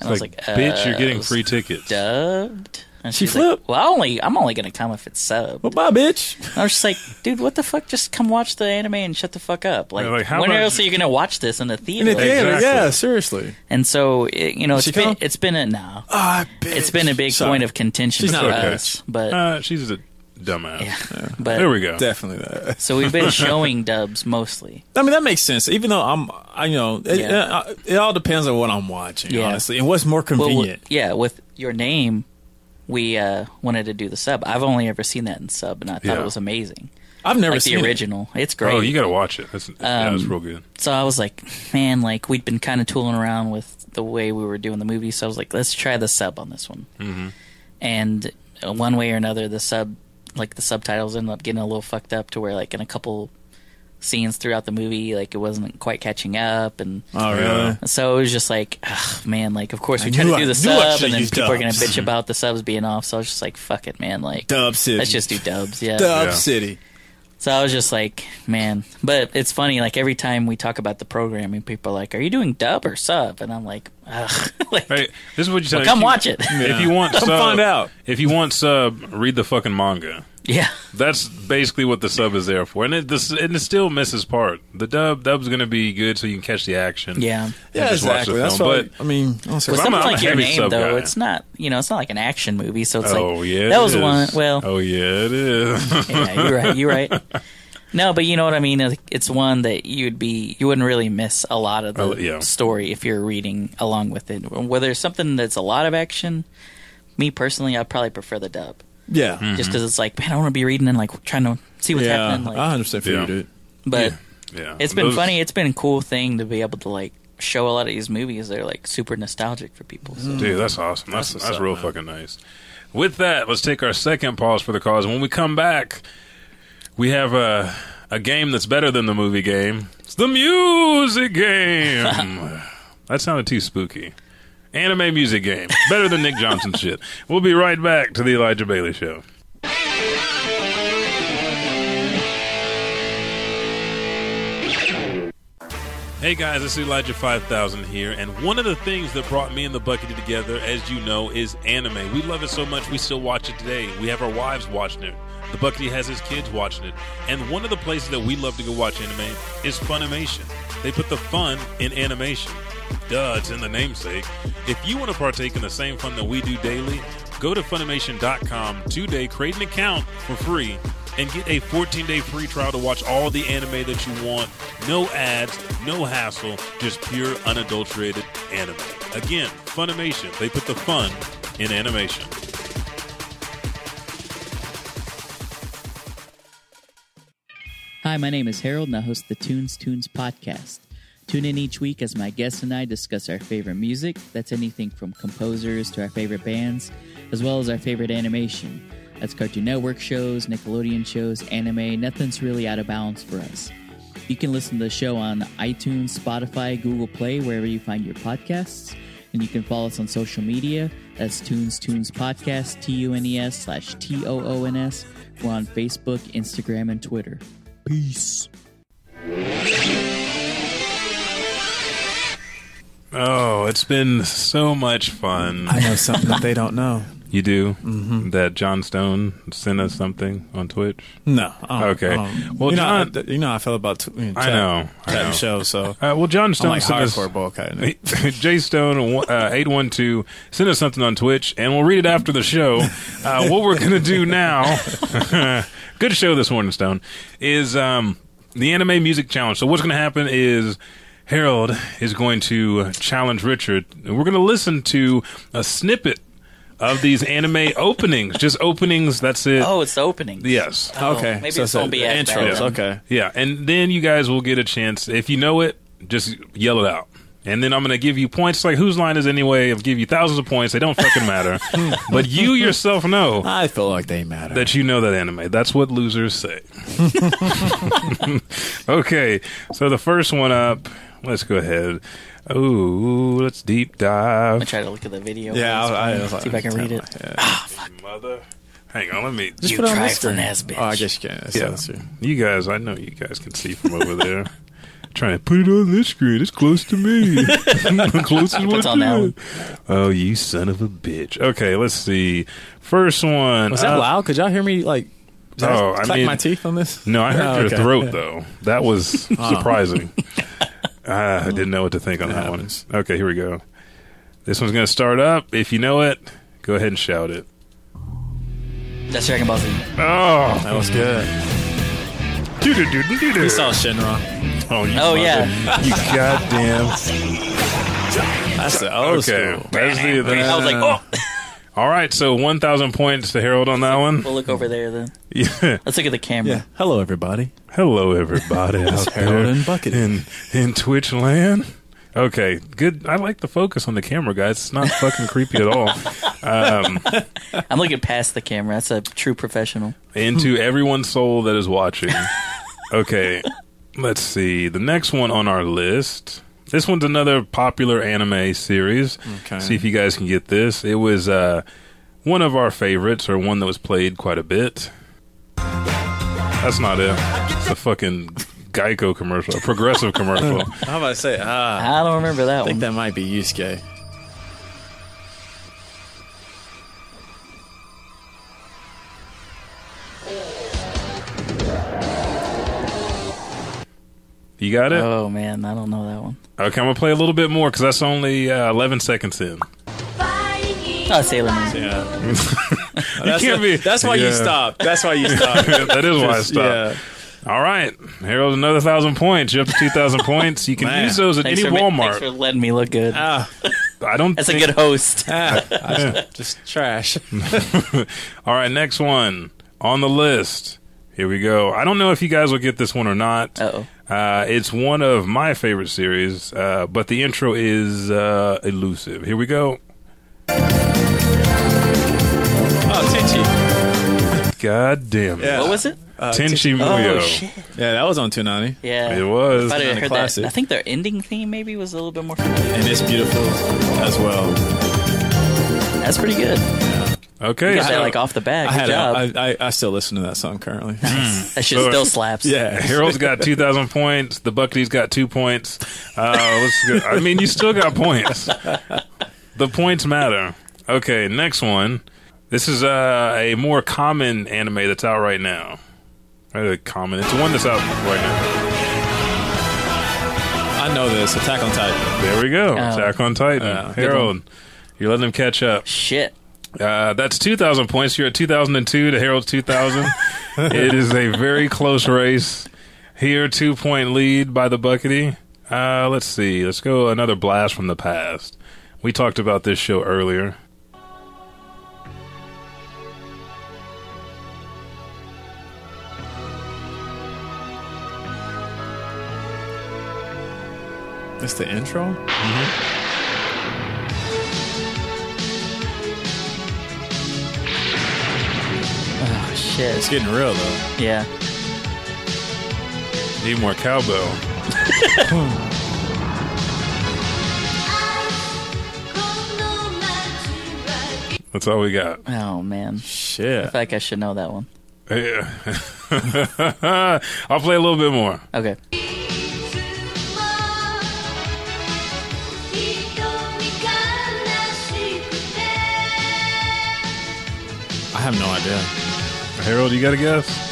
[SPEAKER 4] And I was like, uh,
[SPEAKER 1] bitch, you're
[SPEAKER 4] it
[SPEAKER 1] getting
[SPEAKER 4] was
[SPEAKER 1] free tickets.
[SPEAKER 4] Dubbed. And
[SPEAKER 3] She
[SPEAKER 4] she's like,
[SPEAKER 3] flipped.
[SPEAKER 4] well, I only, I'm only gonna come if it's subbed.
[SPEAKER 3] Well, bye, bitch.
[SPEAKER 4] And I was just like, dude, what the fuck? Just come watch the anime and shut the fuck up. Like,
[SPEAKER 1] Yeah, like, how
[SPEAKER 4] when
[SPEAKER 1] about-
[SPEAKER 4] else are you gonna watch this in the theater?
[SPEAKER 3] In the
[SPEAKER 4] Like,
[SPEAKER 3] theater,
[SPEAKER 1] Exactly.
[SPEAKER 3] yeah, seriously.
[SPEAKER 4] And so, it, you know, it's
[SPEAKER 3] she
[SPEAKER 4] been,
[SPEAKER 3] come?
[SPEAKER 4] it's been a no,
[SPEAKER 3] Ah,
[SPEAKER 4] it's been a big point of contention
[SPEAKER 3] She's
[SPEAKER 4] for
[SPEAKER 3] not a bitch.
[SPEAKER 4] us. But
[SPEAKER 1] Uh, she's a dumbass.
[SPEAKER 4] but
[SPEAKER 1] There we go.
[SPEAKER 3] Definitely that.
[SPEAKER 4] so we've been showing dubs mostly.
[SPEAKER 3] I mean, that makes sense. Even though I'm, I you know, it,
[SPEAKER 4] Yeah.
[SPEAKER 3] uh, it all depends on what I'm watching,
[SPEAKER 4] Yeah.
[SPEAKER 3] honestly, and what's more convenient.
[SPEAKER 4] Well, with- yeah, with your name, we uh, wanted to do the sub. I've only ever seen that in sub, and I thought
[SPEAKER 1] Yeah.
[SPEAKER 4] it was amazing.
[SPEAKER 3] I've never
[SPEAKER 4] Like
[SPEAKER 3] seen
[SPEAKER 4] the
[SPEAKER 3] it.
[SPEAKER 4] original, it's great.
[SPEAKER 1] Oh, you got to watch it. That's, yeah,
[SPEAKER 4] Um,
[SPEAKER 1] that's real good.
[SPEAKER 4] so I was like, man, like we'd been kind of tooling around with the way we were doing the movie, so I was like, let's try the sub on this one. Mm-hmm. And uh, one way or another, the sub, like the subtitles, ended up getting a little fucked up to where, like, in a couple scenes throughout the movie, like it wasn't quite catching up, and
[SPEAKER 3] Oh, really?
[SPEAKER 1] Yeah.
[SPEAKER 4] so it was just like, ugh, man, like of course we
[SPEAKER 3] I
[SPEAKER 4] try to
[SPEAKER 3] knew I-
[SPEAKER 4] do the
[SPEAKER 3] knew I
[SPEAKER 4] sub,
[SPEAKER 3] should've
[SPEAKER 4] and then
[SPEAKER 3] used
[SPEAKER 4] people are gonna
[SPEAKER 3] dubs.
[SPEAKER 4] bitch about the subs being off. So I was just like, fuck it, man, like
[SPEAKER 3] Dub City.
[SPEAKER 4] let's just do dubs, yeah.
[SPEAKER 3] Dub
[SPEAKER 1] Yeah.
[SPEAKER 3] City.
[SPEAKER 4] So I was just like, man, but it's funny. Like every time we talk about the programming, people are like, are you doing dub or sub? And I'm like, ugh, like
[SPEAKER 1] Hey, this is what you said.
[SPEAKER 4] well, come watch it.
[SPEAKER 1] If you want,
[SPEAKER 3] Come
[SPEAKER 1] sub,
[SPEAKER 3] find out.
[SPEAKER 1] If you want sub, read the fucking manga.
[SPEAKER 4] yeah,
[SPEAKER 1] That's basically what the sub is there for, and it this, and it still misses part. The dub dub's going to be good so you can catch the action.
[SPEAKER 4] yeah.
[SPEAKER 1] and
[SPEAKER 3] Yeah,
[SPEAKER 1] just watch
[SPEAKER 3] exactly.
[SPEAKER 1] the
[SPEAKER 3] That's
[SPEAKER 1] film,
[SPEAKER 3] why.
[SPEAKER 1] but-
[SPEAKER 3] I mean, honestly,
[SPEAKER 4] With
[SPEAKER 1] I'm a-
[SPEAKER 4] something
[SPEAKER 1] I'm a
[SPEAKER 4] like your
[SPEAKER 1] heavy
[SPEAKER 4] name,
[SPEAKER 1] sub
[SPEAKER 4] though,
[SPEAKER 1] guy.
[SPEAKER 4] it's not you know, it's not like an action movie. So it's
[SPEAKER 1] oh
[SPEAKER 4] like
[SPEAKER 1] yeah,
[SPEAKER 4] that
[SPEAKER 1] it
[SPEAKER 4] was
[SPEAKER 1] is.
[SPEAKER 4] one. Well,
[SPEAKER 1] oh yeah, it is.
[SPEAKER 4] yeah, you're right. You're right. No, but you know what I mean. It's one that you'd be you wouldn't really miss a lot of the
[SPEAKER 1] Oh, yeah.
[SPEAKER 4] story if you're reading along with it. Whether it's something that's a lot of action, me personally, I'd probably prefer the dub
[SPEAKER 3] yeah,
[SPEAKER 1] Hmm.
[SPEAKER 4] just because it's like man, I want to be reading and like trying to see what's
[SPEAKER 3] yeah.
[SPEAKER 4] happening.
[SPEAKER 3] I
[SPEAKER 4] Like,
[SPEAKER 3] understand for
[SPEAKER 1] Mm-hmm. Yeah. Uh,
[SPEAKER 3] you, dude.
[SPEAKER 4] but
[SPEAKER 1] yeah,
[SPEAKER 4] it's been
[SPEAKER 1] Those-
[SPEAKER 4] funny. It's been a cool thing to be able to like show a lot of these movies that are like super nostalgic for people. So.
[SPEAKER 1] Dude, that's awesome. That's that's,
[SPEAKER 3] Mm-hmm. what's up,
[SPEAKER 1] real
[SPEAKER 3] man.
[SPEAKER 1] fucking nice. With that, let's take our second pause for the cause. When we come back, we have a a game that's better than the movie game. It's the music game. that sounded too spooky. Anime music game. Better than Nick Johnson shit. We'll be right back to the Elijah Bailey show. Hey guys, it's Elijah 5000 here, and one of the things that brought me and the Bucketed together, as you know, is anime. We love it so much, we still watch it today. We have our wives watching it. The Buckety has his kids watching it. And one of the places that we love to go watch anime is Funimation. They put the fun in animation. Duh, it's in the namesake. If you want to partake in the same fun that we do daily, go to Funimation.com today, create an account for free, and get a 14 day free trial to watch all the anime that you want. No ads, no hassle, just pure unadulterated anime. Again, Funimation, they put the fun in animation.
[SPEAKER 4] Hi, my name is Harold, and I host the Tunes Tunes podcast. Tune in each week as my guests and I discuss our favorite music. That's anything from composers to our favorite bands, as well as our favorite animation. That's Cartoon Network shows, Nickelodeon shows, anime. Nothing's really out of bounds for us. You can listen to the show on iTunes, Spotify, Google Play, wherever you find your podcasts. And you can follow us on social media. That's Tunes Tunes Podcast, T U N E S slash T O O N S. We're on Facebook, Instagram, and Twitter. Peace.
[SPEAKER 1] Oh, it's been so much fun. Oh,
[SPEAKER 3] I know something that they don't know.
[SPEAKER 1] You do
[SPEAKER 3] Mm-hmm.
[SPEAKER 1] that. John Stone sent us something on Twitch.
[SPEAKER 3] No. I don't-
[SPEAKER 1] Okay.
[SPEAKER 3] I don't-
[SPEAKER 1] Well,
[SPEAKER 3] you know,
[SPEAKER 1] John-
[SPEAKER 3] I, you know, how I feel about t- you know,
[SPEAKER 1] I
[SPEAKER 3] chat-
[SPEAKER 1] know, I
[SPEAKER 3] chat
[SPEAKER 1] know.
[SPEAKER 3] show. So
[SPEAKER 1] Uh, well, John Stone
[SPEAKER 3] I'm like
[SPEAKER 1] sent us
[SPEAKER 3] hardcore bull kind of.
[SPEAKER 1] Jay Stone uh, eight one two send us something on Twitch, and we'll read it after the show. Uh, what we're gonna do now? good show this morning, Stone. Is um, the anime music challenge. So what's gonna happen is. Harold is going to challenge Richard. and We're going to listen to a snippet of these anime openings, just openings. That's it.
[SPEAKER 4] Oh, it's the opening.
[SPEAKER 1] Yes.
[SPEAKER 4] Oh,
[SPEAKER 3] okay.
[SPEAKER 4] maybe
[SPEAKER 3] so,
[SPEAKER 4] this
[SPEAKER 3] so
[SPEAKER 4] won't be as bad
[SPEAKER 3] intros.
[SPEAKER 4] then.
[SPEAKER 3] Okay.
[SPEAKER 1] Yeah, and then you guys will get a chance. If you know it, just yell it out. And then I'm going to give you points. Like, whose line is it anyway? I'll give you thousands of points. They don't fucking matter. but you yourself know
[SPEAKER 3] I feel like they matter.
[SPEAKER 1] that you know that anime. That's what losers say. okay, so the first one up, let's go ahead. Ooh, let's deep
[SPEAKER 4] I
[SPEAKER 1] dive.
[SPEAKER 4] try to look at the video.
[SPEAKER 3] yeah.
[SPEAKER 4] first.
[SPEAKER 3] I, uh, I was like,
[SPEAKER 4] see if I can read it. Ah,
[SPEAKER 1] Mother. Hang on, let me.
[SPEAKER 3] Just
[SPEAKER 4] You
[SPEAKER 3] put it on this
[SPEAKER 4] trifling
[SPEAKER 3] screen.
[SPEAKER 4] ass bitch.
[SPEAKER 3] Oh, I guess you can. That's- that's true.
[SPEAKER 1] You guys, I know you guys can see from over there. Trying to put it on this screen. It's close to me. close as one
[SPEAKER 4] Puts on that
[SPEAKER 1] to
[SPEAKER 4] one.
[SPEAKER 1] it. Oh, you son of a bitch. Okay, let's see. First one.
[SPEAKER 3] Was that
[SPEAKER 1] uh,
[SPEAKER 3] loud? Could y'all hear me? Like, did
[SPEAKER 1] Oh, I
[SPEAKER 3] I clack
[SPEAKER 1] mean-
[SPEAKER 3] my teeth on this.
[SPEAKER 1] No, I heard
[SPEAKER 3] Oh,
[SPEAKER 1] your
[SPEAKER 3] okay.
[SPEAKER 1] throat,
[SPEAKER 3] Yeah.
[SPEAKER 1] though. That was surprising. Ah, I didn't know what to think on that
[SPEAKER 3] happens.
[SPEAKER 1] one. Okay, here we go. This one's going to start up. If you know it, go ahead and shout it.
[SPEAKER 4] That's Dragon Ball Z.
[SPEAKER 1] Oh,
[SPEAKER 3] That was good.
[SPEAKER 1] doo-doo-doo-doo-doo.
[SPEAKER 3] We saw Shinra.
[SPEAKER 1] Oh, you
[SPEAKER 4] Oh
[SPEAKER 1] mother-
[SPEAKER 4] yeah.
[SPEAKER 1] You goddamn.
[SPEAKER 3] That's the old
[SPEAKER 1] Okay.
[SPEAKER 3] school.
[SPEAKER 1] That's the,
[SPEAKER 4] I was like,
[SPEAKER 3] Uh.
[SPEAKER 4] oh,
[SPEAKER 1] All right, so 1,000 points to Harold on that one.
[SPEAKER 4] we'll look over there then.
[SPEAKER 1] Yeah.
[SPEAKER 4] Let's look at the camera.
[SPEAKER 3] Yeah. Hello, everybody.
[SPEAKER 1] Hello, everybody out
[SPEAKER 3] Harold
[SPEAKER 1] there
[SPEAKER 3] and Bucket.
[SPEAKER 1] in, in Twitch land. Okay, good. I like the focus on the camera, guys. It's not fucking creepy at all.
[SPEAKER 4] I'm looking past the camera. That's a true professional.
[SPEAKER 1] Into everyone's soul that is watching. Okay, let's see. The next one on our list. This one's another popular anime series.
[SPEAKER 3] Okay.
[SPEAKER 1] See if you guys can get this. It was uh, one of our favorites, or one that was played quite a bit. That's not it. It's a fucking Geico commercial, a progressive commercial.
[SPEAKER 3] How about I say? Ah,
[SPEAKER 4] I don't remember that
[SPEAKER 3] I
[SPEAKER 4] one.
[SPEAKER 3] think that might be Yusuke.
[SPEAKER 1] You got it?
[SPEAKER 4] oh man, I don't know that one.
[SPEAKER 1] Okay, I'm gonna play a little bit more because that's only uh, 11 seconds in.
[SPEAKER 4] Oh, Sailor Moon.
[SPEAKER 3] Yeah.
[SPEAKER 1] That's can't be-
[SPEAKER 3] That's why you
[SPEAKER 1] Yeah.
[SPEAKER 3] stop. That's why you stop.
[SPEAKER 1] that is why I
[SPEAKER 3] Just-
[SPEAKER 1] stopped. All right, Harold, another thousand points. You're up to 2,000 points. You can
[SPEAKER 3] Man.
[SPEAKER 1] use those at
[SPEAKER 4] Thanks
[SPEAKER 1] any
[SPEAKER 4] for, ma-
[SPEAKER 1] Walmart.
[SPEAKER 4] thanks for letting me look good.
[SPEAKER 3] Ah,
[SPEAKER 1] I don't.
[SPEAKER 4] That's a
[SPEAKER 1] think-
[SPEAKER 4] good host.
[SPEAKER 3] ah, I just, just trash.
[SPEAKER 1] All right, next one on the list. Here we go. I don't know if you guys will get this one or not.
[SPEAKER 4] Uh-oh.
[SPEAKER 1] Uh, it's one of my favorite series, uh, but the intro is uh, elusive. Here we go.
[SPEAKER 3] Oh, Tenchi.
[SPEAKER 1] God damn it.
[SPEAKER 3] Yeah. Uh,
[SPEAKER 4] What was it?
[SPEAKER 1] Uh, Tenchi Muyo.
[SPEAKER 4] Oh shit.
[SPEAKER 3] Yeah, that was on Toonani.
[SPEAKER 4] Yeah.
[SPEAKER 1] It was.
[SPEAKER 4] I, thought I
[SPEAKER 3] It's
[SPEAKER 4] heard
[SPEAKER 3] classic.
[SPEAKER 4] that. I think their ending theme maybe was a little bit more familiar.
[SPEAKER 3] And it's beautiful as well.
[SPEAKER 4] That's pretty good.
[SPEAKER 1] Okay.
[SPEAKER 4] Got
[SPEAKER 1] so-
[SPEAKER 4] that like off the bat.
[SPEAKER 3] I
[SPEAKER 4] Good
[SPEAKER 3] had.
[SPEAKER 4] job.
[SPEAKER 3] A, I, I, I still listen to that song currently. Hmm.
[SPEAKER 4] that shit still slaps.
[SPEAKER 3] yeah.
[SPEAKER 1] Harold's got 2,000 points. The Buckley's got two points. Uh, let's go. I mean, you still got points. The points matter. Okay, next one. This is uh, a more common anime that's out right now. Uh, common. It's one that's out right now.
[SPEAKER 3] I know this. Attack on Titan.
[SPEAKER 1] There we go. Attack on Titan.
[SPEAKER 3] Yeah.
[SPEAKER 1] Harold, you're letting him catch up.
[SPEAKER 4] Shit.
[SPEAKER 1] Uh, that's 2,000 points. You're at 2,002 to Harold's 2,000. it is a very close race. Here, two point lead by the Buckety. Uh, let's see. Let's go another blast from the past. We talked about this show earlier.
[SPEAKER 3] That's the intro.
[SPEAKER 4] Oh
[SPEAKER 3] It's
[SPEAKER 4] shit.
[SPEAKER 3] getting real though.
[SPEAKER 4] Yeah.
[SPEAKER 1] Need more cowbell. That's all we got.
[SPEAKER 4] Oh man.
[SPEAKER 3] Shit.
[SPEAKER 4] I feel like I should know that one.
[SPEAKER 1] Yeah. I'll play a little bit more.
[SPEAKER 4] Okay.
[SPEAKER 3] have no idea.
[SPEAKER 1] Harold, you got to guess?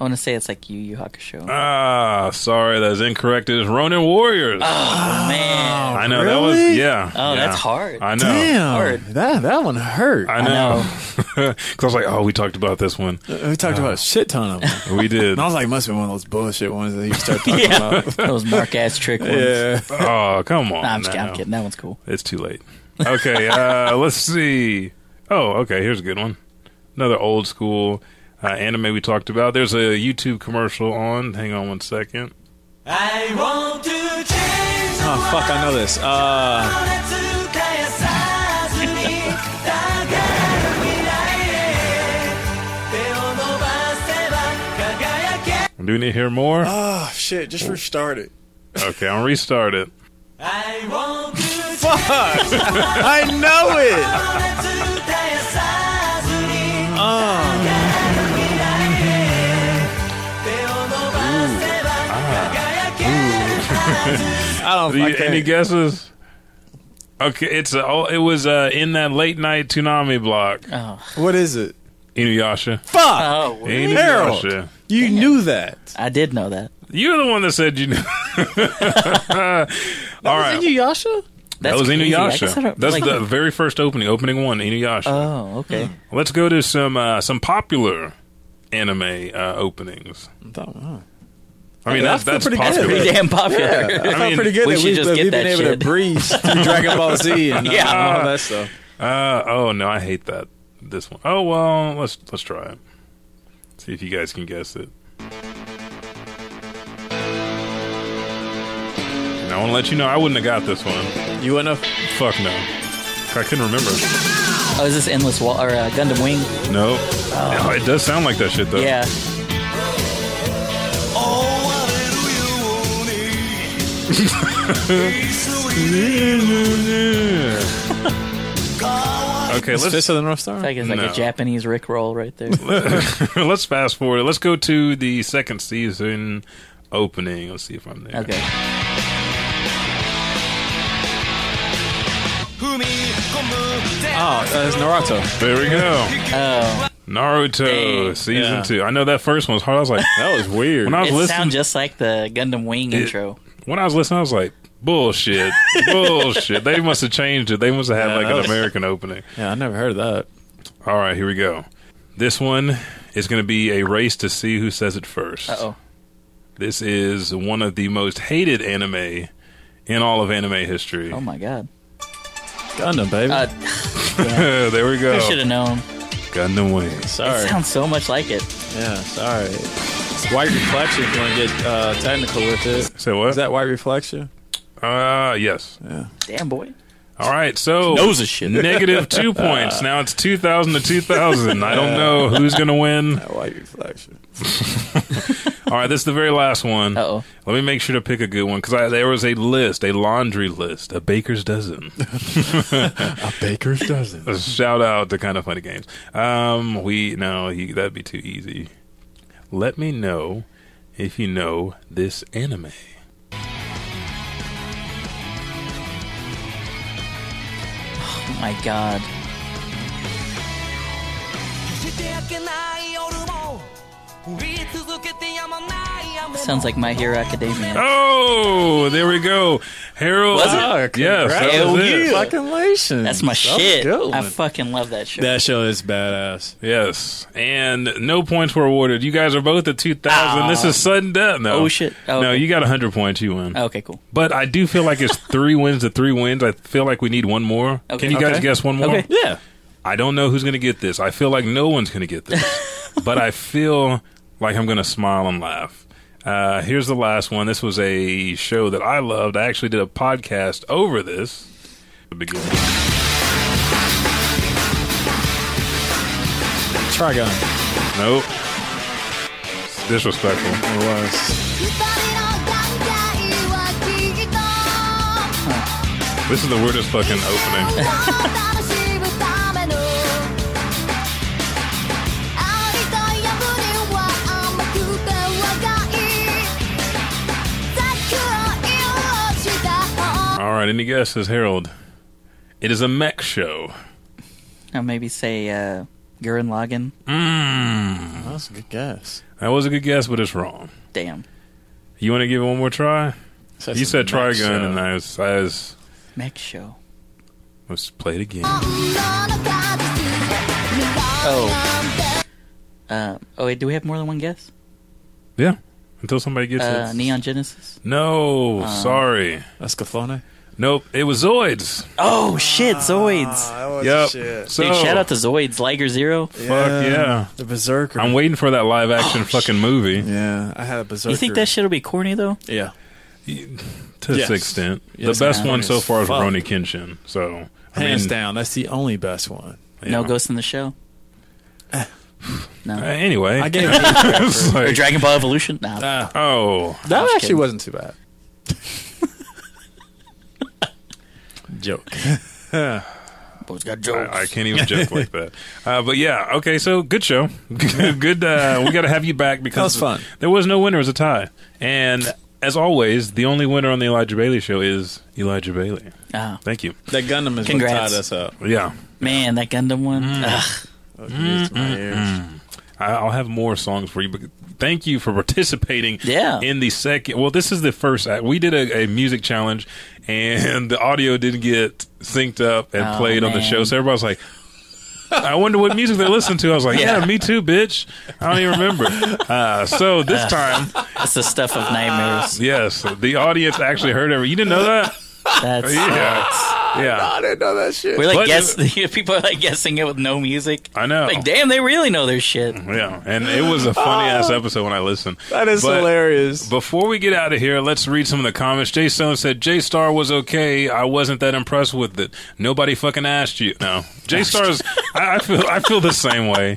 [SPEAKER 4] I want to say it's like Yu Yu Hakusho.
[SPEAKER 1] Ah, sorry, that's incorrect. It is Ronin Warriors.
[SPEAKER 4] Man,
[SPEAKER 1] I know that was
[SPEAKER 3] Oh, really?
[SPEAKER 1] yeah.
[SPEAKER 4] Oh, that's
[SPEAKER 1] yeah.
[SPEAKER 4] hard.
[SPEAKER 1] I know.
[SPEAKER 3] Damn,
[SPEAKER 4] Hard.
[SPEAKER 3] that that one hurt.
[SPEAKER 1] I know. Because I was like, oh, we talked about this one.
[SPEAKER 3] we talked about a shit ton of them.
[SPEAKER 1] We did.
[SPEAKER 3] And I was like, must be one of those bullshit ones that you start talking about.
[SPEAKER 4] those mark ass trick ones.
[SPEAKER 3] yeah.
[SPEAKER 1] oh, come on.
[SPEAKER 4] Nah, I'm just kidding.
[SPEAKER 1] now.
[SPEAKER 4] I'm kidding. That one's cool.
[SPEAKER 1] It's too late. Okay, uh, let's see. Oh, okay, here's a good one. Another old school uh, anime we talked about. There's a YouTube commercial on. Hang on one second.
[SPEAKER 3] Oh fuck, I know this. Uh,
[SPEAKER 1] Do we need to hear more?
[SPEAKER 4] Uh,
[SPEAKER 3] oh shit, just restart it.
[SPEAKER 1] Okay, I'll restart it.
[SPEAKER 3] Fuck, I know it.
[SPEAKER 4] Uh.
[SPEAKER 3] Oh, I don't.
[SPEAKER 1] Do you-
[SPEAKER 3] I can't-
[SPEAKER 1] any guesses? Okay, it's uh, oh, it was uh, in that late night tsunami block.
[SPEAKER 4] Uh.
[SPEAKER 3] What is it?
[SPEAKER 1] Inuyasha.
[SPEAKER 3] Fuck.
[SPEAKER 4] Oh,
[SPEAKER 1] Inuyasha.
[SPEAKER 3] Harold. You knew that.
[SPEAKER 4] I did know that.
[SPEAKER 1] You're the one that said you knew. All right.
[SPEAKER 3] Inuyasha?
[SPEAKER 1] that
[SPEAKER 4] That's
[SPEAKER 1] was
[SPEAKER 4] crazy. I guess I
[SPEAKER 1] Inuyasha.
[SPEAKER 4] don't-
[SPEAKER 1] That's
[SPEAKER 4] like-
[SPEAKER 1] the very first opening, opening one, Inuyasha.
[SPEAKER 3] Uh,
[SPEAKER 4] Oh, okay.
[SPEAKER 1] Let's go to some uh, some popular anime uh, openings. I mean,
[SPEAKER 3] Yeah,
[SPEAKER 1] that's
[SPEAKER 3] I feel
[SPEAKER 1] that's
[SPEAKER 3] pretty
[SPEAKER 1] popular.
[SPEAKER 3] good.
[SPEAKER 4] Pretty damn popular.
[SPEAKER 3] I,
[SPEAKER 1] I mean,
[SPEAKER 3] felt pretty good
[SPEAKER 4] we
[SPEAKER 3] that
[SPEAKER 4] should
[SPEAKER 3] we've,
[SPEAKER 4] just
[SPEAKER 3] that
[SPEAKER 4] get
[SPEAKER 3] we've been
[SPEAKER 4] that
[SPEAKER 3] able
[SPEAKER 4] shit.
[SPEAKER 3] to breeze through Dragon Ball Z and uh,
[SPEAKER 4] Yeah.
[SPEAKER 3] all that stuff.
[SPEAKER 1] Uh, oh no, I hate that. This one. Oh well, let's let's try it. See if you guys can guess it. And I want to let you know I wouldn't have got this one.
[SPEAKER 3] You went up.
[SPEAKER 1] Fuck no. I couldn't remember.
[SPEAKER 4] Oh, is this Endless Wall or uh, Gundam Wing?
[SPEAKER 1] No. No, Oh, it does sound like that shit though.
[SPEAKER 4] Yeah.
[SPEAKER 1] okay,
[SPEAKER 3] It's
[SPEAKER 1] let's
[SPEAKER 3] Fist of the North Star.
[SPEAKER 4] It's like, it's like
[SPEAKER 1] No.
[SPEAKER 4] a Japanese Rickroll right there.
[SPEAKER 1] let's fast forward. Let's go to the second season opening. Let's see if I'm there.
[SPEAKER 4] Okay.
[SPEAKER 3] Oh, uh, it's Naruto.
[SPEAKER 1] There we go.
[SPEAKER 4] Oh,
[SPEAKER 1] Naruto
[SPEAKER 4] Dang.
[SPEAKER 1] season
[SPEAKER 3] Yeah.
[SPEAKER 1] two. I know that first one was hard. I was like,
[SPEAKER 3] That was weird.
[SPEAKER 1] when I was
[SPEAKER 4] it
[SPEAKER 1] listening,
[SPEAKER 4] sounds just like the Gundam Wing
[SPEAKER 1] It-
[SPEAKER 4] intro.
[SPEAKER 1] when I was listening, I was like, bullshit, bullshit. They must have changed it. They must have had
[SPEAKER 3] Yeah,
[SPEAKER 1] like
[SPEAKER 3] that
[SPEAKER 1] an
[SPEAKER 3] was-
[SPEAKER 1] American opening.
[SPEAKER 3] yeah, I never heard of that.
[SPEAKER 1] All right, here we go. This one is going to be a race to see who says it first.
[SPEAKER 4] Uh oh.
[SPEAKER 1] This is one of the most hated anime in all of anime history.
[SPEAKER 4] Oh my god.
[SPEAKER 3] Gundam, baby.
[SPEAKER 4] Uh,
[SPEAKER 1] there we
[SPEAKER 4] I
[SPEAKER 3] Oh.
[SPEAKER 1] go.
[SPEAKER 4] should have known.
[SPEAKER 1] Gundam Wing.
[SPEAKER 3] sorry.
[SPEAKER 4] It sounds so much like it.
[SPEAKER 3] yeah, sorry. White Reflection, if you want to get uh, technical with it.
[SPEAKER 1] Say what?
[SPEAKER 3] Is that White Reflection?
[SPEAKER 1] uh, yes.
[SPEAKER 4] Damn boy.
[SPEAKER 1] All right, so
[SPEAKER 4] of shit.
[SPEAKER 1] negative two points. Now it's 2000 to 2000. I don't know who's going to win.
[SPEAKER 3] White Reflection.
[SPEAKER 1] All right, this is the very last one.
[SPEAKER 4] Uh-oh.
[SPEAKER 1] Let me make sure to pick a good one because there was a list, a laundry list, a baker's dozen.
[SPEAKER 3] A baker's dozen.
[SPEAKER 1] A shout out to kind of funny games. Um, we no, he, that'd be too easy. Let me know if you know this anime.
[SPEAKER 4] Oh my god. Sounds like My Hero Academia.
[SPEAKER 1] Oh, there we go, Harold.
[SPEAKER 4] Was it?
[SPEAKER 1] Yes, that was it.
[SPEAKER 3] Congratulations.
[SPEAKER 4] Oh, That's
[SPEAKER 3] That
[SPEAKER 4] my
[SPEAKER 3] was
[SPEAKER 4] shit.
[SPEAKER 3] a good
[SPEAKER 4] I
[SPEAKER 3] one.
[SPEAKER 4] fucking love that show.
[SPEAKER 3] that show is badass.
[SPEAKER 1] Yes, and no points were awarded. You guys are both at two thousand.
[SPEAKER 4] Aw.
[SPEAKER 1] This is sudden death. No,
[SPEAKER 4] Oh, shit. Oh,
[SPEAKER 1] no,
[SPEAKER 4] okay.
[SPEAKER 1] you got hundred points. You win.
[SPEAKER 4] okay, cool.
[SPEAKER 1] But I do feel like it's three wins to three wins. I feel like we need one more.
[SPEAKER 4] Okay.
[SPEAKER 1] Can you guys
[SPEAKER 4] Okay.
[SPEAKER 1] guess one more?
[SPEAKER 4] Okay.
[SPEAKER 3] Yeah.
[SPEAKER 1] I don't know who's going to get this. I feel like no one's going to get this, but I feel like I'm going to smile and laugh. Uh, here's the last one. This was a show that I loved. I actually did a podcast over this. The beginning.
[SPEAKER 3] Trigon.
[SPEAKER 1] Nope. It's disrespectful.
[SPEAKER 3] It was.
[SPEAKER 1] This is the weirdest fucking opening. All right, any guesses, Harold? It is a mech show.
[SPEAKER 4] Or maybe say uh, Gurren Lagann.
[SPEAKER 3] Well, that's a good guess.
[SPEAKER 1] That was a good guess, but it's wrong.
[SPEAKER 4] Damn.
[SPEAKER 1] You want to give it one more try? you said Trigun,
[SPEAKER 3] gun
[SPEAKER 1] and I was, I was.
[SPEAKER 4] Mech show.
[SPEAKER 1] Let's play it again.
[SPEAKER 4] Oh. Uh, oh, wait, do we have more than one guess?
[SPEAKER 1] Yeah. Until somebody gets
[SPEAKER 4] Uh,
[SPEAKER 1] it.
[SPEAKER 4] Neon Uh. Genesis?
[SPEAKER 1] No, sorry.
[SPEAKER 3] Escaflone.
[SPEAKER 1] Nope, it was Zoids.
[SPEAKER 4] Oh, shit, Zoids!
[SPEAKER 1] Yep. So,
[SPEAKER 4] Dude, shout out to Zoids, Liger Zero.
[SPEAKER 1] fuck yeah.
[SPEAKER 3] The Berserker.
[SPEAKER 1] I'm waiting for that live
[SPEAKER 3] Oh,
[SPEAKER 1] action fucking movie
[SPEAKER 3] yeah, I had a Berserker.
[SPEAKER 4] You think that shit'll be corny, though?
[SPEAKER 3] Yeah.
[SPEAKER 1] to
[SPEAKER 3] Yes.
[SPEAKER 1] this extent.
[SPEAKER 3] Yes,
[SPEAKER 1] the best
[SPEAKER 4] man.
[SPEAKER 1] one so far is
[SPEAKER 3] Fuck.
[SPEAKER 1] Roni Kenshin. So, I
[SPEAKER 3] Hands
[SPEAKER 1] mean,
[SPEAKER 3] down, that's the only best one.
[SPEAKER 1] yeah.
[SPEAKER 4] No Ghost in the Show?
[SPEAKER 1] Uh, anyway,
[SPEAKER 3] I gave it.
[SPEAKER 1] It's
[SPEAKER 4] Or
[SPEAKER 1] like,
[SPEAKER 4] Dragon Ball Evolution? Nah.
[SPEAKER 3] Ah,
[SPEAKER 1] oh,
[SPEAKER 3] that actually
[SPEAKER 4] kidding.
[SPEAKER 3] wasn't too bad. Joke.
[SPEAKER 4] Boys got
[SPEAKER 1] I, I can't even joke like that. Uh, but yeah, okay. So good show, good. Uh, we got to have you back because
[SPEAKER 3] was fun.
[SPEAKER 1] There was no winner; it was a tie. And as always, the only winner on the Elijah Bailey show is Elijah Bailey.
[SPEAKER 4] Ah.
[SPEAKER 1] Thank you.
[SPEAKER 3] That Gundam is what
[SPEAKER 4] Congrats.
[SPEAKER 3] tied us up.
[SPEAKER 1] Yeah,
[SPEAKER 4] Man, that Gundam one.
[SPEAKER 1] Mm.
[SPEAKER 4] Ugh.
[SPEAKER 3] Used
[SPEAKER 4] Mm-hmm.
[SPEAKER 3] my ears.
[SPEAKER 1] I, I'll have more songs for you. But thank you for participating.
[SPEAKER 4] Yeah.
[SPEAKER 1] In the second, well, this is the first. act. We did a, a music challenge, and the audio didn't get synced up and
[SPEAKER 4] Oh,
[SPEAKER 1] played on the
[SPEAKER 4] man.
[SPEAKER 1] show. So everybody's like. I wonder what music they listen to. I was like, yeah, me too, bitch. I don't even remember. Uh, so this time,
[SPEAKER 4] That's the stuff of nightmares.
[SPEAKER 1] yes, the audience actually heard every. You didn't know that?
[SPEAKER 4] That's
[SPEAKER 1] Yeah.
[SPEAKER 3] I
[SPEAKER 1] Yeah.
[SPEAKER 3] didn't know that shit.
[SPEAKER 4] We're like
[SPEAKER 1] But-
[SPEAKER 4] guess people are like guessing it with no music.
[SPEAKER 1] I know. Mm-hmm.
[SPEAKER 4] Like, damn, they really know their shit.
[SPEAKER 1] Yeah. And it was a funny ass episode when I listened.
[SPEAKER 3] Oh. That is
[SPEAKER 1] But-
[SPEAKER 3] hilarious.
[SPEAKER 1] Before we get out of here, let's read some of the comments. Jay Stone said, J Star was okay. I wasn't that impressed with it. Nobody fucking asked you. No. J Star's, I, I feel I feel the same way.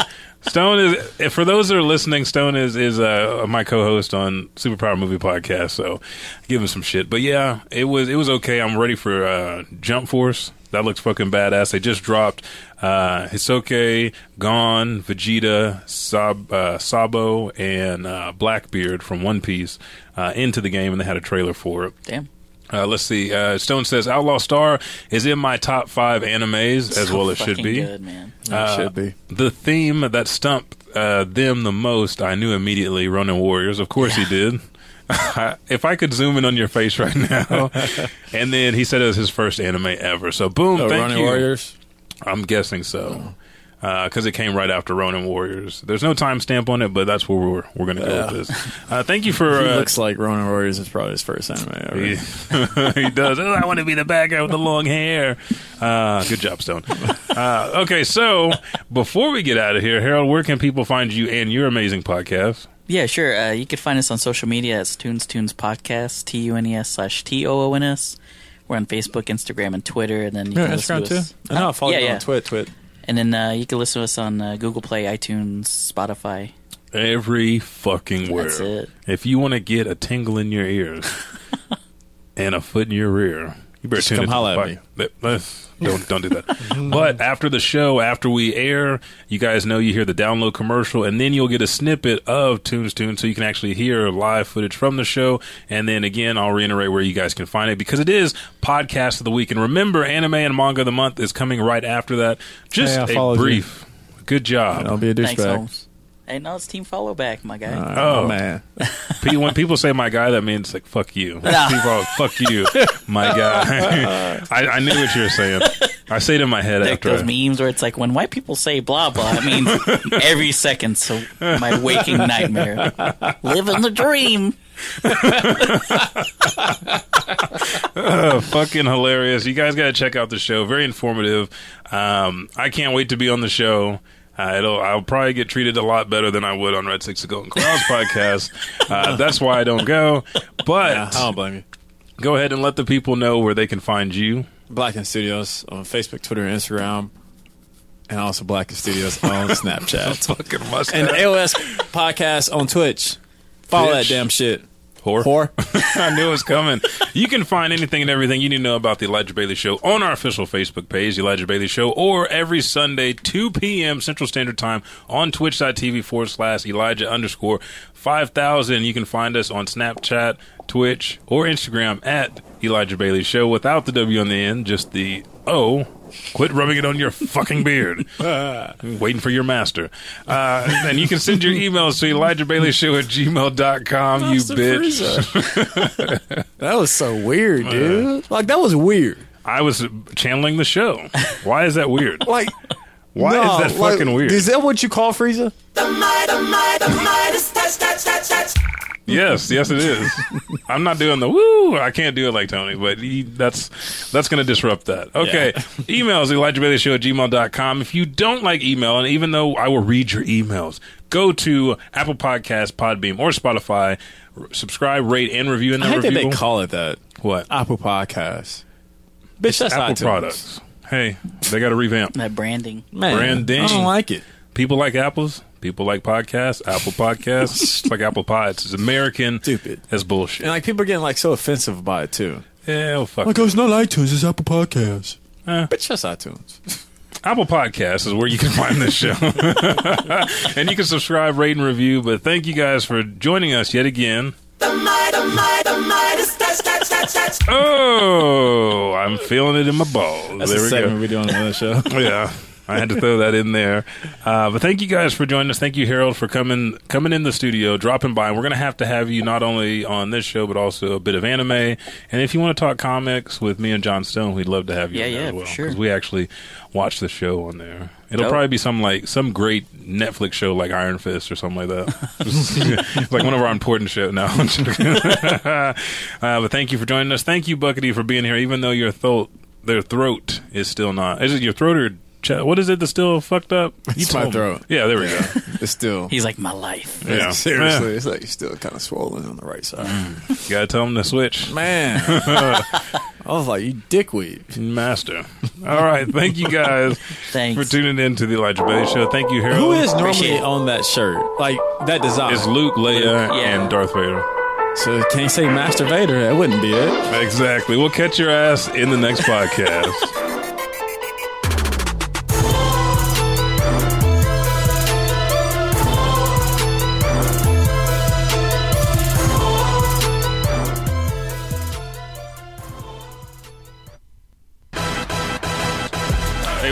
[SPEAKER 1] Stone is, if- for those that are listening, Stone is, is uh, my co host on Superpower Movie Podcast. So give him some shit. But yeah, it was, it was okay. I'm ready for uh, Jump Force. That looks fucking badass. They just dropped uh, Hisoke, Gon, Vegeta, Sab- uh, Sabo, and uh, Blackbeard from One Piece uh, into the game, and they had a trailer for it.
[SPEAKER 4] Damn.
[SPEAKER 1] Uh, let's see. Uh, Stone says Outlaw Star is in my top five animes, as
[SPEAKER 4] So
[SPEAKER 1] well as should
[SPEAKER 4] fucking
[SPEAKER 1] be.
[SPEAKER 4] Good, man.
[SPEAKER 1] Uh,
[SPEAKER 3] should be.
[SPEAKER 1] The theme that stumped uh, them the most, I knew immediately Ronin Warriors. Of course he did. if I could zoom in on your face right now. and then he said it was his first anime ever. So, boom,
[SPEAKER 3] Oh,
[SPEAKER 1] thank
[SPEAKER 3] Ronnie
[SPEAKER 1] you.
[SPEAKER 3] Warriors.
[SPEAKER 1] I'm guessing so. Because it came right after Ronin Warriors. There's no timestamp on it, but that's where we're, we're going to go with this. Uh, thank you for.
[SPEAKER 3] He
[SPEAKER 1] Uh,
[SPEAKER 3] looks like Ronan Warriors is probably his first anime ever.
[SPEAKER 1] he, he does. Oh, I want to be the bad guy with the long hair. Uh, good job, Stone. Uh, okay, so before we get out of here, Harold, where can people find you and your amazing podcast?
[SPEAKER 4] Yeah, sure. Uh, you can find us on social media as Tunes Tunes Podcast, T U N E S slash T O O N S. We're on Facebook, Instagram, and Twitter, and then you
[SPEAKER 3] You're
[SPEAKER 4] can
[SPEAKER 3] on
[SPEAKER 4] listen
[SPEAKER 3] Instagram
[SPEAKER 4] to
[SPEAKER 3] too?
[SPEAKER 4] us.
[SPEAKER 3] I know. I follow
[SPEAKER 4] yeah,
[SPEAKER 3] you
[SPEAKER 4] yeah.
[SPEAKER 3] on Twit. Twit.
[SPEAKER 4] And then uh, you can listen to us on uh, Google Play, iTunes, Spotify.
[SPEAKER 1] Every fucking word.
[SPEAKER 4] That's it.
[SPEAKER 1] If you want to get a tingle in your ears and a foot in your rear, you better
[SPEAKER 3] Just
[SPEAKER 1] tune
[SPEAKER 3] come
[SPEAKER 1] into the
[SPEAKER 3] holla at
[SPEAKER 1] pod-
[SPEAKER 3] me.
[SPEAKER 1] Let- let's- don't don't do that. but after the show, after we air, you guys know you hear the download commercial, and then you'll get a snippet of Tunes Tune, so you can actually hear live footage from the show. And then again, I'll reiterate where you guys can find it because it is podcast of the week. And remember, anime and manga of the month is coming right after that. Just
[SPEAKER 3] Hey, I
[SPEAKER 1] a
[SPEAKER 3] followed you.
[SPEAKER 1] brief. Good job.
[SPEAKER 3] I'll be a
[SPEAKER 4] Thanks,
[SPEAKER 3] douchebag.
[SPEAKER 4] Holmes. Hey, no, it's Team Follow Back, my guy.
[SPEAKER 3] All right,
[SPEAKER 1] Oh.
[SPEAKER 3] my man.
[SPEAKER 1] Pe- when people say my guy, that means like fuck you. People are, fuck you, my guy. I, I knew what you were saying. I say it in my head
[SPEAKER 4] Like
[SPEAKER 1] after.
[SPEAKER 4] those
[SPEAKER 1] I,
[SPEAKER 4] memes where it's like when white people say blah blah, it means every second. So my waking nightmare, living the dream.
[SPEAKER 1] oh, fucking hilarious! You guys got to check out the show. Very informative. Um, I can't wait to be on the show. Uh, it'll, I'll probably get treated a lot better than I would on Red Six of Golden Clouds podcast. Uh, that's why I don't go.
[SPEAKER 3] I
[SPEAKER 1] But
[SPEAKER 3] don't blame you.
[SPEAKER 1] go ahead and let the people know where they can find you.
[SPEAKER 3] Black and Studios on Facebook, Twitter, and Instagram, and also Black and Studios on Snapchat
[SPEAKER 1] Fucking mustache.
[SPEAKER 3] and AOS podcast on Twitch. Follow that
[SPEAKER 1] Bitch.
[SPEAKER 3] damn shit.
[SPEAKER 1] Whore.
[SPEAKER 3] Whore.
[SPEAKER 1] I knew it was coming. You can find anything and everything you need to know about the Elijah Bailey Show on our official Facebook page, The Elijah Bailey Show, or every Sunday, 2 p.m. Central Standard Time on twitch.tv forward slash Elijah underscore 5000. You can find us on Snapchat, Twitch, or Instagram at Elijah Bailey Show without the W on the end, just the O Quit rubbing it on your fucking beard. Waiting for your master. Uh, and you can send your emails to ElijahBaileyShow at gmail.com, you
[SPEAKER 3] Mr.
[SPEAKER 1] bitch.
[SPEAKER 3] Frieza. that was so weird, dude. Like that was weird.
[SPEAKER 1] I was channeling the show. Why is that weird?
[SPEAKER 3] Like
[SPEAKER 1] Why
[SPEAKER 3] no,
[SPEAKER 1] is that
[SPEAKER 3] like,
[SPEAKER 1] fucking weird?
[SPEAKER 3] Is that what you call Frieza?
[SPEAKER 1] Yes, yes, it is. I'm not doing the woo. I can't do it like Tony, but he, that's that's going to disrupt that. Okay. emails, ElijahBaileyShow at gmail.com. If you don't like email, and even though I will read your emails, go to Apple Podcasts, Podbeam, or Spotify, r- subscribe, rate, and review. And
[SPEAKER 3] I
[SPEAKER 1] then
[SPEAKER 3] hate that
[SPEAKER 1] review
[SPEAKER 3] they
[SPEAKER 1] them.
[SPEAKER 3] call it that.
[SPEAKER 1] What?
[SPEAKER 3] Apple Podcasts. Bitch, that's
[SPEAKER 1] Apple
[SPEAKER 3] iTunes.
[SPEAKER 1] products. Hey, they got to revamp.
[SPEAKER 4] That branding.
[SPEAKER 3] Man,
[SPEAKER 1] Branding.
[SPEAKER 3] I don't like it.
[SPEAKER 1] People like apples. People like podcasts. Apple Podcasts. It's like Apple Pies. It's American.
[SPEAKER 3] Stupid.
[SPEAKER 1] That's
[SPEAKER 3] And
[SPEAKER 1] bullshit.
[SPEAKER 3] like people are getting like so offensive by it too.
[SPEAKER 1] Hell, fuck.
[SPEAKER 3] Like
[SPEAKER 1] it.
[SPEAKER 3] oh, it's not iTunes, it's Apple Podcasts.
[SPEAKER 1] Eh.
[SPEAKER 3] Bitch, that's iTunes.
[SPEAKER 1] Apple Podcasts is where you can find this show. and you can subscribe, rate, and review. But thank you guys for joining us yet again. Oh, I'm feeling it in my balls.
[SPEAKER 3] That's
[SPEAKER 1] there
[SPEAKER 3] the
[SPEAKER 1] we
[SPEAKER 3] segment
[SPEAKER 1] go.
[SPEAKER 3] we do on another show.
[SPEAKER 1] Yeah. I had to throw that in there, uh, but thank you guys for joining us. Thank you, Harold, for coming coming in the studio, dropping by. We're gonna have to have you not only on this show, but also a bit of anime. And if you want to talk comics with me and John Stone, we'd love to have you.
[SPEAKER 4] Yeah,
[SPEAKER 1] on there
[SPEAKER 4] yeah,
[SPEAKER 1] as well,
[SPEAKER 4] for sure.
[SPEAKER 1] 'cause we actually watch the show on there. It'll
[SPEAKER 4] Dope.
[SPEAKER 1] probably be some like some great Netflix show like Iron Fist or something like that. it's like one of our important shows now. uh, but thank you for joining us. Thank you, Buckety, for being here, even though your throat their throat is still not. Is it your throat or chest? What is it that's still fucked up?
[SPEAKER 3] It's my
[SPEAKER 1] told me.
[SPEAKER 3] throat.
[SPEAKER 1] Yeah, there we go.
[SPEAKER 3] it's still
[SPEAKER 4] He's like my life.
[SPEAKER 1] Yeah.
[SPEAKER 3] seriously. It's like you're still kind of swollen on the right side.
[SPEAKER 1] You gotta tell them to switch.
[SPEAKER 3] Man, I was like, you dickweed.
[SPEAKER 1] Master. All right. Thank you guys
[SPEAKER 4] Thanks.
[SPEAKER 1] for tuning in to the Elijah Bailey Show. Thank you, Harold.
[SPEAKER 3] Who is normally
[SPEAKER 4] Appreciate it.
[SPEAKER 3] on that shirt? Like that design.
[SPEAKER 1] It's Luke, Leia,
[SPEAKER 4] Yeah.
[SPEAKER 1] and Darth Vader.
[SPEAKER 3] so can you say Master Vader? That wouldn't be it.
[SPEAKER 1] Exactly. We'll catch your ass in the next podcast. Hey,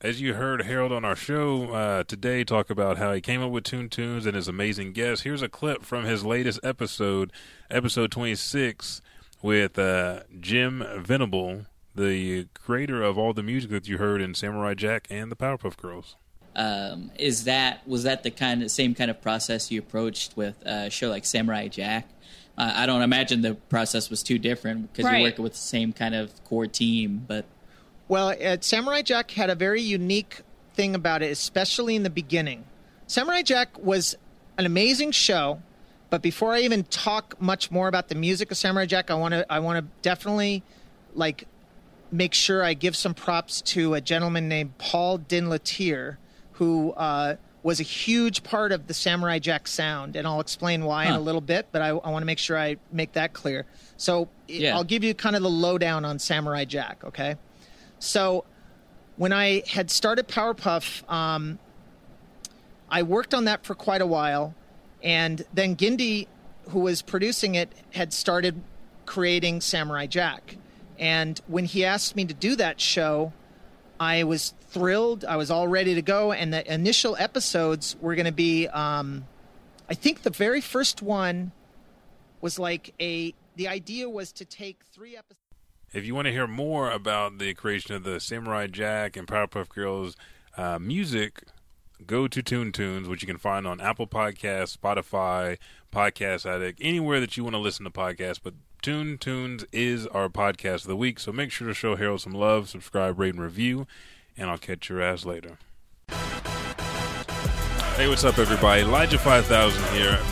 [SPEAKER 1] As you heard Harold on our show uh, today talk about how he came up with Toon Tunes and his amazing guest, here's a clip from his latest episode, episode 26, with uh, Jim Venable, the creator of all the music that you heard in Samurai Jack and the Powerpuff Girls.
[SPEAKER 6] um, is that was that the kind of same kind of process you approached with a show like Samurai Jack? Uh, I don't imagine the process was too different because
[SPEAKER 7] Right.
[SPEAKER 6] you're working with the same kind of core team, but
[SPEAKER 7] Well, uh, Samurai Jack had a very unique thing about it, especially in the beginning. Samurai Jack was an amazing show, but before I even talk much more about the music of Samurai Jack, I want to I want to definitely like make sure I give some props to a gentleman named Paul Dinlatier, who uh, was a huge part of the Samurai Jack sound, and I'll explain why in a little bit. But I, I want to make sure I make that clear. So
[SPEAKER 6] Yeah.
[SPEAKER 7] I'll give you kind of the lowdown on Samurai Jack. Okay, so when I had started Powerpuff, um, I worked on that for quite a while, and then Gindi, who was producing it, had started creating Samurai Jack. And when he asked me to do that show, I was thrilled. I was all ready to go, and the initial episodes were going to be. Um, I think the very first one was like a. The idea was to take three episodes.
[SPEAKER 1] If you want to hear more about the creation of the Samurai Jack and Powerpuff Girls uh, music, go to Toon Tunes, which you can find on Apple Podcasts, Spotify, Podcast Addict, anywhere that you want to listen to podcasts. But Toon Tunes is our podcast of the week, so make sure to show Harold some love, subscribe, rate, and review, and I'll catch your ass later. Hey, what's up, everybody? Elijah 5000 here.